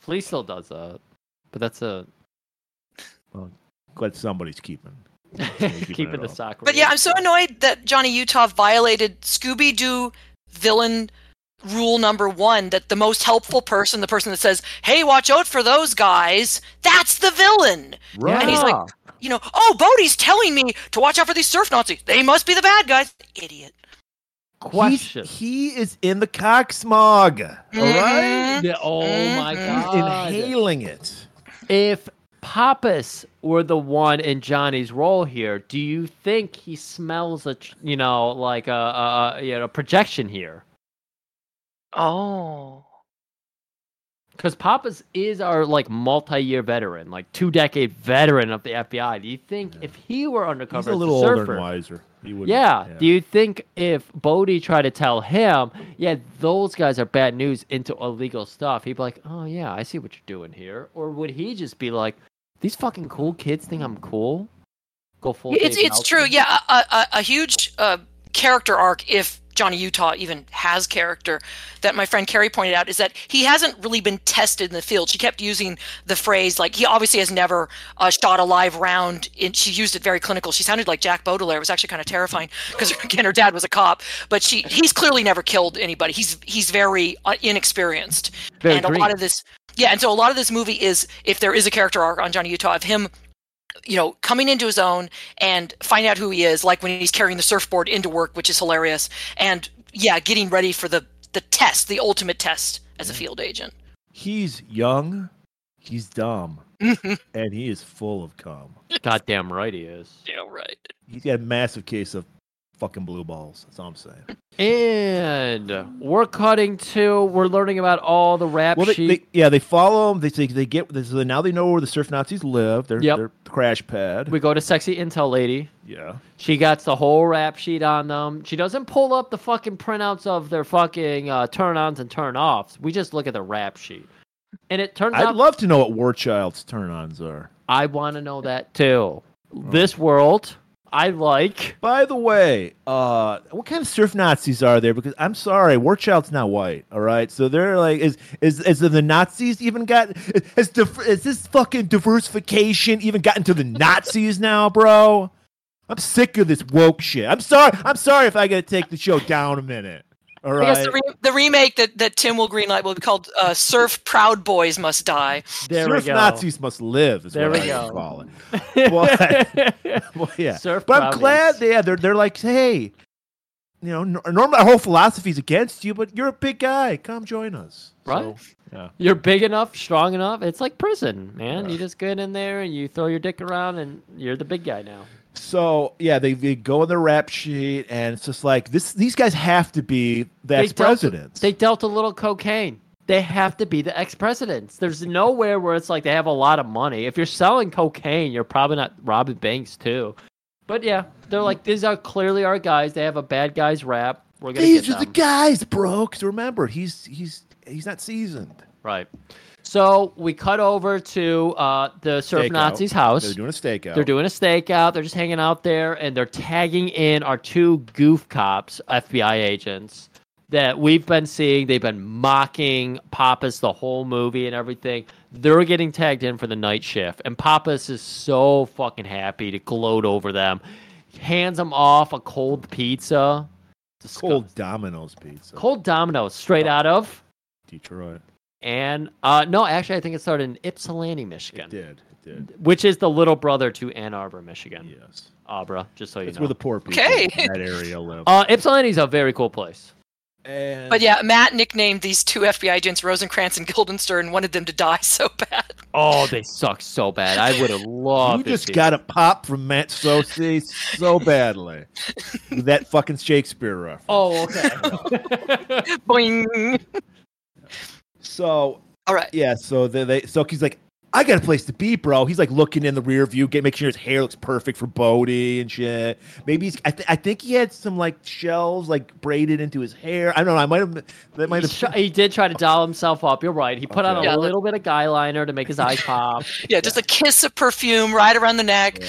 Speaker 3: Flea still does that, but that's a
Speaker 4: Well, glad somebody's keeping
Speaker 3: keeping,
Speaker 4: keeping it
Speaker 3: the
Speaker 4: up.
Speaker 3: sock.
Speaker 5: But yeah, I'm so annoyed that Johnny Utah violated Scooby Doo villain rule number one that the most helpful person, the person that says, hey, watch out for those guys, that's the villain. And he's like, you know, oh, Bodie's telling me to watch out for these surf Nazis. They must be the bad guys. Idiot.
Speaker 3: question.
Speaker 4: He is in the cock smog. All right?
Speaker 3: Yeah, oh
Speaker 5: Mm-hmm.
Speaker 3: my god!
Speaker 4: He's inhaling it.
Speaker 3: If Pappas were the one in Johnny's role here, do you think he smells a ch- you know like a, a, a you know projection here?
Speaker 5: Oh.
Speaker 3: Because Pappas is our like multi-year veteran, like two-decade veteran of the FBI. Do you think if he were undercover,
Speaker 4: He's a
Speaker 3: as
Speaker 4: little
Speaker 3: surfer,
Speaker 4: older and wiser. He would
Speaker 3: Yeah. Do you think if Bodie tried to tell him, yeah, those guys are bad news into illegal stuff, he'd be like, oh, yeah, I see what you're doing here? Or would he just be like, these fucking cool kids think I'm cool? Go full.
Speaker 5: it's
Speaker 3: Dave
Speaker 5: it's
Speaker 3: Meltzer."
Speaker 5: true. Yeah, a, a, a huge uh, character arc, if Johnny Utah even has character, that my friend Carrie pointed out is that he hasn't really been tested in the field. She kept using the phrase like he obviously has never uh, shot a live round. And she used it very clinical. She sounded like Jack Baudelaire. It was actually kind of terrifying because again, her dad was a cop. But she he's clearly never killed anybody. He's he's very uh, inexperienced,
Speaker 20: Very
Speaker 5: and a
Speaker 20: green.
Speaker 5: lot of this. Yeah, and so a lot of this movie is if there is a character arc on Johnny Utah of him you know, coming into his own and find out who he is, like when he's carrying the surfboard into work, which is hilarious. And yeah, getting ready for the the test, the ultimate test as a field agent.
Speaker 4: He's young, he's dumb, and he is full of cum.
Speaker 3: Goddamn right he is.
Speaker 5: Yeah, right.
Speaker 4: He's got a massive case of fucking blue balls. That's all I'm saying.
Speaker 3: And we're cutting to, we're learning about all the rap
Speaker 4: Well, they,
Speaker 3: sheet.
Speaker 4: they, yeah, they follow him. They they, they get so now they know where the surf Nazis live. They're,
Speaker 3: Yep.
Speaker 4: they're crash pad.
Speaker 3: we go to Sexy Intel Lady.
Speaker 4: yeah.
Speaker 3: She got the whole rap sheet on them. She doesn't pull up the fucking printouts of their fucking uh, turn ons and turn offs. We just look at the rap sheet. And it turns
Speaker 4: I'd
Speaker 3: out
Speaker 4: love to know what Warchild's turn ons are. Oh.
Speaker 3: I want to know that too. This world, I like.
Speaker 4: By the way, uh, what kind of surf Nazis are there? Because I'm sorry, Warchild's not white. All right, so they're like, is is is the Nazis even got? Is, dif- is this fucking diversification even gotten to the Nazis now, bro? I'm sick of this woke shit. I'm sorry. I'm sorry if I gotta take the show down a minute. All
Speaker 5: I guess
Speaker 4: right.
Speaker 5: the, re- the remake that, that Tim will greenlight will be called uh, "Surf Proud Boys Must Die."
Speaker 4: There surf Nazis must live. Is
Speaker 5: There
Speaker 4: what
Speaker 5: we
Speaker 4: I
Speaker 5: go.
Speaker 4: Call it. But, well, yeah.
Speaker 3: Surf
Speaker 4: but I'm
Speaker 3: Providence.
Speaker 4: glad. They, yeah, they're they're like, hey, you know, nor- normally our whole philosophy is against you, but you're a big guy. Come join us.
Speaker 3: Right?
Speaker 4: So, yeah.
Speaker 3: You're big enough, strong enough. It's like prison, man. You just get in there and you throw your dick around, and you're the big guy now.
Speaker 4: So yeah, they, they go on the rap sheet, and it's just like this. These guys have to be the ex
Speaker 3: Dealt,
Speaker 4: presidents.
Speaker 3: they dealt a little cocaine. They have to be the ex presidents. There's nowhere where it's like they have a lot of money. If you're selling cocaine, you're probably not robbing banks too. But yeah, they're like these are clearly our guys. They have a bad guys rap. We're gonna
Speaker 4: These
Speaker 3: get
Speaker 4: are the
Speaker 3: them.
Speaker 4: guys, bro. Because remember, he's he's he's not seasoned.
Speaker 3: Right. So we cut over to uh, the surf
Speaker 4: Stakeout.
Speaker 3: Nazi's house.
Speaker 4: They're doing a stakeout.
Speaker 3: They're doing a stakeout. They're just hanging out there, and they're tagging in our two goof cops, FBI agents, that we've been seeing. They've been mocking Pappas the whole movie and everything. They're getting tagged in for the night shift, and Pappas is so fucking happy to gloat over them. Hands them off a cold pizza,
Speaker 4: Cold Domino's pizza,
Speaker 3: cold Domino's, straight out of
Speaker 4: Detroit.
Speaker 3: and uh, no, actually, I think it started in Ypsilanti, Michigan.
Speaker 4: did. It did.
Speaker 3: Which is the little brother to Ann Arbor, Michigan.
Speaker 4: Yes.
Speaker 3: Abra, just so you
Speaker 4: It's
Speaker 3: know.
Speaker 4: where the poor people
Speaker 5: Okay.
Speaker 4: in that area live.
Speaker 3: Uh, Ypsilanti's a very cool place. Uh,
Speaker 4: and
Speaker 5: But yeah, Matt nicknamed these two FBI agents Rosencrantz and Guildenstern, wanted them to die so bad.
Speaker 3: Oh, they suck so bad. I would have
Speaker 4: you
Speaker 3: loved. to
Speaker 4: just
Speaker 3: see-
Speaker 4: got a pop from Matt Sosi so badly. With that fucking Shakespeare reference.
Speaker 3: Oh, okay.
Speaker 5: Boing.
Speaker 4: So
Speaker 5: all right,
Speaker 4: yeah. So they, they so he's like, I got a place to be, bro. He's like looking in the rear view, get making sure his hair looks perfect for Bodie and shit. Maybe he's, I, th- I think he had some like shells like braided into his hair. I don't know. I might have that might
Speaker 3: He, sh-
Speaker 4: have
Speaker 3: he did try to doll himself up. You're right. He put on a
Speaker 5: Okay. Yeah.
Speaker 3: little bit of guy liner to make his eyes pop.
Speaker 5: Yeah, just a kiss of perfume right around the neck.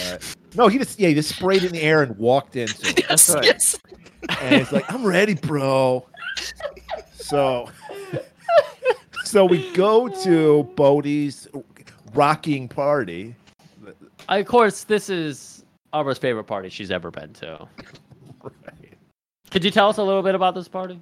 Speaker 4: no. He just yeah. He just sprayed it in the air and walked into. It.
Speaker 5: Yes, yes.
Speaker 4: and it's like, I'm ready, bro. So, so we go to Bodie's rocking party.
Speaker 3: I- of course, this is Abra's favorite party she's ever been to. Could you tell us a little bit about this party?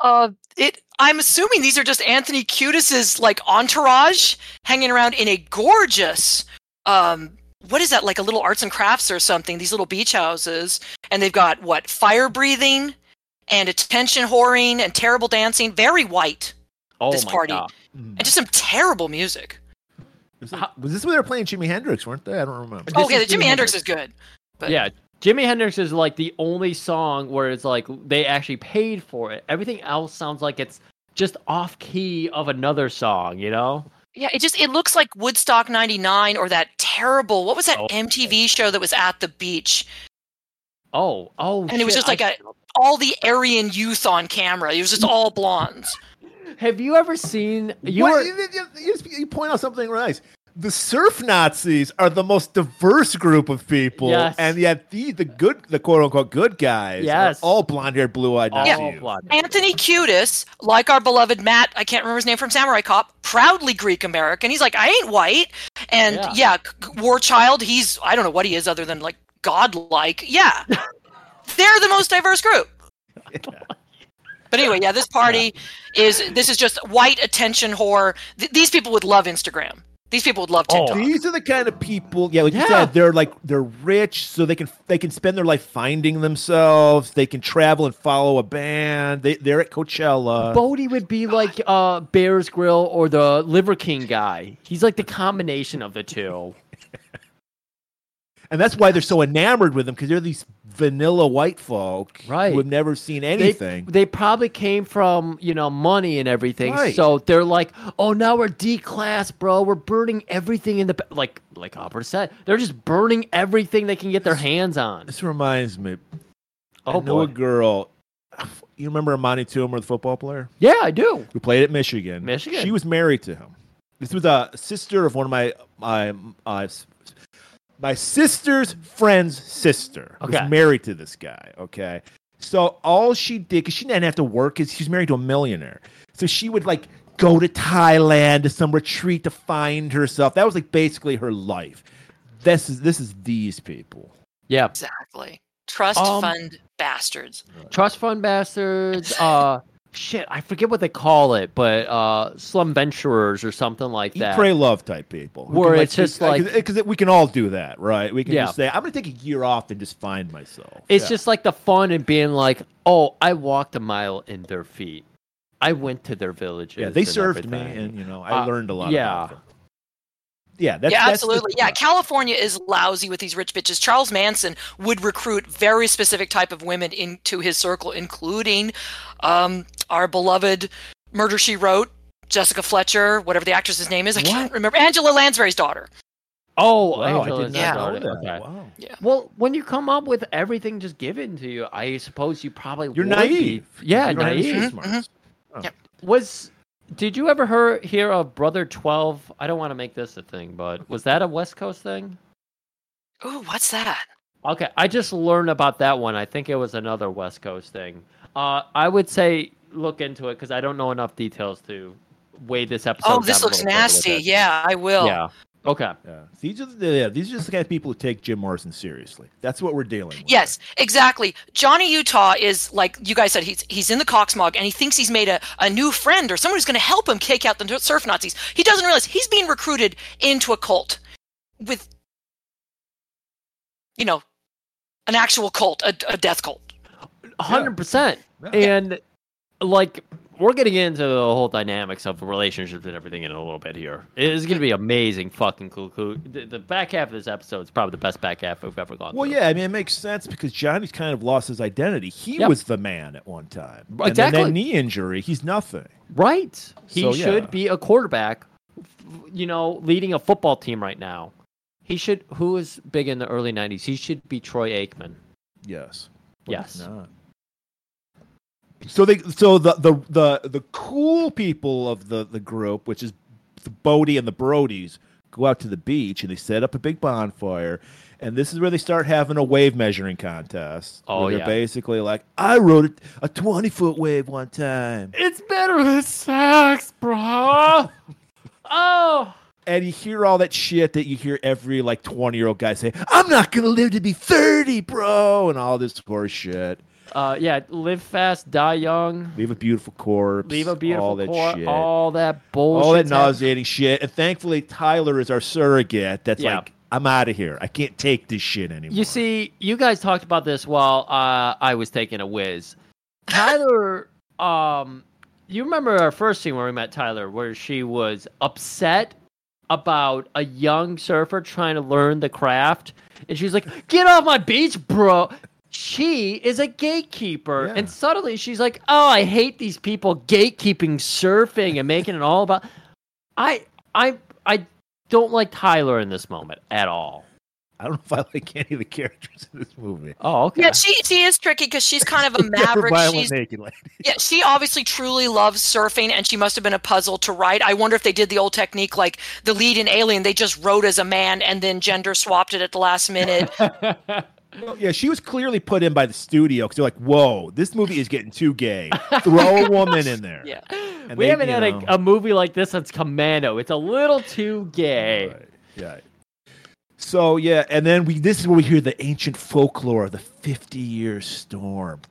Speaker 5: Uh, it. I'm assuming these are just Anthony Cudis's like entourage hanging around in a gorgeous. Um, what is that? Like a little arts and crafts or something? These little beach houses, and they've got what fire breathing, and attention whoring, and terrible dancing. Very white.
Speaker 3: Oh
Speaker 5: this
Speaker 3: my
Speaker 5: party,
Speaker 3: god!
Speaker 5: and just some terrible music.
Speaker 4: Was, it- was this where they were playing Jimi Hendrix? Weren't they? I don't remember.
Speaker 5: oh yeah, the Jimi Hendrix is good. But
Speaker 3: yeah, Jimi Hendrix is like the only song where it's like they actually paid for it. Everything else sounds like it's just off key of another song, you know?
Speaker 5: Yeah, it just it looks like Woodstock 99 or that terrible what was that
Speaker 3: Oh.
Speaker 5: MTV show that was at the beach
Speaker 3: Oh, oh,
Speaker 5: and it was
Speaker 3: shit,
Speaker 5: just like
Speaker 3: I-
Speaker 5: a all the Aryan youth on camera. It was just all blondes.
Speaker 3: Have you ever seen you?
Speaker 4: What-
Speaker 3: Were,
Speaker 4: you, you- you just- you point out something nice. The surf Nazis are the most diverse group of people,
Speaker 3: Yes.
Speaker 4: and yet the the good, the quote unqute good guys,
Speaker 3: Yes.
Speaker 4: are all blonde haired, blue eyed
Speaker 3: All
Speaker 4: Nazis.
Speaker 3: blonde.
Speaker 5: Anthony Cudis, like our beloved Matt, I can't remember his name from Samurai Cop, proudly Greek American. He's like, I ain't white. And
Speaker 3: Yeah.
Speaker 5: yeah, c War Child, he's I don't know what he is other than like godlike. Yeah. They're the most diverse group. But anyway, yeah, this party is this is just white attention whore. Th- these people would love Instagram. These people would love
Speaker 3: Oh.
Speaker 5: TikTok.
Speaker 4: These are the kind of people, yeah, like you
Speaker 3: Yeah.
Speaker 4: said, they're like they're rich, so they can they can spend their life finding themselves. They can travel and follow a band. They they're at Coachella.
Speaker 3: Bodie would be like uh, Bears Grill or the Liver King guy. He's like the combination of the two.
Speaker 4: And that's why they're so enamored with them because they're these vanilla white folk
Speaker 3: Right.
Speaker 4: who have never seen
Speaker 3: They-
Speaker 4: anything.
Speaker 3: They, probably came from, you know, money and everything.
Speaker 4: Right.
Speaker 3: So they're like, oh, now we're D class, bro. We're burning everything in the, ba-" like, like Opera said, they're just burning everything they can get their hands on.
Speaker 4: this reminds me. I
Speaker 3: Oh,
Speaker 4: know a
Speaker 3: boy.
Speaker 4: girl. You remember Amani Toomer, the football player
Speaker 3: Yeah, I do.
Speaker 4: who played at Michigan?
Speaker 3: Michigan.
Speaker 4: She was married to him. This was a sister of one of my my uh, my sister's friend's sister
Speaker 6: Okay.
Speaker 4: was married to this guy. Okay. So all she did, because she didn't have to work, is she's married to a millionaire. So she would like go to Thailand to some retreat to find herself. That was like basically her life. This is this is these people.
Speaker 3: Yeah.
Speaker 5: Exactly. Trust
Speaker 3: Um,
Speaker 5: fund bastards.
Speaker 3: Trust fund bastards. Uh, shit, I forget what they call it, but uh, slum venturers or something like that.
Speaker 4: Pray love type people. who
Speaker 3: Where
Speaker 4: can,
Speaker 3: it's just like-
Speaker 4: because we can all do that, right? We can
Speaker 3: Yeah.
Speaker 4: just say, I'm gonna take a year off and just find myself.
Speaker 3: It's
Speaker 4: Yeah.
Speaker 3: just like the fun and being like, oh, I walked a mile in their feet. I went to their villages.
Speaker 4: Yeah, they
Speaker 3: and
Speaker 4: served me,
Speaker 3: everything."
Speaker 4: and you know, I
Speaker 3: Uh,
Speaker 4: learned a lot.
Speaker 3: Yeah,
Speaker 4: about them. yeah, that's,
Speaker 5: yeah,
Speaker 4: that's the-
Speaker 5: absolutely. yeah, California is lousy with these rich bitches. Charles Manson would recruit very specific type of women into his circle, including um, our beloved Murder She Wrote, Jessica Fletcher, whatever the actress's name is. I can't remember. Angela Lansbury's daughter.
Speaker 3: Oh,
Speaker 5: Wow, I
Speaker 3: Angela
Speaker 5: did
Speaker 3: is
Speaker 5: not
Speaker 3: not
Speaker 5: know
Speaker 3: about it.
Speaker 5: that.
Speaker 3: Okay. Well, when you come up with everything just given to you, I suppose you probably
Speaker 4: You're
Speaker 3: would be-
Speaker 4: naive.
Speaker 3: Yeah,
Speaker 4: You don't have street
Speaker 3: naive.
Speaker 5: Mm-hmm,
Speaker 4: smarts. Oh.
Speaker 3: Was did you ever hear hear of Brother Twelve? I don't want to make this a thing, but was that a West Coast thing?
Speaker 5: Ooh, what's that?
Speaker 3: Okay, I just learned about that one. I think it was another West Coast thing. Uh, I would say look into it because I don't know enough details to weigh this episode.
Speaker 5: Oh,
Speaker 3: down
Speaker 5: this
Speaker 3: a
Speaker 5: looks
Speaker 3: little further with
Speaker 5: nasty.
Speaker 3: it.
Speaker 5: Yeah, I will.
Speaker 3: Yeah. Okay.
Speaker 4: Yeah. These are the yeah, these are just the kind of people who take Jim Morrison seriously. That's what we're dealing with.
Speaker 5: Yes, exactly. Johnny Utah is like you guys said. He's he's in the Coxmog, and he thinks he's made a, a new friend or someone who's going to help him kick out the surf Nazis. He doesn't realize he's being recruited into a cult with, you know, an actual cult, a, a death cult.
Speaker 3: hundred percent. And like we're getting into the whole dynamics of relationships and everything in a little bit here. It's gonna be amazing, fucking cool. cool. The, the back half of this episode is probably the best back half we've ever gone.
Speaker 4: Well, yeah, I mean, it makes sense because Johnny's kind of lost his identity. He
Speaker 3: Yep.
Speaker 4: was the man at one time.
Speaker 3: Right,
Speaker 4: And then that
Speaker 3: exactly.
Speaker 4: knee injury, he's nothing.
Speaker 3: Right. He
Speaker 4: So,
Speaker 3: should
Speaker 4: yeah.
Speaker 3: be a quarterback. f- You know, leading a football team right now. He should. Who was big in the early '90s? He should be Troy Aikman.
Speaker 4: Yes.
Speaker 3: Yes.
Speaker 4: Not. So they so the the the the cool people of the the group, which is the Bodie and the Brodies, go out to the beach and they set up a big bonfire. And this is where they start having a wave measuring contest.
Speaker 3: Oh,
Speaker 4: where they're
Speaker 3: yeah.
Speaker 4: basically like, I rode a twenty foot wave one time,
Speaker 3: It's better than sex, bro. oh.
Speaker 4: and you hear all that shit that you hear every like twenty year old guy say, "I'm not gonna live to be thirty, bro," and all this horse shit.
Speaker 3: Uh, yeah. Live fast, die young.
Speaker 4: Leave a beautiful corpse.
Speaker 3: Leave a beautiful
Speaker 4: all that
Speaker 3: corpse,
Speaker 4: shit.
Speaker 3: all that bullshit.
Speaker 4: all that nauseating shit. And thankfully, Tyler is our surrogate. That's
Speaker 3: Yeah.
Speaker 4: like, I'm out of here. I can't take this shit anymore.
Speaker 3: You see, you guys talked about this while uh, I was taking a whiz. Tyler, um, you remember our first scene where we met Tyler, where she was upset about a young surfer trying to learn the craft, and she's like, "Get off my beach, bro." She is a gatekeeper, and suddenly she's like, "Oh, I hate these people gatekeeping surfing and making it all about." I, I, I don't like Tyler in this moment at all.
Speaker 4: I don't know if I like any of the characters in this movie.
Speaker 3: Oh, okay.
Speaker 5: Yeah, she she is tricky because she's kind of a
Speaker 4: Except for
Speaker 5: maverick.
Speaker 4: Violent
Speaker 5: She's
Speaker 4: Naked Lady.
Speaker 5: yeah, she obviously truly loves surfing, and she must have been a puzzle to write. I wonder if they did the old technique like the lead in Alien, they just wrote as a man and then gender swapped it at the last minute.
Speaker 4: Well, yeah, she was clearly put in by the studio because they're like, whoa, this movie is getting too gay. Throw a woman in there.
Speaker 5: Yeah.
Speaker 4: And
Speaker 3: we
Speaker 4: they,
Speaker 3: haven't
Speaker 4: you
Speaker 3: had
Speaker 4: know.
Speaker 3: a, a movie like this since Commando. It's a little too gay.
Speaker 4: Yeah. So yeah, and then we this is where we hear the ancient folklore of the fifty year storm.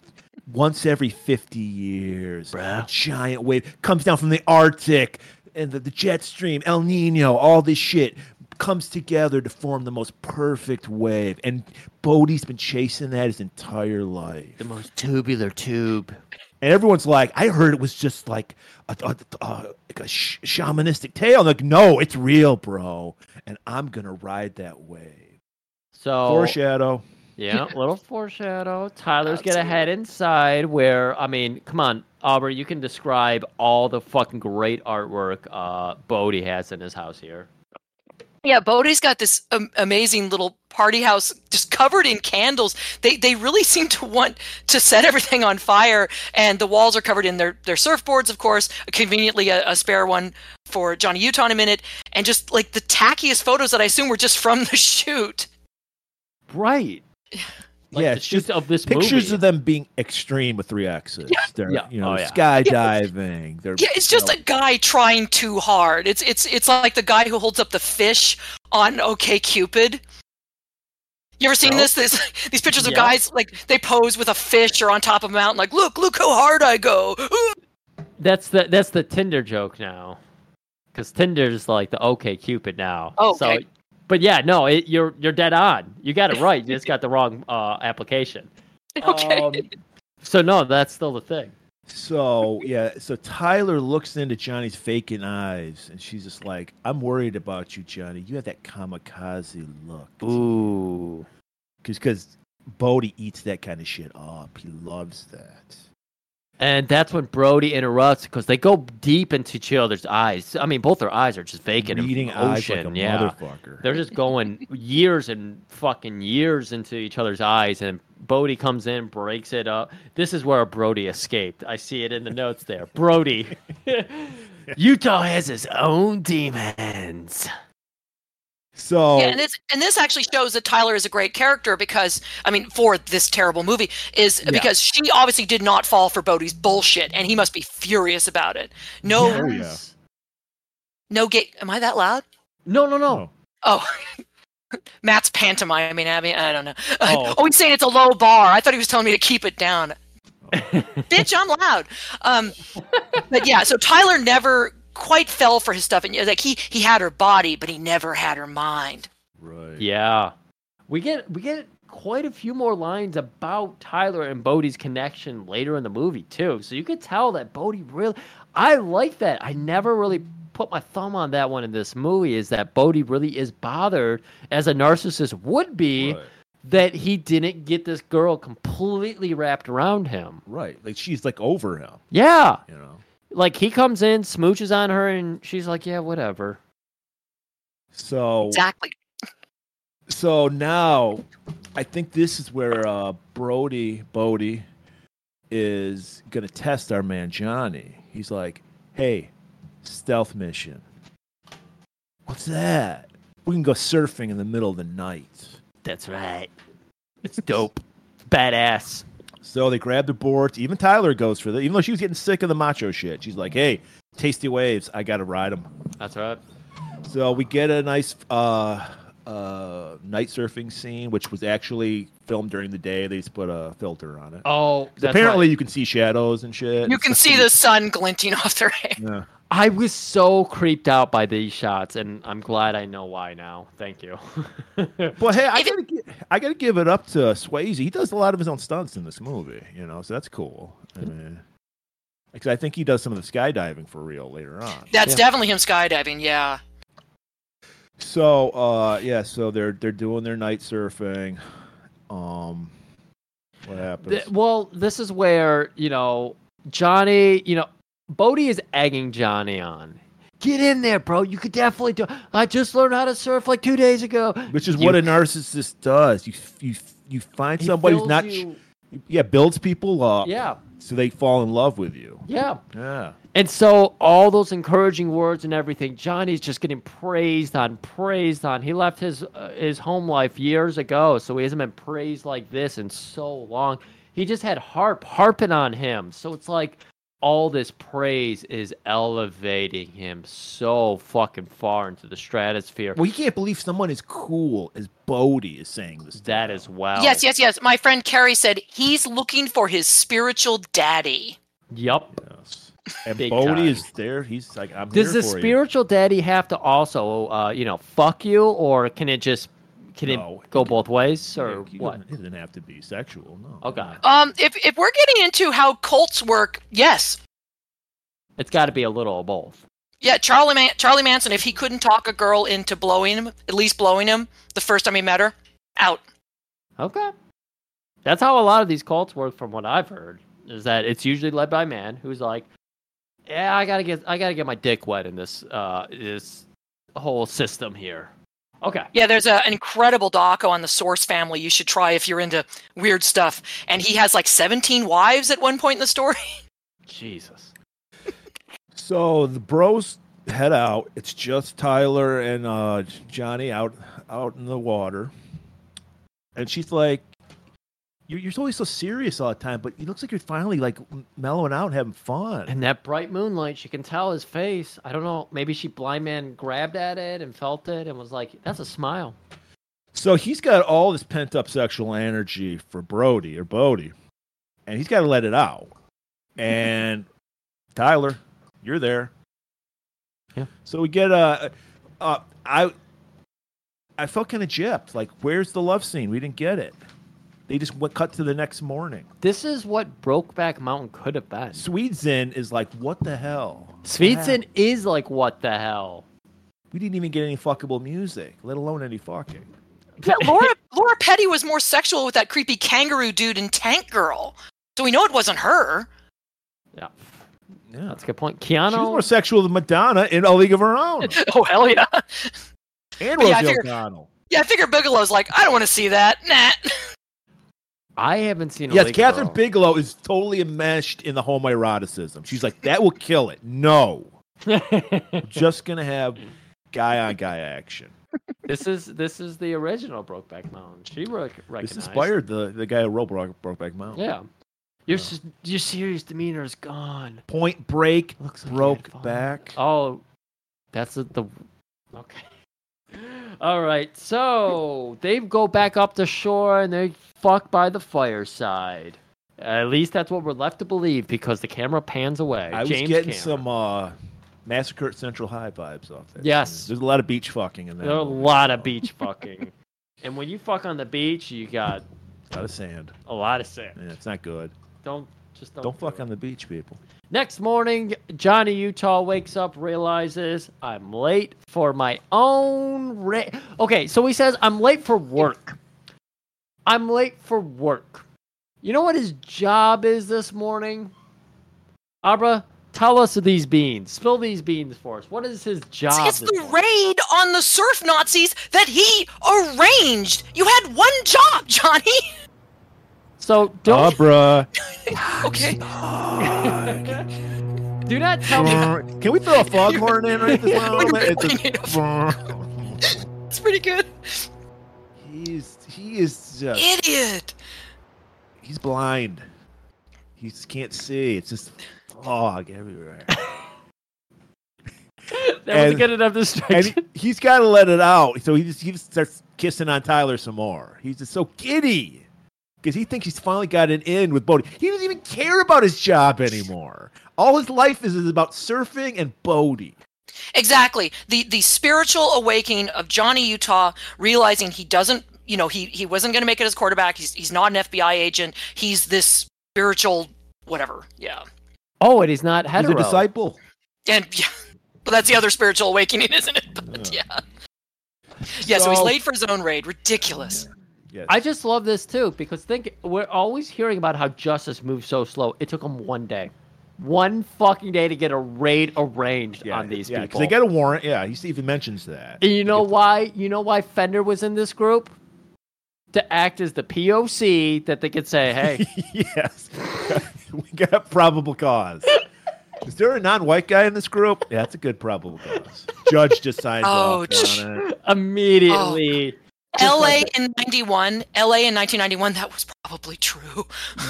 Speaker 4: Once every fifty years, a giant wave comes down from the Arctic and the, the jet stream, El Nino, all this shit comes together to form the most perfect wave. And Bodhi's been chasing that his entire life.
Speaker 3: The most tubular tube.
Speaker 4: And everyone's like, I heard it was just like a, a, a, like a sh- shamanistic tale. I'm like, no, it's real, bro. And I'm going to ride that wave.
Speaker 3: So
Speaker 4: Foreshadow.
Speaker 3: Yeah, a little foreshadow. Tyler's gonna head inside where I mean, come on, Aubrey, you can describe all the fucking great artwork uh Bodie has in his house here.
Speaker 5: Yeah, Bodie's got this um, amazing little party house just covered in candles. They they really seem to want to set everything on fire, and the walls are covered in their their surfboards, of course. Conveniently, a, a spare one for Johnny Utah in a minute, and just like the tackiest photos that I assume were just from the shoot.
Speaker 3: Right. Like
Speaker 4: yeah,
Speaker 3: the
Speaker 4: it's
Speaker 3: shoot
Speaker 4: just
Speaker 3: of this
Speaker 4: pictures
Speaker 3: movie.
Speaker 4: of them being extreme with three axes.
Speaker 5: Yeah.
Speaker 4: They're
Speaker 3: Yeah.
Speaker 4: you know
Speaker 3: Oh, yeah.
Speaker 4: skydiving. They're
Speaker 5: Yeah, it's just a guy trying too hard. It's it's it's like the guy who holds up the fish on OK Cupid. You ever seen
Speaker 21: No.
Speaker 5: this? This these pictures of
Speaker 21: Yeah.
Speaker 5: guys like they pose with a fish or on top of a mountain, like look, look how hard I go. Ooh.
Speaker 3: That's the that's the Tinder joke now, because Tinder's like the OK Cupid now.
Speaker 5: Oh,
Speaker 3: So,
Speaker 5: okay.
Speaker 3: but yeah, no, it, you're you're dead on. You got it right. You just got the wrong uh, application.
Speaker 5: Okay.
Speaker 21: Oh.
Speaker 3: Um, So no, that's still the thing.
Speaker 4: So yeah, so Tyler looks into Johnny's vacant eyes, and she's just like, "I'm worried about you, Johnny. You have that kamikaze look." Ooh, because because Bodie eats that kind of shit up. He loves that.
Speaker 3: And that's when Brody interrupts because they go deep into each other's eyes. I mean, both their eyes are just vacant
Speaker 4: Reading
Speaker 3: and
Speaker 4: eyes like
Speaker 3: ocean.
Speaker 4: a
Speaker 3: yeah,
Speaker 4: motherfucker.
Speaker 3: they're just going years and fucking years into each other's eyes. And Bodie comes in, breaks it up. This is where Brody escaped. I see it in the notes there. Brody, Utah has his own demons.
Speaker 4: So
Speaker 5: Yeah, and this and this actually shows that Tyler is a great character because I mean, for this terrible movie is
Speaker 3: Yeah.
Speaker 5: because she obviously did not fall for Bodie's bullshit, and he must be furious about it. No,
Speaker 4: Oh,
Speaker 5: no gay. Am I that loud?
Speaker 3: No, no, no.
Speaker 5: Oh, Matt's pantomime. I mean, Abby, I don't know.
Speaker 3: Oh.
Speaker 5: Oh. he's saying it's a low bar. I thought he was telling me to keep it down. Bitch, I'm loud. Um, but yeah, so Tyler never quite fell for his stuff, and you know, like he he had her body, but he never had her mind.
Speaker 3: Yeah. We get we get quite a few more lines about Tyler and Bodie's connection later in the movie too. So you could tell that Bodie really I like that. I never really put my thumb on that one in this movie is that Bodie really is bothered as a narcissist would be that he didn't get this girl completely wrapped around him.
Speaker 4: Right. Like she's like over him.
Speaker 3: Yeah.
Speaker 4: You know.
Speaker 3: Like he comes in, smooches on her and she's like, "Yeah, whatever."
Speaker 4: So
Speaker 5: Exactly.
Speaker 4: So now, I think this is where uh, Brody Bodie is gonna test our man Johnny. He's like, "Hey, stealth mission. What's that? We can go surfing in the middle of the night."
Speaker 3: That's right. It's dope. Badass.
Speaker 4: So they grab the boards. Even Tyler goes for that. Even though she was getting sick of the macho shit, she's like, "Hey, tasty waves. I gotta ride them."
Speaker 3: That's right.
Speaker 4: So we get a nice uh, uh, night surfing scene, which was actually filmed during the day. They just put a filter on it.
Speaker 3: Oh,
Speaker 4: 'Cause
Speaker 3: that's
Speaker 4: apparently
Speaker 3: right.
Speaker 4: you can see shadows and shit.
Speaker 5: You can see the sun glinting off their hair.
Speaker 4: Yeah.
Speaker 3: I was so creeped out by these shots, and I'm glad I know why now. Thank you.
Speaker 4: But hey, I gotta, gi- I gotta give it up to Swayze. He does a lot of his own stunts in this movie, you know, so that's cool. I mean, because I think he does some of the skydiving for real later on.
Speaker 5: That's
Speaker 4: Yeah.
Speaker 5: definitely him skydiving. Yeah.
Speaker 4: So uh yeah, so they're they're doing their night surfing. Um what happens?
Speaker 3: Th- well, this is where, you know, Johnny, you know, Bodie is egging Johnny on. Get in there, bro. You could definitely do I just learned how to surf like two days ago.
Speaker 4: Which is
Speaker 3: You-
Speaker 4: what a narcissist does. You you you find
Speaker 3: He
Speaker 4: somebody who's
Speaker 3: fills
Speaker 4: not
Speaker 3: you-
Speaker 4: yeah, builds people up.
Speaker 3: Yeah.
Speaker 4: So they fall in love with you.
Speaker 3: Yeah.
Speaker 4: Yeah.
Speaker 3: And so all those encouraging words and everything, Johnny's just getting praised on, praised on. He left his uh, his home life years ago, so he hasn't been praised like this in so long. He just had harp harping on him, so it's like all this praise is elevating him so fucking far into the stratosphere.
Speaker 4: Well, you can't believe someone as cool as Bodie is saying this.
Speaker 3: That as well.
Speaker 5: Yes, yes, yes. My friend Carrie said he's looking for his spiritual daddy.
Speaker 3: Yep.
Speaker 4: And
Speaker 3: Big
Speaker 4: Bodie
Speaker 3: time.
Speaker 4: is there. He's like, I'm
Speaker 3: Does
Speaker 4: here
Speaker 3: the
Speaker 4: for you.
Speaker 3: spiritual daddy have to also, uh, you know, fuck you, or can it just can
Speaker 4: No.
Speaker 3: it go both ways,
Speaker 4: Yeah,
Speaker 3: or
Speaker 4: you
Speaker 3: what?
Speaker 4: don't- It doesn't have to be sexual. No.
Speaker 3: Oh god,
Speaker 5: Um, if if we're getting into how cults work, yes,
Speaker 3: it's got to be a little of both.
Speaker 5: yeah. Charlie Man- Charlie Manson, if he couldn't talk a girl into blowing him, at least blowing him the first time he met her, out.
Speaker 3: Okay, that's how a lot of these cults work, from what I've heard. Is that it's usually led by a man who's like, "Yeah, I gotta get, I gotta get my dick wet in this, uh, this whole system here." Okay.
Speaker 5: Yeah, there's a, an incredible doco on the Source family you should try if you're into weird stuff. And he has like 17 wives at one point in the story.
Speaker 3: Jesus.
Speaker 4: So the bros head out. It's just Tyler and uh, Johnny out out in the water. and she's like, "You're, you're always so serious all the time, but it looks like you're finally like m- mellowing out and having fun."
Speaker 3: And that bright moonlight, she can tell his face. I don't know. Maybe she blind man grabbed at it and felt it and was like, "That's a smile."
Speaker 4: So he's got all this pent up sexual energy for Brody or Bodie, and he's got to let it out. And Tyler, you're there.
Speaker 3: Yeah.
Speaker 4: So we get uh, uh, I, I felt kind of gypped. Like, where's the love scene? We didn't get it. They just went cut to the next morning.
Speaker 3: This is what Brokeback Mountain could have been.
Speaker 4: Swedesen is like, what the hell?
Speaker 3: Sweetson is like, "What the hell?"
Speaker 4: We didn't even get any fuckable music, let alone any fucking.
Speaker 5: Yeah, Laura Laura Petty was more sexual with that creepy kangaroo dude in Tank Girl. So we know it wasn't her.
Speaker 3: Yeah.
Speaker 4: Yeah.
Speaker 3: That's a good point. Keanu.
Speaker 4: She was more sexual than Madonna in A League of Her Own.
Speaker 5: oh hell yeah.
Speaker 4: And
Speaker 5: But
Speaker 4: Rosie
Speaker 5: yeah, I figure-
Speaker 4: O'Donnell.
Speaker 5: Yeah, I figure Bigelow's like, I don't want to see that. Nah.
Speaker 3: I haven't seen. A
Speaker 4: Yes,
Speaker 3: Lake
Speaker 4: Catherine
Speaker 3: Girl.
Speaker 4: Bigelow is totally enmeshed in the homoeroticism. She's like, that will kill it. No. We're just going to have guy on guy action.
Speaker 3: This is this is the original Brokeback Mountain. She rec-
Speaker 4: This
Speaker 3: recognized.
Speaker 4: inspired the, the guy who wrote Broke, Brokeback Mountain.
Speaker 3: Yeah. Your s your serious demeanor is gone.
Speaker 4: Point Break
Speaker 3: like
Speaker 4: broke
Speaker 3: I'd fall.
Speaker 4: back.
Speaker 3: Oh, that's the, the okay. All right, so they go back up to shore and they fuck by the fireside. At least that's what we're left to believe because the camera pans away.
Speaker 4: I was
Speaker 3: James
Speaker 4: getting
Speaker 3: camera.
Speaker 4: some uh, Massacre at Central High vibes off that.
Speaker 3: Yes.
Speaker 4: There's a lot of beach fucking in that.
Speaker 3: There are a
Speaker 4: movie.
Speaker 3: lot of beach fucking, and when you fuck on the beach, you got
Speaker 4: A lot of sand.
Speaker 3: a lot of sand.
Speaker 4: Yeah, it's not good.
Speaker 3: Don't just don't,
Speaker 4: Don't
Speaker 3: do
Speaker 4: fuck
Speaker 3: it.
Speaker 4: on the beach, people.
Speaker 3: Next morning, Johnny Utah wakes up, realizes I'm late for my own. Ra- okay, so he says, I'm late for work. I'm late for work. You know what his job is this morning? Abra, tell us these beans. Spill these beans for us. What is his job?
Speaker 5: It's
Speaker 3: this
Speaker 5: the
Speaker 3: morning?
Speaker 5: raid on the surf Nazis that he arranged. You had one job, Johnny.
Speaker 3: so don't.
Speaker 4: Abra.
Speaker 5: Okay.
Speaker 3: do not tell me.
Speaker 4: Can we throw a foghorn in right this moment? It's a-
Speaker 5: It's pretty good.
Speaker 4: He's he is just
Speaker 5: Idiot.
Speaker 4: he's blind. He just can't see. It's just fog everywhere.
Speaker 3: That was
Speaker 4: and-
Speaker 3: good enough
Speaker 4: and
Speaker 3: distraction.
Speaker 4: he, he's got to let it out. So he just he just starts kissing on Tyler some more. He's just so giddy because he thinks he's finally got an in with Bodie. He doesn't even care about his job anymore. All his life is, is about surfing and Bodie.
Speaker 5: Exactly. The the spiritual awakening of Johnny Utah realizing he doesn't, you know, he he wasn't going to make it as quarterback. He's he's not an FBI agent. He's this spiritual whatever. Yeah.
Speaker 3: Oh, and he's not
Speaker 4: He's
Speaker 3: hetero.
Speaker 4: a disciple.
Speaker 5: And yeah. Well, that's the other spiritual awakening, isn't it? But, yeah. Yeah, so, he's
Speaker 4: So-
Speaker 5: late for his own raid. Ridiculous.
Speaker 4: Yes.
Speaker 3: I just love this too because think we're always hearing about how justice moves so slow. It took them one day, one fucking day to get a raid arranged on these
Speaker 4: yeah, 'cause
Speaker 3: people.
Speaker 4: They got a warrant. Yeah, he even mentions that.
Speaker 3: And you know why? You know why Fender was in this group to act as the POC that they could say, "Hey,
Speaker 4: yes. we got probable cause. Is there a non-white guy in this group? Yeah, that's a good probable cause. Judge just signs
Speaker 5: Ouch.
Speaker 4: off on it.
Speaker 3: immediately."
Speaker 5: LA in 91, LA in 1991, that was probably true.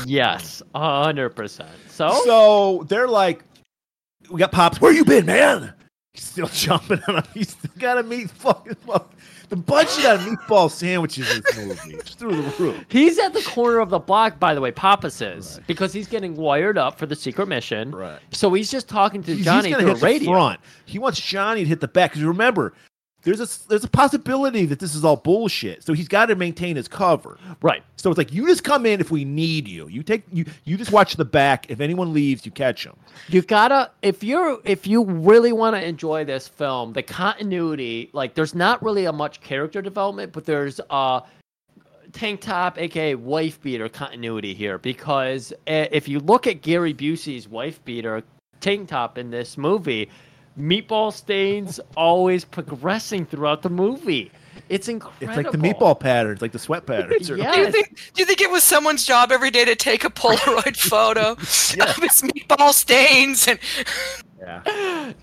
Speaker 3: Yes, hundred percent. So,
Speaker 4: So they're like, we got Pops. Where you been, man? He's still jumping on him. He's still got a meat fucking the budget on meatball sandwiches in this movie is through the roof.
Speaker 3: he's at the corner of the block, by the way. Papa says because he's getting wired up for the secret mission.
Speaker 4: Right.
Speaker 3: So he's just talking to
Speaker 4: He's,
Speaker 3: Johnny
Speaker 4: he's gonna
Speaker 3: through a
Speaker 4: hit the
Speaker 3: radio.
Speaker 4: front. He wants Johnny to hit the back. Because remember, there's a there's a possibility that this is all bullshit. So he's got to maintain his cover.
Speaker 3: Right.
Speaker 4: So it's like you just come in if we need you. You take you you just watch the back. If anyone leaves, you catch them.
Speaker 3: You gotta if you're if you really want to enjoy this film, the continuity like there's not really a much character development, but there's uh tank top aka wife beater continuity here because uh, if you look at Gary Busey's wife beater tank top in this movie, meatball stains always progressing throughout the movie. It's
Speaker 4: It's
Speaker 3: incredible.
Speaker 4: like the meatball patterns, like the sweat patterns. or-
Speaker 5: Do you
Speaker 3: Yes.
Speaker 5: think do you think it was someone's job every day to take a Polaroid photo of his meatball stains and
Speaker 4: Yeah.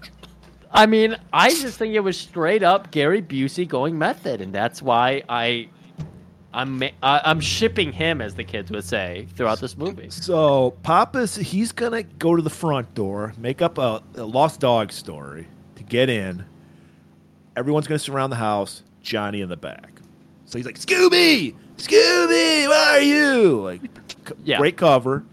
Speaker 3: I mean, I just think it was straight up Gary Busey going method, and that's why I I'm ma- I- I'm shipping him, as the kids would say, throughout this movie.
Speaker 4: So Papa's he's gonna go to the front door, make up a, a lost dog story to get in. Everyone's gonna surround the house. Johnny in the back. So he's like, Scooby, Scooby, where are you? Like, c- great cover.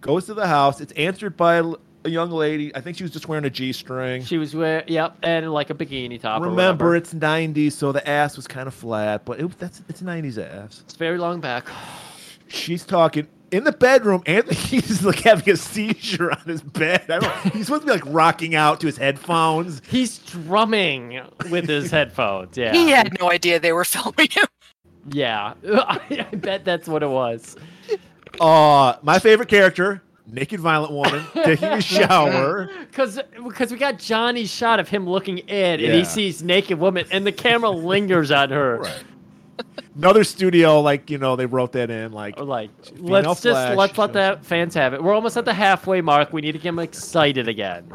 Speaker 4: Goes to the house. It's answered by a l- a young lady. I think she was just wearing a g-string.
Speaker 3: She was wearing, yep, and like a bikini top. or
Speaker 4: Remember,
Speaker 3: whatever.
Speaker 4: it's '90s, so the ass was kind of flat, but it, that's it's '90s ass.
Speaker 3: It's very long back.
Speaker 4: She's talking in the bedroom. Anthony's like having a seizure on his bed. I don't, he's supposed to be like rocking out to his headphones.
Speaker 3: He's drumming with his headphones. Yeah,
Speaker 5: He had no idea they were filming him.
Speaker 3: yeah. I, I bet that's what it was.
Speaker 4: Uh, my favorite character, naked violent woman, taking a shower.
Speaker 3: Because because we got Johnny's shot of him looking in, and
Speaker 4: Yeah.
Speaker 3: he sees naked woman, and the camera lingers on her.
Speaker 4: Another studio, like you know, they wrote that in, like
Speaker 3: like
Speaker 4: female
Speaker 3: Let's just
Speaker 4: flash.
Speaker 3: let's let the fans have it. We're almost at the halfway mark. We need to get them excited again.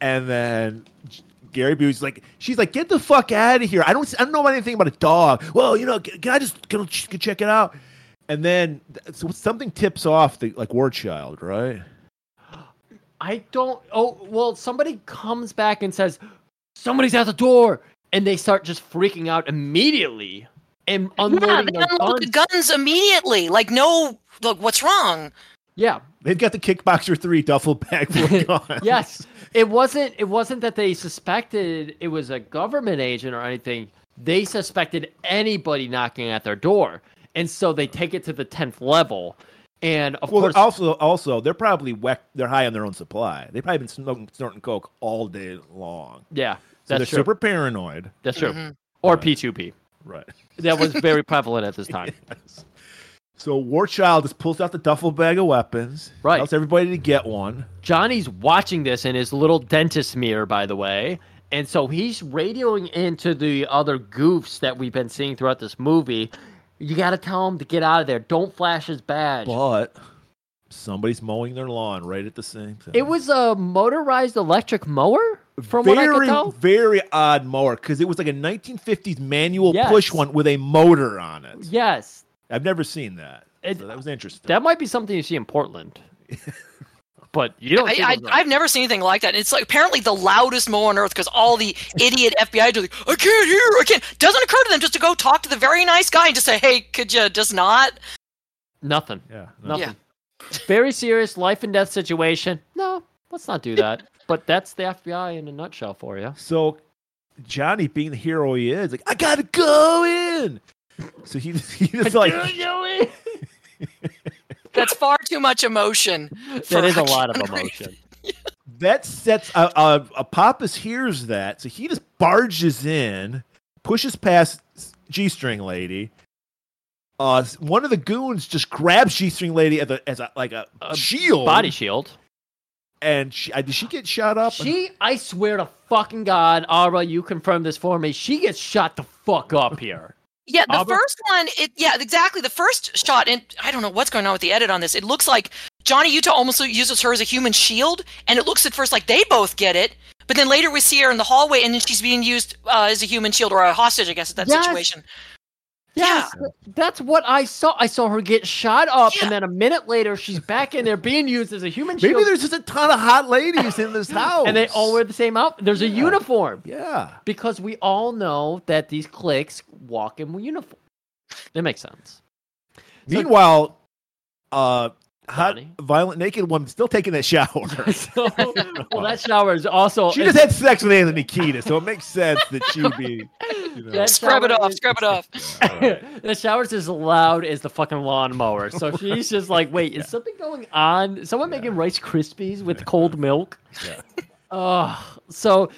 Speaker 4: and then J- Gary Busey's like, she's like, get the fuck out of here. I don't, I don't know about anything about a dog. Well, you know, can, can I just can, I ch- can check it out? And then th- so something tips off the like war child, right?
Speaker 3: I don't. Oh well, somebody comes back and says somebody's at the door, and they start just freaking out immediately and
Speaker 5: Yeah, they
Speaker 3: unloading their
Speaker 5: unload the
Speaker 3: guns.
Speaker 5: guns immediately. Like, no, look, what's wrong?
Speaker 3: Yeah,
Speaker 4: They've got the Kickboxer Three duffel bag full of guns.
Speaker 3: yes it wasn't it wasn't that they suspected it was a government agent or anything they suspected anybody knocking at their door and so they take it to the 10th level and of
Speaker 4: well,
Speaker 3: course
Speaker 4: they're also, also they're probably weck, they're high on their own supply. They've probably been snorting, snorting coke all day long.
Speaker 3: yeah
Speaker 4: so
Speaker 3: that's
Speaker 4: they're
Speaker 3: true
Speaker 4: super paranoid.
Speaker 3: that's true
Speaker 5: Mm-hmm.
Speaker 3: or p2p
Speaker 4: right
Speaker 3: that was very prevalent at this time
Speaker 4: So war child just pulls out the duffel bag of weapons.
Speaker 3: Right.
Speaker 4: tells everybody to get one.
Speaker 3: Johnny's watching this in his little dentist mirror, by the way. And so he's radioing into the other goofs that we've been seeing throughout this movie. You got to tell him to get out of there. Don't flash his badge.
Speaker 4: But somebody's mowing their lawn right at the same time.
Speaker 3: It was a motorized electric mower, from
Speaker 4: very,
Speaker 3: what I could tell.
Speaker 4: very odd mower because it was like a 1950s manual push
Speaker 3: Yes.
Speaker 4: one with a motor on it.
Speaker 3: Yes,
Speaker 4: I've never seen that.
Speaker 3: It-
Speaker 4: so that was interesting.
Speaker 3: that might be something you see in Portland, but you don't. see
Speaker 5: I,
Speaker 3: those-
Speaker 5: I, I've never seen anything like that. And it's like apparently the loudest mo on earth because all the idiot FBI are like, I can't hear, I can't. Doesn't occur to them just to go talk to the very nice guy and just say, hey, could you just not?
Speaker 3: nothing.
Speaker 4: Yeah,
Speaker 3: nothing. Very serious life and death situation. No, let's not do that. but that's the FBI in a nutshell for you.
Speaker 4: So Johnny, being the hero he is, like I gotta go in. So he he just like
Speaker 5: That's far too much emotion. for
Speaker 3: That is a lot of
Speaker 5: Keanu Reeves.
Speaker 3: emotion.
Speaker 4: that sets a, a, a Pappas hears that, so he just barges in, pushes past G string lady. Uh, s- one of the goons just grabs G string lady as a as a like a, shield,
Speaker 3: Body shield.
Speaker 4: and she, uh, did she get shot up?
Speaker 3: She, I swear to fucking God, Ara, you confirm this for me. She gets shot the fuck up here.
Speaker 5: Yeah, the
Speaker 3: Abba?
Speaker 5: first one, it yeah, exactly. The first shot, and I don't know what's going on with the edit on this. It looks like Johnny Utah almost uses her as a human shield, and it looks at first like they both get it, but then later we see her in the hallway, and then she's being used uh, as a human shield or a hostage, I guess, at that
Speaker 3: Yes.
Speaker 5: situation.
Speaker 3: Yes, that's what I saw. I saw her get shot up, and then a minute later, she's back in there being used as a human
Speaker 4: Maybe
Speaker 3: shield.
Speaker 4: there's just a ton of hot ladies in this house,
Speaker 3: and they all wear the same outfit. There's a uniform
Speaker 4: yeah.
Speaker 3: because we all know that these cliques walk in uniform. That makes sense.
Speaker 4: Meanwhile, uh, hot,
Speaker 3: Johnny?
Speaker 4: violent naked woman still taking a shower.
Speaker 3: So, well, that shower is also
Speaker 4: she just had sex with Anthony Kiedis, so it makes sense that she would be. You know.
Speaker 3: That
Speaker 5: Scrub it
Speaker 3: shower
Speaker 5: off,
Speaker 3: is-
Speaker 5: scrub it off.
Speaker 3: the shower's as loud as the fucking lawnmower. So she's just like, wait, is something going on? Is Someone making Rice Krispies with cold milk? Ugh. so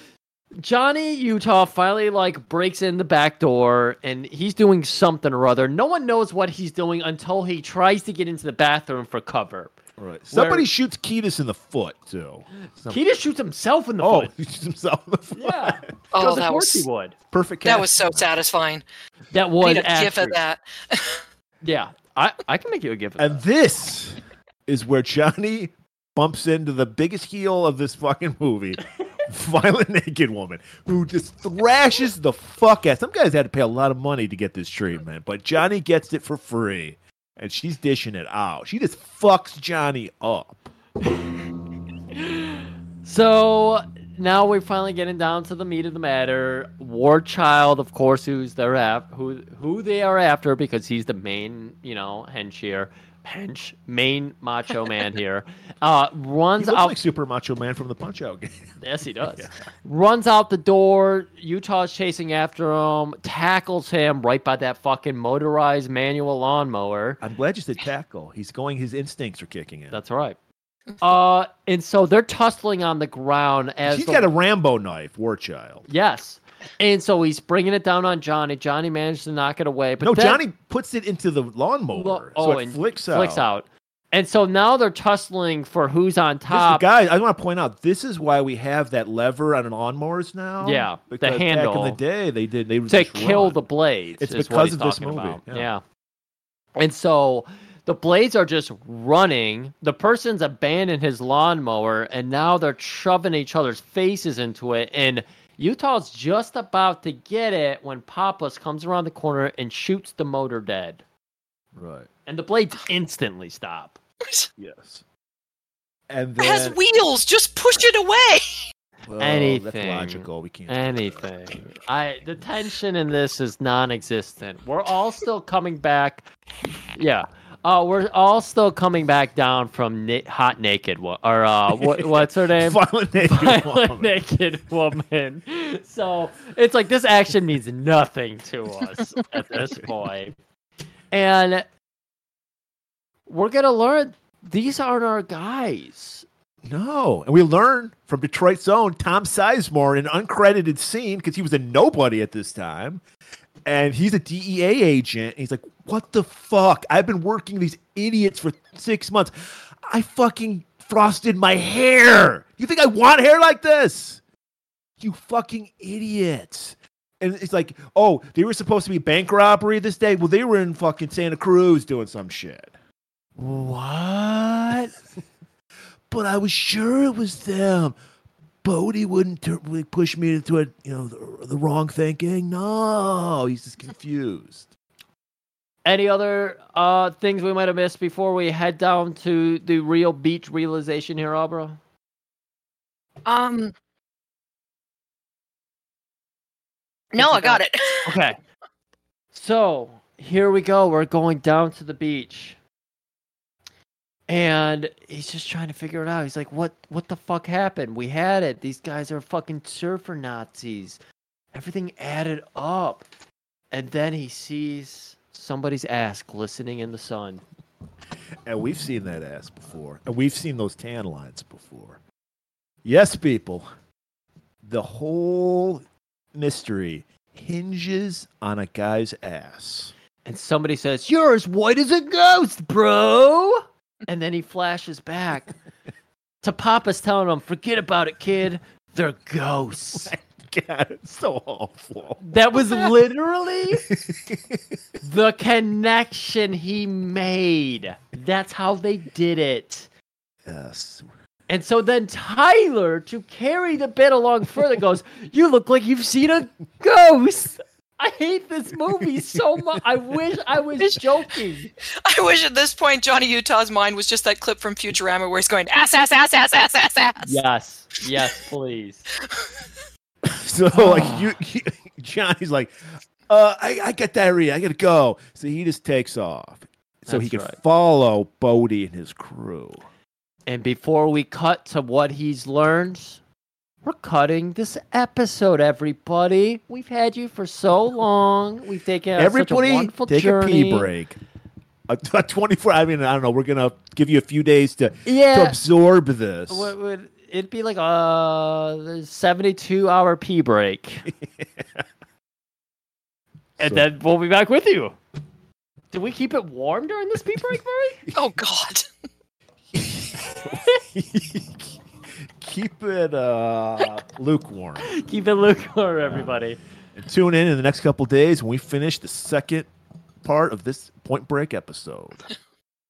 Speaker 3: Johnny Utah finally like breaks in the back door and he's doing something or other. No one knows what he's doing until he tries to get into the bathroom for cover.
Speaker 4: Right. Somebody
Speaker 3: Where-
Speaker 4: shoots Kiedis in the foot too. Some-
Speaker 3: He just shoots himself in the
Speaker 4: oh,
Speaker 3: foot.
Speaker 4: he shoots himself in the foot.
Speaker 3: Yeah.
Speaker 5: Oh,
Speaker 3: Because
Speaker 5: that
Speaker 3: of course
Speaker 5: was
Speaker 3: he would.
Speaker 4: Perfect.
Speaker 5: that was so
Speaker 4: casting.
Speaker 5: satisfying.
Speaker 3: That
Speaker 5: I
Speaker 3: was
Speaker 5: need a gif of
Speaker 3: accurate.
Speaker 5: that.
Speaker 3: Yeah. I, I can make you a gift. of
Speaker 4: And this is where Johnny bumps into the biggest heel of this fucking movie, violent naked woman who just thrashes the fuck out. Some guys had to pay a lot of money to get this treatment, but Johnny gets it for free, and she's dishing it out. She just fucks Johnny up.
Speaker 3: So now we're finally getting down to the meat of the matter. War Child, of course, who's they're af- who who they are after because he's the main, you know, hench here, hench main macho man here. Uh, runs
Speaker 4: He looks
Speaker 3: out
Speaker 4: like Super Macho Man from the Punch Out game.
Speaker 3: Yes, he does. Runs out the door. Utah's chasing after him. Tackles him right by that fucking motorized manual lawnmower.
Speaker 4: I'm glad you said tackle. He's going. His instincts are kicking in.
Speaker 3: That's right. Uh, and so they're tussling on the ground as
Speaker 4: She's
Speaker 3: the-
Speaker 4: got a Rambo knife, War Child.
Speaker 3: yes. And so he's bringing it down on Johnny. Johnny manages to knock it away, but
Speaker 4: no,
Speaker 3: then-
Speaker 4: Johnny puts it into the lawnmower,
Speaker 3: Lo-
Speaker 4: so it
Speaker 3: and
Speaker 4: flicks out.
Speaker 3: flicks out. And so now they're tussling for who's on
Speaker 4: This is-
Speaker 3: top.
Speaker 4: guys, I want to point out this is why we have that lever on lawnmowers now.
Speaker 3: Yeah, the
Speaker 4: because Back in
Speaker 3: handle.
Speaker 4: the day, they did they would
Speaker 3: to
Speaker 4: just
Speaker 3: kill
Speaker 4: run.
Speaker 3: the blades.
Speaker 4: It's
Speaker 3: is what
Speaker 4: because
Speaker 3: he's
Speaker 4: of this
Speaker 3: talking
Speaker 4: movie,
Speaker 3: about.
Speaker 4: yeah.
Speaker 3: Yeah. And so the blades are just running. The person's abandoned his lawnmower, and now they're shoving each other's faces into it. And Utah's just about to get it when Papas comes around the corner and shoots the motor dead.
Speaker 4: Right.
Speaker 3: And the blades instantly stop.
Speaker 4: Yes. And
Speaker 5: It
Speaker 4: then
Speaker 5: has wheels. Just push it away.
Speaker 4: Well,
Speaker 3: anything.
Speaker 4: That's logical. We can't.
Speaker 3: Anything. I the tension in this is non-existent. We're all still coming back. Yeah. Uh, we're all still coming back down from na- hot naked wo- or uh, what, what's her name?
Speaker 4: Violent naked
Speaker 3: Violent
Speaker 4: woman.
Speaker 3: naked woman. So it's like this action means nothing to us at this point, and we're gonna learn these aren't our guys.
Speaker 4: No, and we learn from Detroit's own Tom Sizemore in an uncredited scene because he was a nobody at this time, and he's a DEA agent. And he's like, "What the fuck? I've been working these idiots for six months. I fucking frosted my hair. You think I want hair like this? You fucking idiots!" And it's like, "Oh, they were supposed to be bank robbery this day. Well, they were in fucking Santa Cruz doing some shit." What? but I was sure it was them. Bodie wouldn't tur- would push me into a you know the, the wrong thinking. No, he's just confused.
Speaker 3: Any other uh, things we might have missed before we head down to the real beach realization here, Abra?
Speaker 5: Um. No, I got it.
Speaker 3: Okay. So here we go. We're going down to the beach. And he's just trying to figure it out. He's like, what what the fuck happened? We had it. These guys are fucking surfer Nazis. Everything added up. And then he sees somebody's ass glistening in the sun.
Speaker 4: And we've seen that ass before, and we've seen those tan lines before. Yes, people, the whole mystery hinges on a guy's ass.
Speaker 3: And somebody says, You're as white as a ghost, bro. And then he flashes back to Papa's telling him, Forget about it, kid. They're ghosts.
Speaker 4: God, it's so awful.
Speaker 3: That was literally the connection he made. That's how they did it.
Speaker 4: Yes.
Speaker 3: And so then Tyler, to carry the bit along further, goes, You look like you've seen a ghost. I hate this movie so much. I wish I was joking.
Speaker 5: I wish at this point Johnny Utah's mind was just that clip from Futurama where he's going ass ass ass ass ass ass ass.
Speaker 3: Yes. Yes, please.
Speaker 4: So
Speaker 3: Ah.
Speaker 4: like you, you- Johnny's like, uh, I, I got diarrhea. I gotta go. So he just takes off, so he can
Speaker 3: That's right.
Speaker 4: follow Bodie and his crew.
Speaker 3: And before we cut to what he's learned, we're cutting this episode, everybody. We've had you for so long. We've taken out such a
Speaker 4: Everybody,
Speaker 3: wonderful
Speaker 4: take
Speaker 3: journey.
Speaker 4: a pee break. A, a twenty-four. I mean, I don't know. We're gonna give you a few days to
Speaker 3: Yeah.
Speaker 4: to absorb this.
Speaker 3: What would it'd be like a seventy-two hour pee break? And then we'll be back with you. Did we keep it warm during this pee break, Murray?
Speaker 5: Oh God.
Speaker 4: Keep it uh, lukewarm.
Speaker 3: keep it lukewarm, everybody.
Speaker 4: And tune in in the next couple days when we finish the second part of this Point Break episode.